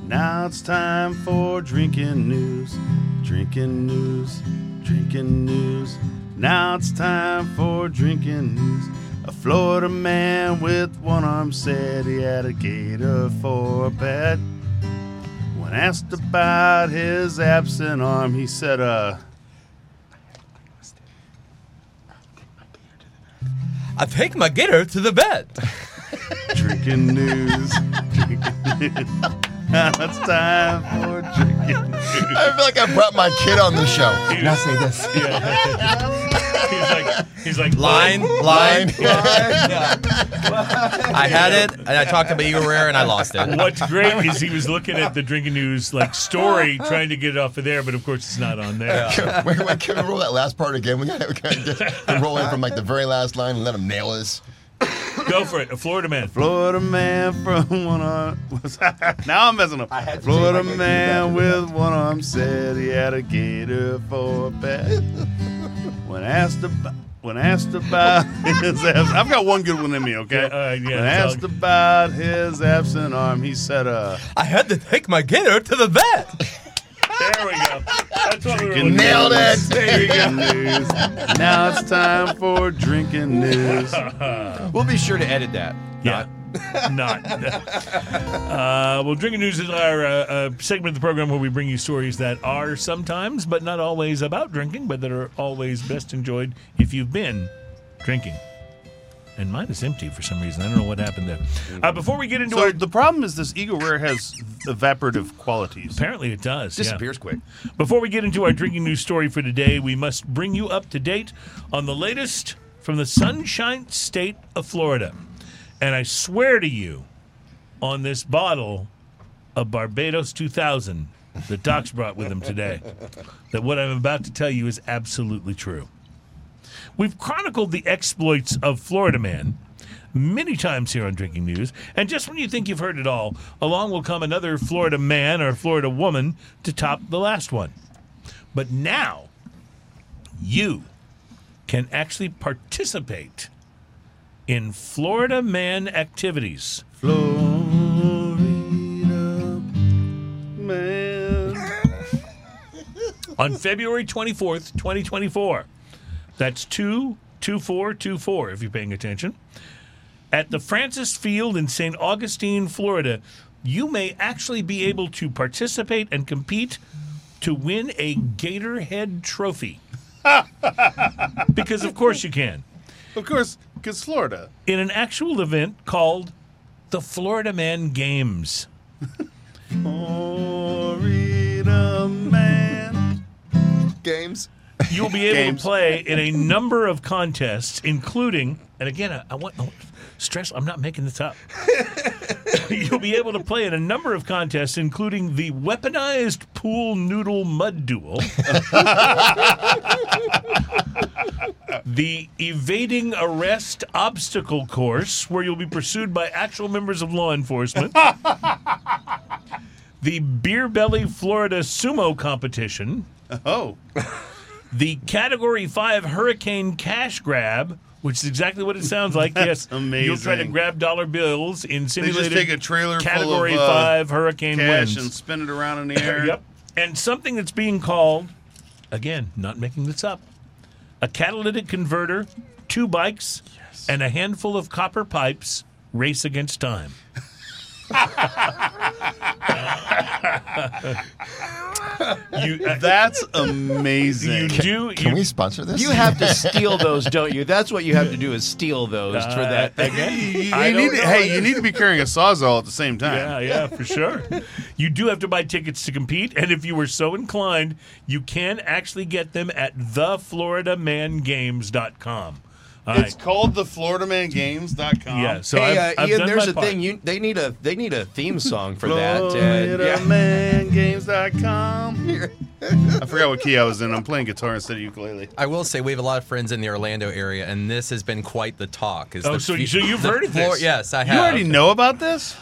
[SPEAKER 3] Now it's time for drinking news, drinking news, drinking news. Now it's time for drinking news. A Florida man with one arm said he had a gator for a pet. When asked about his absent arm, he said, "Uh,
[SPEAKER 6] I take my gator to the vet.
[SPEAKER 3] drinking news, [LAUGHS] drinking news." Now it's time for drinking news.
[SPEAKER 4] I feel like I brought my kid on the show. Now say this.
[SPEAKER 2] He's like, he's like
[SPEAKER 6] Line,
[SPEAKER 2] "Oh,
[SPEAKER 6] line, line. [LAUGHS] I had it, and I talked about Eagle Rare, and I lost
[SPEAKER 2] [LAUGHS]
[SPEAKER 6] it.
[SPEAKER 2] What's great is he was looking at the drinking news like story, trying to get it off of there, but of course it's not on there.
[SPEAKER 4] [LAUGHS] wait, wait, can we roll that last part again? We gotta, we gotta just roll in from like the very last line and let them nail us.
[SPEAKER 2] Go for it, a Florida man.
[SPEAKER 3] Florida man from one arm. now I'm messing up. Florida man with one arm said he had a gator for a pet. when asked about when asked
[SPEAKER 4] [LAUGHS]
[SPEAKER 3] about his absent, I've got one good one in me. Okay.
[SPEAKER 2] Yeah, all right, yeah,
[SPEAKER 3] when
[SPEAKER 2] it's all
[SPEAKER 3] asked about his absent arm, he said, "Uh,
[SPEAKER 6] I had to take my gator to the vet.
[SPEAKER 2] There we go. That's what we were looking for.
[SPEAKER 4] Nailed it.
[SPEAKER 3] [LAUGHS]
[SPEAKER 2] There you go.
[SPEAKER 3] news. Now it's time for
[SPEAKER 2] [LAUGHS]
[SPEAKER 3] drinking news."
[SPEAKER 5] We'll be sure to edit that.
[SPEAKER 2] Yeah. Not. [LAUGHS] Uh, well, Drinking News is our uh, uh, segment of the program where we bring you stories that are sometimes, but not always, about drinking, but that are always best enjoyed if you've been drinking. And mine is empty for some reason. I don't know what happened there. Uh, before we get into
[SPEAKER 3] So
[SPEAKER 2] our.
[SPEAKER 3] the problem is this Eagle Rare has evaporative qualities.
[SPEAKER 2] Apparently it does. yeah.
[SPEAKER 5] Disappears quick.
[SPEAKER 2] Before we get into our drinking news story for today, we must bring you up to date on the latest from the Sunshine State of Florida. And I swear to you, on this bottle of Barbados 2000 that Doc's brought with him today, that what I'm about to tell you is absolutely true. We've chronicled the exploits of Florida Man many times here on Drinking News, and just when you think you've heard it all, along will come another Florida man or Florida woman to top the last one. But now, you can actually participate in Florida Man activities.
[SPEAKER 3] Florida man.
[SPEAKER 2] on February 24th, 2024. That's 22424 if you're paying attention. At the Francis Field in St. Augustine, Florida, you may actually be able to participate and compete to win a Gatorhead trophy. because of course you can.
[SPEAKER 3] Of course, because Florida.
[SPEAKER 2] In an actual event called the Florida Man Games.
[SPEAKER 3] Florida man.
[SPEAKER 5] games?
[SPEAKER 2] You'll be able
[SPEAKER 3] Games.
[SPEAKER 2] to play in a number of contests, including, and again, I, I want I want- stress. I'm not making this up. [LAUGHS] You'll be able to play in a number of contests, including the weaponized pool noodle mud duel, [LAUGHS] the evading arrest obstacle course, where you'll be pursued by actual members of law enforcement. The Beer Belly Florida Sumo Competition,
[SPEAKER 3] Oh,
[SPEAKER 2] the Category 5 Hurricane Cash Grab, which is exactly what it sounds
[SPEAKER 3] [LAUGHS]
[SPEAKER 2] like. yes, You'll try to
[SPEAKER 3] amazing.
[SPEAKER 2] grab dollar bills in
[SPEAKER 3] they
[SPEAKER 2] simulated
[SPEAKER 3] just take a trailer
[SPEAKER 2] Category
[SPEAKER 3] full of uh,
[SPEAKER 2] 5 Hurricane
[SPEAKER 3] cash
[SPEAKER 2] winds.
[SPEAKER 3] and spin it around
[SPEAKER 2] [LAUGHS]
[SPEAKER 3] in the air.
[SPEAKER 2] Yep. And something that's being called, again, not making this up, a catalytic converter, two bikes, and a handful of copper pipes race against
[SPEAKER 3] [LAUGHS]
[SPEAKER 2] time. you, uh,
[SPEAKER 3] That's amazing.
[SPEAKER 2] you do.
[SPEAKER 4] Can
[SPEAKER 2] you,
[SPEAKER 4] we sponsor this?
[SPEAKER 5] You have to steal those, don't you? That's what you have to do is steal those for
[SPEAKER 2] [LAUGHS]
[SPEAKER 5] that.
[SPEAKER 2] Uh, again?
[SPEAKER 3] You- you
[SPEAKER 2] I
[SPEAKER 3] need
[SPEAKER 2] don't
[SPEAKER 3] to-
[SPEAKER 2] know.
[SPEAKER 3] hey, you need to be carrying a sawzall at the same time.
[SPEAKER 2] Yeah, yeah, for sure. You do have to buy tickets to compete, and if you were so inclined, you can actually get them at thefloridamangames.com. All
[SPEAKER 3] It's
[SPEAKER 2] right.
[SPEAKER 3] called the FloridaManGames.com.
[SPEAKER 2] Yeah, so
[SPEAKER 5] hey,
[SPEAKER 2] I've,
[SPEAKER 5] uh,
[SPEAKER 2] I've
[SPEAKER 5] Ian,
[SPEAKER 2] done
[SPEAKER 5] there's
[SPEAKER 2] my
[SPEAKER 5] a
[SPEAKER 2] part.
[SPEAKER 5] thing. You they need a they need a theme song for that.
[SPEAKER 2] uh,
[SPEAKER 5] and-
[SPEAKER 2] [LAUGHS]
[SPEAKER 3] FloridaManGames.com. I forgot what key I was in. I'm playing guitar instead of ukulele.
[SPEAKER 6] I will say we have a lot of friends in the Orlando area, and this has been quite the talk. Is
[SPEAKER 2] Oh,
[SPEAKER 6] the
[SPEAKER 2] so-
[SPEAKER 6] fe-
[SPEAKER 2] so you've
[SPEAKER 6] the
[SPEAKER 2] heard of
[SPEAKER 6] floor-
[SPEAKER 2] this?
[SPEAKER 6] Yes, I have.
[SPEAKER 3] You already know about this?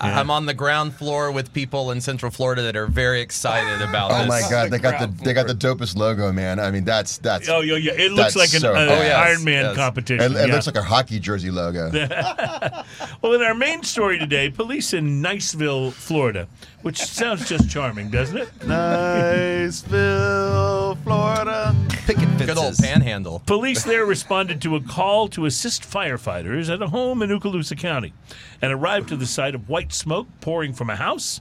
[SPEAKER 6] I- I'm on the ground floor with people in Central Florida that are very [GASPS] excited about
[SPEAKER 4] Oh
[SPEAKER 6] this.
[SPEAKER 4] my God! They got the they got the dopest logo, man. I mean, that's that's.
[SPEAKER 2] Oh, yeah, yeah. It looks like
[SPEAKER 4] That's
[SPEAKER 2] an
[SPEAKER 4] so
[SPEAKER 2] uh,
[SPEAKER 4] bad.
[SPEAKER 6] Oh, yes,
[SPEAKER 2] Iron Man
[SPEAKER 6] yes.
[SPEAKER 2] competition.
[SPEAKER 4] It, it
[SPEAKER 2] yeah.
[SPEAKER 4] looks like a hockey jersey logo.
[SPEAKER 2] Well, in our main story today, police in Niceville, Florida, which sounds just charming, doesn't it?
[SPEAKER 3] Niceville, Florida.
[SPEAKER 5] Picket fences.
[SPEAKER 6] Good old panhandle.
[SPEAKER 2] Police there responded to a call to assist firefighters at a home in Okaloosa County and arrived to the site of white smoke pouring from a house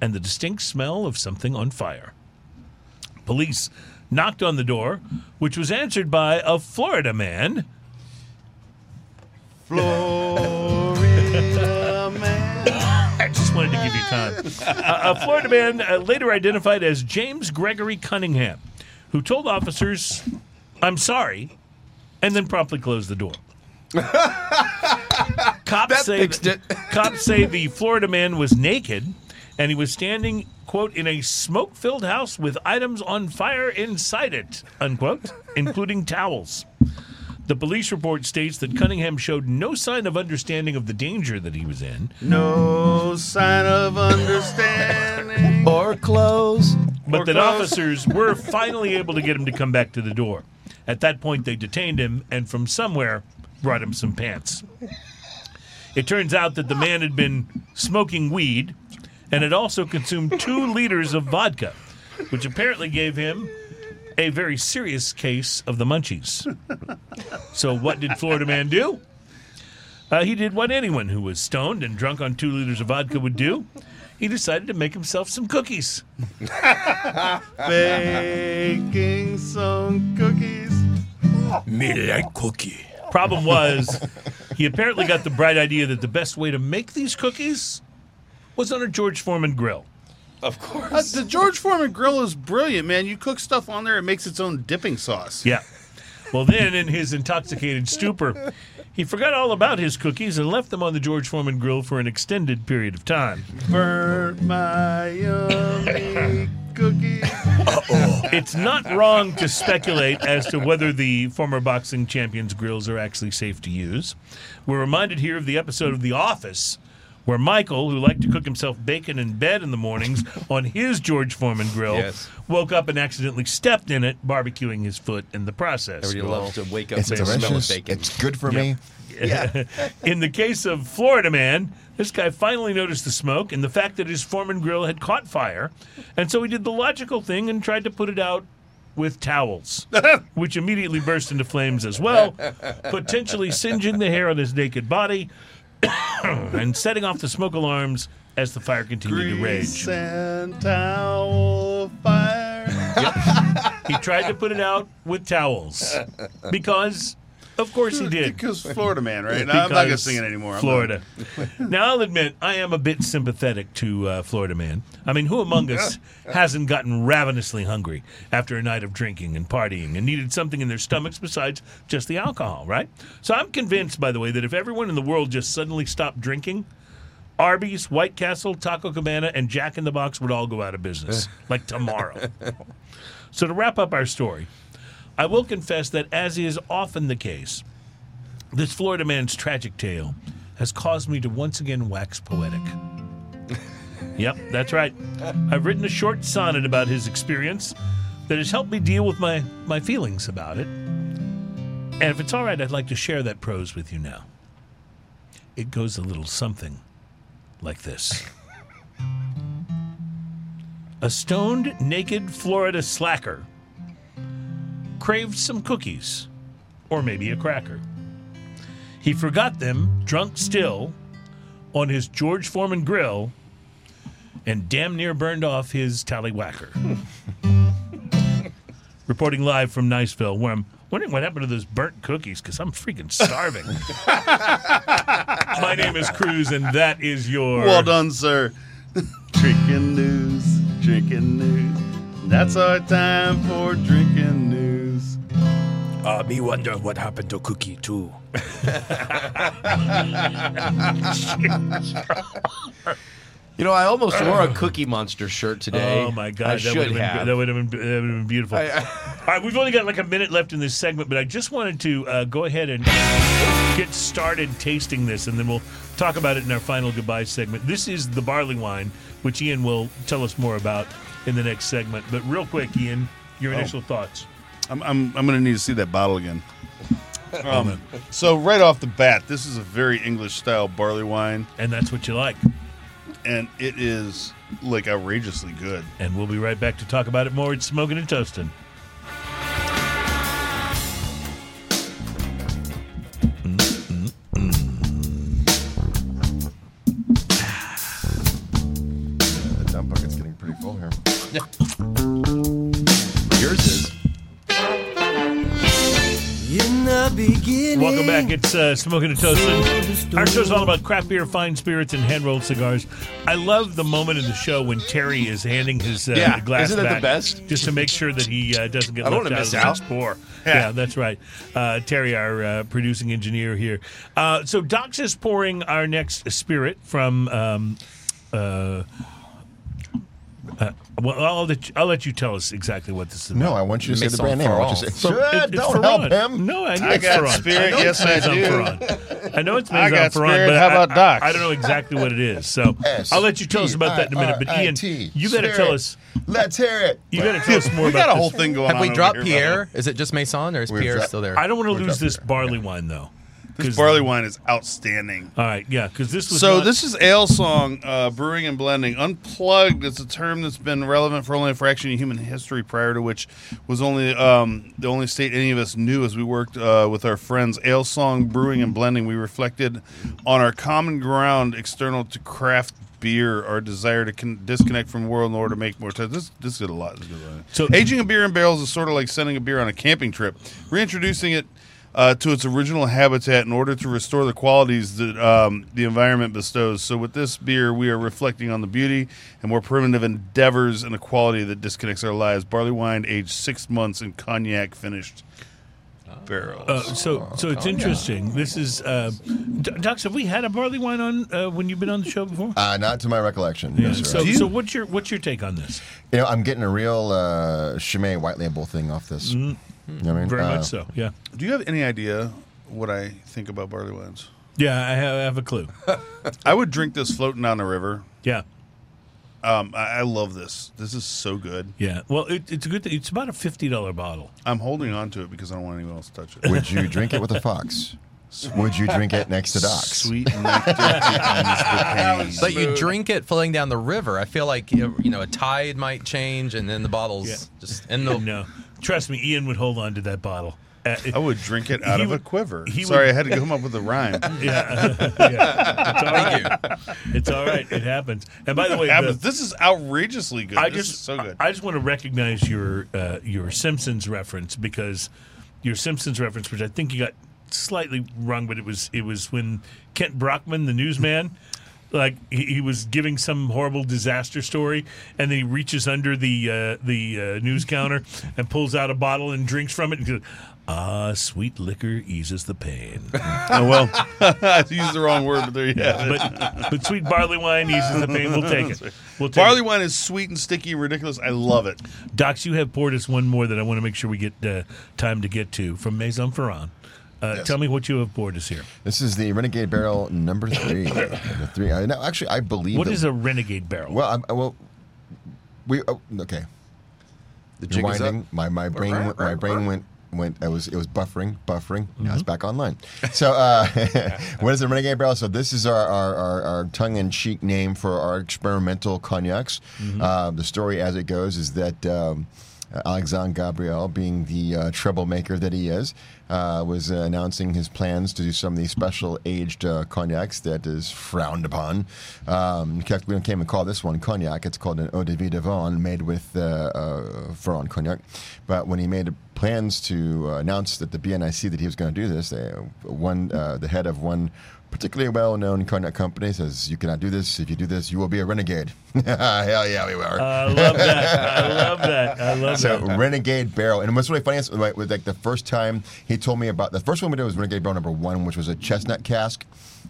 [SPEAKER 2] and the distinct smell of something on fire. Police knocked on the door, which was answered by a Florida man.
[SPEAKER 3] Florida man.
[SPEAKER 2] [LAUGHS] I just wanted to give you time. Uh, a Florida man uh, later identified as James Gregory Cunningham, who told officers, I'm sorry, and then promptly closed the door. cops, say
[SPEAKER 5] fixed
[SPEAKER 2] that- [LAUGHS] cops say the Florida man was naked and he was standing, quote, in a smoke filled house with items on fire inside it, unquote, including towels. The police report states that Cunningham showed no sign of understanding of the danger that he was in.
[SPEAKER 3] No sign of [LAUGHS] understanding.
[SPEAKER 5] or clothes.
[SPEAKER 2] but
[SPEAKER 3] Or
[SPEAKER 2] that
[SPEAKER 3] close.
[SPEAKER 2] officers were finally able to get him to come back to the door. At that point, they detained him and from somewhere brought him some pants. It turns out that the man had been smoking weed and had also consumed two liters of vodka, which apparently gave him a very serious case of the munchies. So, what did Florida man do? Uh, he did what anyone who was stoned and drunk on two liters of vodka would do. He decided to make himself some cookies.
[SPEAKER 3] Baking some cookies.
[SPEAKER 2] Problem was, he apparently got the bright idea that the best way to make these cookies was on a George Foreman grill.
[SPEAKER 3] Uh, the George Foreman grill is brilliant, man. You cook stuff on there, it makes its own dipping sauce.
[SPEAKER 2] Yeah. Well, then, in his intoxicated stupor, he forgot all about his cookies and left them on the George Foreman grill for an extended period of time.
[SPEAKER 3] Burnt my [LAUGHS] yummy cookies.
[SPEAKER 2] It's not wrong to speculate as to whether the former boxing champion's grills are actually safe to use. We're reminded here of the episode of The Office where Michael, who liked to cook himself bacon in bed in the mornings on his George Foreman grill,
[SPEAKER 6] Yes.
[SPEAKER 2] woke up and accidentally stepped in it, barbecuing his foot in the process.
[SPEAKER 5] Everybody loves to wake up
[SPEAKER 4] It's
[SPEAKER 5] and smell of
[SPEAKER 4] delicious.
[SPEAKER 5] bacon.
[SPEAKER 4] It's good for me.
[SPEAKER 2] [LAUGHS] In the case of Florida Man, this guy finally noticed the smoke and the fact that his Foreman grill had caught fire, and so he did the logical thing and tried to put it out with towels, which immediately burst into flames as well, potentially singeing the hair on his naked body [COUGHS] and setting off the smoke alarms as the fire continued to rage.
[SPEAKER 3] Grease and towel fire.
[SPEAKER 2] He tried to put it out with towels because Of course he did.
[SPEAKER 3] Because Florida man, right? No, I'm not gonna
[SPEAKER 2] because
[SPEAKER 3] sing it anymore. I'm
[SPEAKER 2] Florida. now I'll admit I am a bit sympathetic to uh, Florida man. I mean, who among us hasn't gotten ravenously hungry after a night of drinking and partying and needed something in their stomachs besides just the alcohol, right? So I'm convinced, by the way, that if everyone in the world just suddenly stopped drinking. Arby's, White Castle, Taco Cabana, and Jack in the Box would all go out of
[SPEAKER 3] [LAUGHS]
[SPEAKER 2] business like tomorrow. so, to wrap up our story, I will confess that, as is often the case, this Florida man's tragic tale has caused me to once again wax poetic. yep, that's right. I've written a short sonnet about his experience that has helped me deal with my, my feelings about it. And if it's all right, I'd like to share that prose with you now. It goes a little something like this. a stoned, naked Florida slacker craved some cookies, or maybe a cracker. He forgot them, drunk still, on his George Foreman grill and damn near burned off his tallywhacker. Reporting live from Niceville, where I'm wondering what happened to those burnt cookies because I'm freaking starving. My name is Cruz, and that is your.
[SPEAKER 3] Well done, sir. [LAUGHS] drinking news, drinking news. That's our time for drinking news.
[SPEAKER 8] Uh, me wonder what happened to Cookie too.
[SPEAKER 5] You know, I almost
[SPEAKER 8] [CLEARS THROAT]
[SPEAKER 5] wore a Cookie Monster shirt today.
[SPEAKER 2] Oh my
[SPEAKER 5] I
[SPEAKER 2] god, that would
[SPEAKER 5] should
[SPEAKER 2] have been,
[SPEAKER 5] have.
[SPEAKER 2] that would have been, that would have been beautiful. All right, we've only got like a minute left in this segment, but I just wanted to uh, go ahead and get started tasting this, and then we'll talk about it in our final goodbye segment. This is the barley wine, which Ian will tell us more about in the next segment. But real quick, Ian, your
[SPEAKER 5] Oh.
[SPEAKER 2] initial thoughts.
[SPEAKER 3] I'm, I'm, I'm going to need to see that bottle again. Um, so right off the bat, this is a very English style barley wine,
[SPEAKER 2] And that's what you like.
[SPEAKER 3] and it is like outrageously good.
[SPEAKER 2] And we'll be right back to talk about it more. It's Smoking and Toasting.
[SPEAKER 4] The dump bucket's getting pretty full here.
[SPEAKER 5] [LAUGHS] Yours is.
[SPEAKER 7] In the beginning.
[SPEAKER 2] Welcome back. It's uh, Smoking and Toasting.
[SPEAKER 7] Story.
[SPEAKER 2] Our show's all about craft beer, fine spirits, and hand rolled cigars. I love the moment in the show when Terry is handing his uh,
[SPEAKER 5] Yeah,
[SPEAKER 2] glass
[SPEAKER 5] isn't that the
[SPEAKER 2] back
[SPEAKER 5] best?
[SPEAKER 2] just to make sure that he uh, doesn't get
[SPEAKER 5] I don't
[SPEAKER 2] left
[SPEAKER 5] wanna
[SPEAKER 2] out
[SPEAKER 5] miss
[SPEAKER 2] of the
[SPEAKER 5] out.
[SPEAKER 2] next pour. Yeah. that's right. Uh, Terry, our uh, producing engineer here. Uh, so Dox is pouring our next spirit from. Um, uh, uh, well, I'll let, you, I'll let you tell us exactly what this is.
[SPEAKER 4] No, I want you to say the
[SPEAKER 6] Maison
[SPEAKER 4] brand name. I want you to say,
[SPEAKER 6] Florence.
[SPEAKER 4] sure,
[SPEAKER 2] It- it's
[SPEAKER 4] don't
[SPEAKER 2] Ferran.
[SPEAKER 4] help him.
[SPEAKER 2] No, I know
[SPEAKER 3] I
[SPEAKER 2] it's
[SPEAKER 3] got
[SPEAKER 2] Ferran.
[SPEAKER 3] spirit.
[SPEAKER 2] know it's
[SPEAKER 3] Yes, I
[SPEAKER 2] Maison
[SPEAKER 3] do.
[SPEAKER 2] Ferran. I know it's Maison
[SPEAKER 3] got
[SPEAKER 2] Ferran,
[SPEAKER 3] spirit.
[SPEAKER 2] but
[SPEAKER 3] How
[SPEAKER 2] I-
[SPEAKER 3] about
[SPEAKER 2] I,
[SPEAKER 3] Docs?
[SPEAKER 2] I don't know exactly what it is. So
[SPEAKER 4] S-
[SPEAKER 2] I'll let you tell us about that in a minute. But Ian,
[SPEAKER 4] T-R-I-T,
[SPEAKER 2] you better
[SPEAKER 4] spirit.
[SPEAKER 2] tell us.
[SPEAKER 4] Let's hear it.
[SPEAKER 2] You better tell us more
[SPEAKER 3] We
[SPEAKER 2] about
[SPEAKER 3] got a whole
[SPEAKER 2] this.
[SPEAKER 3] thing going
[SPEAKER 6] Have
[SPEAKER 3] on.
[SPEAKER 6] we
[SPEAKER 3] over
[SPEAKER 6] dropped
[SPEAKER 3] here, by the way.
[SPEAKER 6] Pierre? Is it just Mason or is
[SPEAKER 4] We've
[SPEAKER 6] Pierre
[SPEAKER 4] dropped-
[SPEAKER 6] still there?
[SPEAKER 2] I don't want
[SPEAKER 4] We're
[SPEAKER 2] to lose
[SPEAKER 4] up
[SPEAKER 2] this
[SPEAKER 4] here.
[SPEAKER 2] barley wine though.
[SPEAKER 3] This
[SPEAKER 2] 'cause-
[SPEAKER 3] barley wine is outstanding.
[SPEAKER 2] All right, yeah, because this was
[SPEAKER 3] So
[SPEAKER 2] not-
[SPEAKER 3] this is Ale Song uh, Brewing and Blending. Unplugged is a term that's been relevant for only a fraction of human history, prior to which was only um, the only state any of us knew. As we worked uh, with our friends Ale Song Brewing and Blending, we reflected on our common ground external to craft beer, our desire to con- disconnect from the world in order to make more sense. This this is a lot. This is a lot.
[SPEAKER 2] So-
[SPEAKER 3] aging a beer in barrels is sort of like sending a beer on a camping trip, reintroducing it uh, to its original habitat in order to restore the qualities that um, the environment bestows. So, with this beer, we are reflecting on the beauty and more primitive endeavors and the quality that disconnects our lives. Barley wine, aged six months in cognac finished barrels.
[SPEAKER 2] Uh, so, so
[SPEAKER 3] oh,
[SPEAKER 2] it's interesting. This is, uh, D- Docs. Have we had a barley wine on uh, when you've been on the show before?
[SPEAKER 4] Uh, not to my recollection. no, sir.
[SPEAKER 2] so, so what's your what's your take on this?
[SPEAKER 4] You know, I'm getting a real uh, Chimay white label thing off this. You know what I mean?
[SPEAKER 2] Very
[SPEAKER 4] Uh,
[SPEAKER 2] much so. Yeah,
[SPEAKER 3] Do you have any idea what I think about barley wines?
[SPEAKER 2] yeah. I have, I have a clue.
[SPEAKER 3] I would drink this floating down the river.
[SPEAKER 2] Yeah.
[SPEAKER 3] Um, I, I love this. This is so good.
[SPEAKER 2] Yeah, well, it, it's a good. Thing. It's about a fifty dollar bottle.
[SPEAKER 3] I'm holding on to it because I don't want anyone else to touch it.
[SPEAKER 4] Would you drink it with a fox? Would you drink it next to Docs?
[SPEAKER 3] [LAUGHS] Sweet nectar ends the
[SPEAKER 6] But
[SPEAKER 3] pain.
[SPEAKER 6] you drink it flowing down the river. I feel like you know a tide might change, and then the bottles
[SPEAKER 2] Yeah.
[SPEAKER 6] just in
[SPEAKER 2] [LAUGHS]
[SPEAKER 6] the.
[SPEAKER 2] No, trust me, Ian would hold on to that bottle. Uh, it-
[SPEAKER 3] I would drink it out
[SPEAKER 2] He
[SPEAKER 3] of a
[SPEAKER 2] would-
[SPEAKER 3] quiver.
[SPEAKER 2] he
[SPEAKER 3] Sorry,
[SPEAKER 2] would-
[SPEAKER 3] I had to come up [LAUGHS] with a rhyme.
[SPEAKER 2] yeah, yeah. It's all right.
[SPEAKER 6] Thank you.
[SPEAKER 2] [LAUGHS] It's all right. It happens. And by the way,
[SPEAKER 3] Ab-
[SPEAKER 2] the-
[SPEAKER 3] this is outrageously good.
[SPEAKER 2] I
[SPEAKER 3] this
[SPEAKER 2] just
[SPEAKER 3] is so good.
[SPEAKER 2] I, I just want to recognize your uh, your Simpsons reference because your Simpsons reference, which I think you got slightly wrong, but it was it was when Kent Brockman, the
[SPEAKER 3] [LAUGHS]
[SPEAKER 2] newsman, like he, he was giving some horrible disaster story, and then he reaches under the uh, the uh, news
[SPEAKER 3] [LAUGHS]
[SPEAKER 2] counter and pulls out a bottle and drinks from it and goes, "Ah, sweet liquor eases the pain."
[SPEAKER 3] [LAUGHS] Oh well, I used the wrong word, but there you have it.
[SPEAKER 2] but but sweet barley wine eases the pain. We'll
[SPEAKER 3] [LAUGHS]
[SPEAKER 2] take it. We'll take
[SPEAKER 3] Barley
[SPEAKER 2] it.
[SPEAKER 3] wine is sweet and sticky, ridiculous. I love it.
[SPEAKER 2] Docs, you have poured us one more that I want to make sure we get uh, time to get to from Maison Ferrand. Uh, Tell me what you have poured us here.
[SPEAKER 4] This is the Renegade Barrel number three. Number three. I, no, actually, I believe.
[SPEAKER 2] What
[SPEAKER 4] that-
[SPEAKER 2] is a renegade barrel?
[SPEAKER 4] Well, I'm, I- well, we oh, okay.
[SPEAKER 5] The
[SPEAKER 4] You're
[SPEAKER 5] jig is up.
[SPEAKER 4] winding. My my brain went, my brain went went. I was it was buffering buffering. Now it's back online. So uh, [LAUGHS] what is the Renegade Barrel? So this is our our, our, our tongue in cheek name for our experimental cognacs. Uh, the story as it goes is that. Um, Alexandre Gabriel, being the uh, troublemaker that he is, uh, was uh, announcing his plans to do some of these special aged uh, cognacs that is frowned upon. Um, in fact, we don't even call this one cognac. It's called an eau de vie de Vin made with uh, uh, Ferron cognac. But when he made plans to uh, announce that the BNIC that he was going to do this, they, one uh, the head of one particularly well-known cognac company says, "You cannot do this. If you do this, you will be a renegade." [LAUGHS] Hell yeah, we were.
[SPEAKER 2] I love that. I love that.
[SPEAKER 3] [LAUGHS]
[SPEAKER 2] I love
[SPEAKER 4] So
[SPEAKER 2] that.
[SPEAKER 4] Renegade Barrel, and what's really funny is like, was like the first time he told me about the first one we did was Renegade Barrel number one, which was a chestnut cask.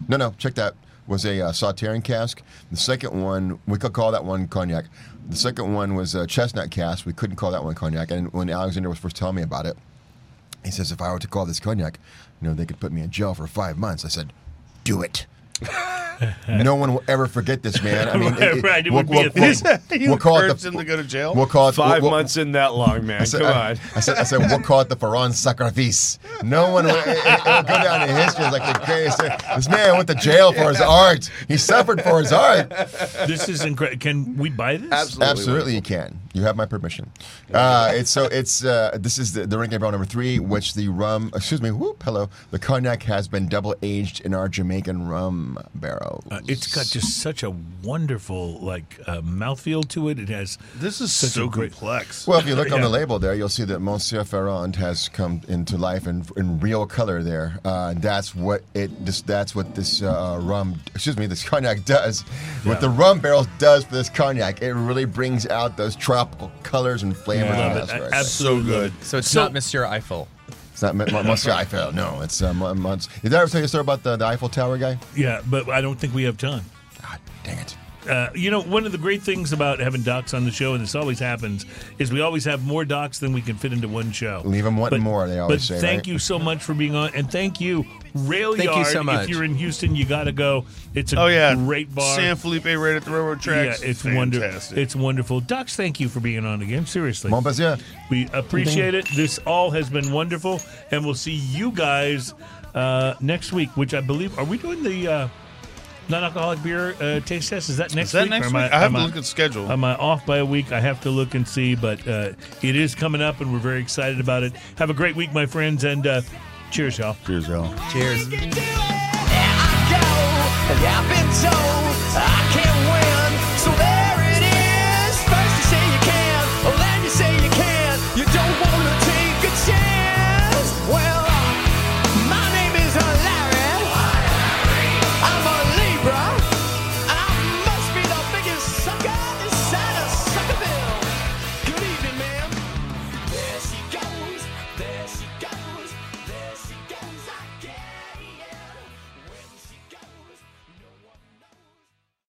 [SPEAKER 4] No, no, check that was a uh, sautéing cask. The second one we could call that one cognac. The second one was a chestnut cask. We couldn't call that one cognac. And when Alexander was first telling me about it, he says if I were to call this cognac, you know they could put me in jail for five months. I said, do it.
[SPEAKER 2] [LAUGHS]
[SPEAKER 4] no one will ever forget this man. I mean,
[SPEAKER 2] Right, right, it would be a
[SPEAKER 3] thing. You
[SPEAKER 4] call it
[SPEAKER 3] encouraged
[SPEAKER 4] the-
[SPEAKER 3] him to go to jail?
[SPEAKER 4] We'll call it
[SPEAKER 8] Five
[SPEAKER 4] we'll- we'll-
[SPEAKER 8] months in that long, man.
[SPEAKER 4] I said,
[SPEAKER 8] Come
[SPEAKER 4] I,
[SPEAKER 8] on.
[SPEAKER 4] I said, I said, we'll call it the Ferran Sacrifice. No one eh, will, it, it, it'll go down in history as like the greatest. thing. This man went to jail for his art. He suffered for his art.
[SPEAKER 2] This is incredible. Can we buy this?
[SPEAKER 5] Absolutely.
[SPEAKER 4] Absolutely, you can. You have my permission. Uh, it's so it's uh, this is the, the Renegade Barrel number three, which the rum. Excuse me. Whoop. Hello. The cognac has been double aged in our Jamaican rum barrel.
[SPEAKER 2] Uh, it's got just such a wonderful like uh, mouthfeel to it. It has
[SPEAKER 3] This is
[SPEAKER 2] Such a
[SPEAKER 3] so
[SPEAKER 2] great-
[SPEAKER 3] complex.
[SPEAKER 4] Well, if you
[SPEAKER 2] [LAUGHS]
[SPEAKER 4] look on
[SPEAKER 2] Yeah.
[SPEAKER 4] the label there, you'll see that Monsieur Ferrand has come into life in, in real color there. Uh, that's what it. This, that's what this uh, rum, excuse me, this cognac does. What the rum barrel does for this cognac, it really brings out those tropical colors and flavors.
[SPEAKER 2] I love
[SPEAKER 4] That's
[SPEAKER 2] it. I
[SPEAKER 4] right.
[SPEAKER 2] absolutely
[SPEAKER 3] So
[SPEAKER 2] love
[SPEAKER 3] good.
[SPEAKER 2] it.
[SPEAKER 6] So it's
[SPEAKER 2] So-
[SPEAKER 6] not Monsieur Eiffel.
[SPEAKER 4] It's not Mon- Mon- Monsieur Eiffel. No, it's uh, Mon- Mon- Did I ever tell you a story about the, the Eiffel Tower guy?
[SPEAKER 2] Yeah, but I don't think we have time.
[SPEAKER 4] God dang it.
[SPEAKER 2] Uh, you know, one of the great things about having docs on the show, and this always happens, is we always have more docs than we can fit into one show.
[SPEAKER 4] Leave 'em wanting more, they always
[SPEAKER 2] but
[SPEAKER 4] say,
[SPEAKER 2] Thank
[SPEAKER 4] right?
[SPEAKER 2] you so much for being on, and thank you, Rail
[SPEAKER 6] Thank you
[SPEAKER 2] Yard.
[SPEAKER 6] so much.
[SPEAKER 2] If you're in Houston, you got to go. It's a
[SPEAKER 3] oh yeah,
[SPEAKER 2] great bar.
[SPEAKER 3] San Felipe right at the railroad
[SPEAKER 2] yeah,
[SPEAKER 3] tracks.
[SPEAKER 2] it's
[SPEAKER 3] fantastic.
[SPEAKER 2] wonderful. It's wonderful. Docs, thank you for being on again. Seriously.
[SPEAKER 4] Mon Monsieur.
[SPEAKER 2] We appreciate it. This all has been wonderful, and we'll see you guys uh, next week. Which I believe are we doing the uh, non-alcoholic beer uh, taste test? Is that next
[SPEAKER 3] Is that
[SPEAKER 2] week?
[SPEAKER 3] next
[SPEAKER 2] or
[SPEAKER 3] week?
[SPEAKER 2] am
[SPEAKER 3] I,
[SPEAKER 2] am
[SPEAKER 3] have to look at the schedule.
[SPEAKER 2] Am I off by a week? I have to look and see, but uh, it is coming up, and we're very excited about it. Have a great week, my friends, and uh, cheers, y'all.
[SPEAKER 3] Cheers, y'all.
[SPEAKER 6] Cheers.
[SPEAKER 9] There I go. And I've been told I can't. oh,